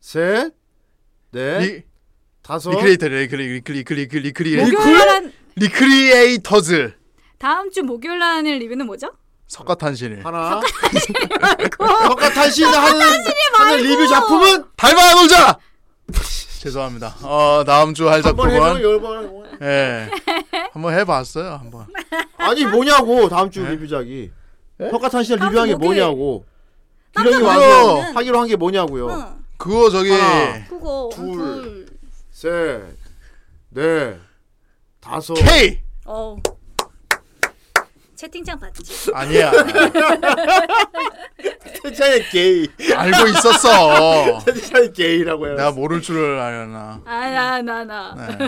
B: 셋, 넷,
C: 리-
B: 다섯.
C: 리크리에이터 리크리 리크리 리크리 리크리
E: 목요일은
C: 리크리에이터즈
E: 다음 주 목요일 날의 리뷰는 뭐죠?
C: 석가탄신일.
B: 하나. 아, 석가탄신 하는 하는 리뷰 작품은
C: 달마 놀자. 죄송합니다. 어 다음 주 할
B: 한번 해보고
C: 작품은
B: 열번.
C: 예 한번 해봤어요 한번.
B: 아니 뭐냐고 다음 주 리뷰작이. 네? 석가탄신
E: 다음 주
B: 리뷰한 게
E: 목요일.
B: 뭐냐고.
E: 다음 주
B: 기령이 와서
E: 목요일은-
B: 하기로 한 게 뭐냐고요.
E: 응.
C: 그거 저기
B: 하나,
E: 그거
B: 둘.
E: 둘.
B: 셋, 넷, 다섯.
C: K
E: 어. 채팅창 봤지?
C: 아니야.
B: 세상에 게이.
C: 알고 있었어.
B: 세상에 게이라고 해요.
C: 내가 모를 줄을 알았나.
E: 아나 나나.
C: 네.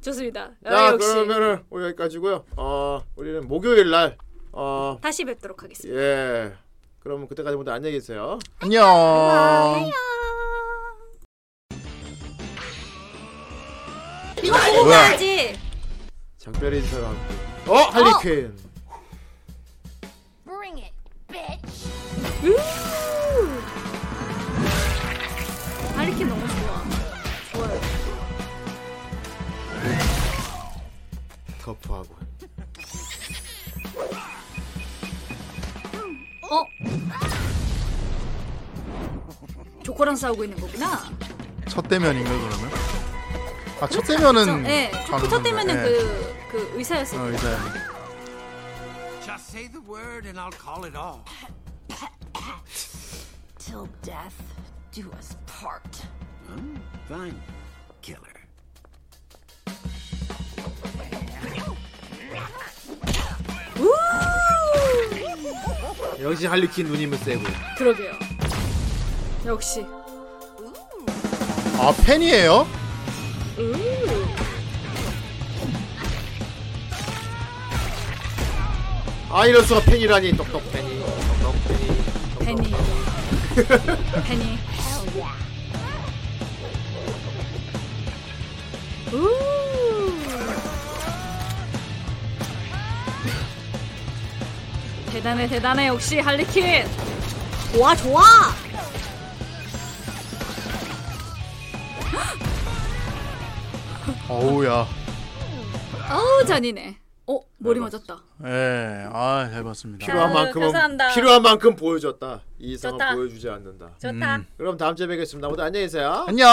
E: 좋습니다. 아,
B: 자
E: 역시
B: 그러면은 오늘 여기까지고요. 어 우리는 목요일 날 어.
E: 다시 뵙도록 하겠습니다.
B: 예. 그러면 그때까지 모두 안녕히 계세요.
C: 안녕.
E: 이거 보고
B: 뭐야?
E: 가야지.
B: 작별 인사를 하고. 어 할리퀸.
L: Bring it, bitch.
E: 아 이렇게 너무 좋아. 좋아요.
B: 터프하고.
E: 어? 조커랑 싸우고 있는 거구나.
C: 첫 대면인가 그러면? 아첫 대면은
E: 네. 조커 첫
B: 음,
C: 가능한가요?
E: 때면은
C: 예.
E: 그 그 의사였어요.
C: 어, 의사야.
I: Just say the word and I'll call it off.
U: Till death do us part.
I: Hmm? Fine. Killer.
B: 역시 할리퀸 누님은 세고.
E: 그러게요. 역시.
C: 아 팬이에요?
B: 아 이럴 수가 팬이라니 똑똑 팬이 똑똑
E: 팬이. 팬이. 대단해 대단해 역시 할리퀸. 좋아 좋아.
C: 어우야.
E: 어우 잔이네. 어 머리 맞았다.
C: 예, 아, 잘 봤습니다.
B: 필요한 만큼은
E: 감사합니다.
B: 필요한 만큼 보여줬다. 이 이상은
E: 좋다.
B: 보여주지 않는다.
E: 좋다.
B: 그럼 다음 주에 뵙겠습니다. 모두 안녕히 계세요.
C: 안녕.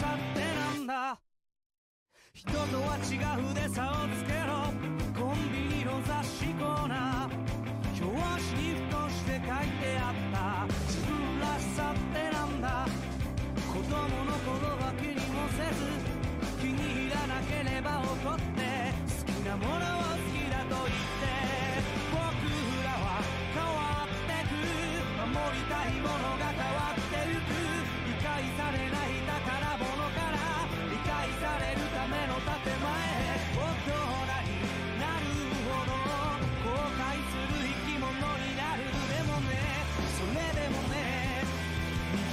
I: さってなんだ人とは違うで差をつけろコンビニの雑誌コーナー表紙にふとして書いてあった自分らしさってなんだ子供の頃は気にもせず気に入らなければ怒って好きなものを好きだと言って僕らは変わってく守りたいものが変わってゆく理解されない宝物から理解されるための建前大人になるほど後悔する生き物になるでもねそれでもね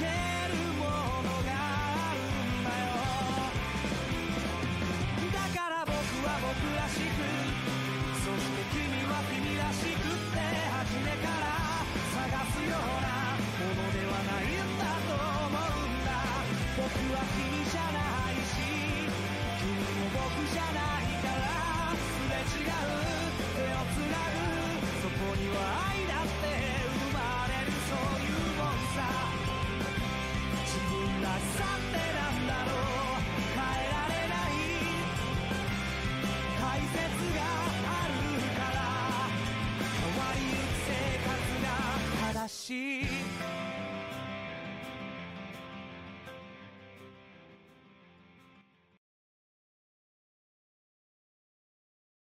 I: 逃げるものがあるんだよだから僕は僕らしくそして君は君らしくって初めから探すようなものではないんだと思うんだ僕は君じゃないし君も僕じゃないからすれ違う手をつなぐそこには愛だって生まれるそういうもんさ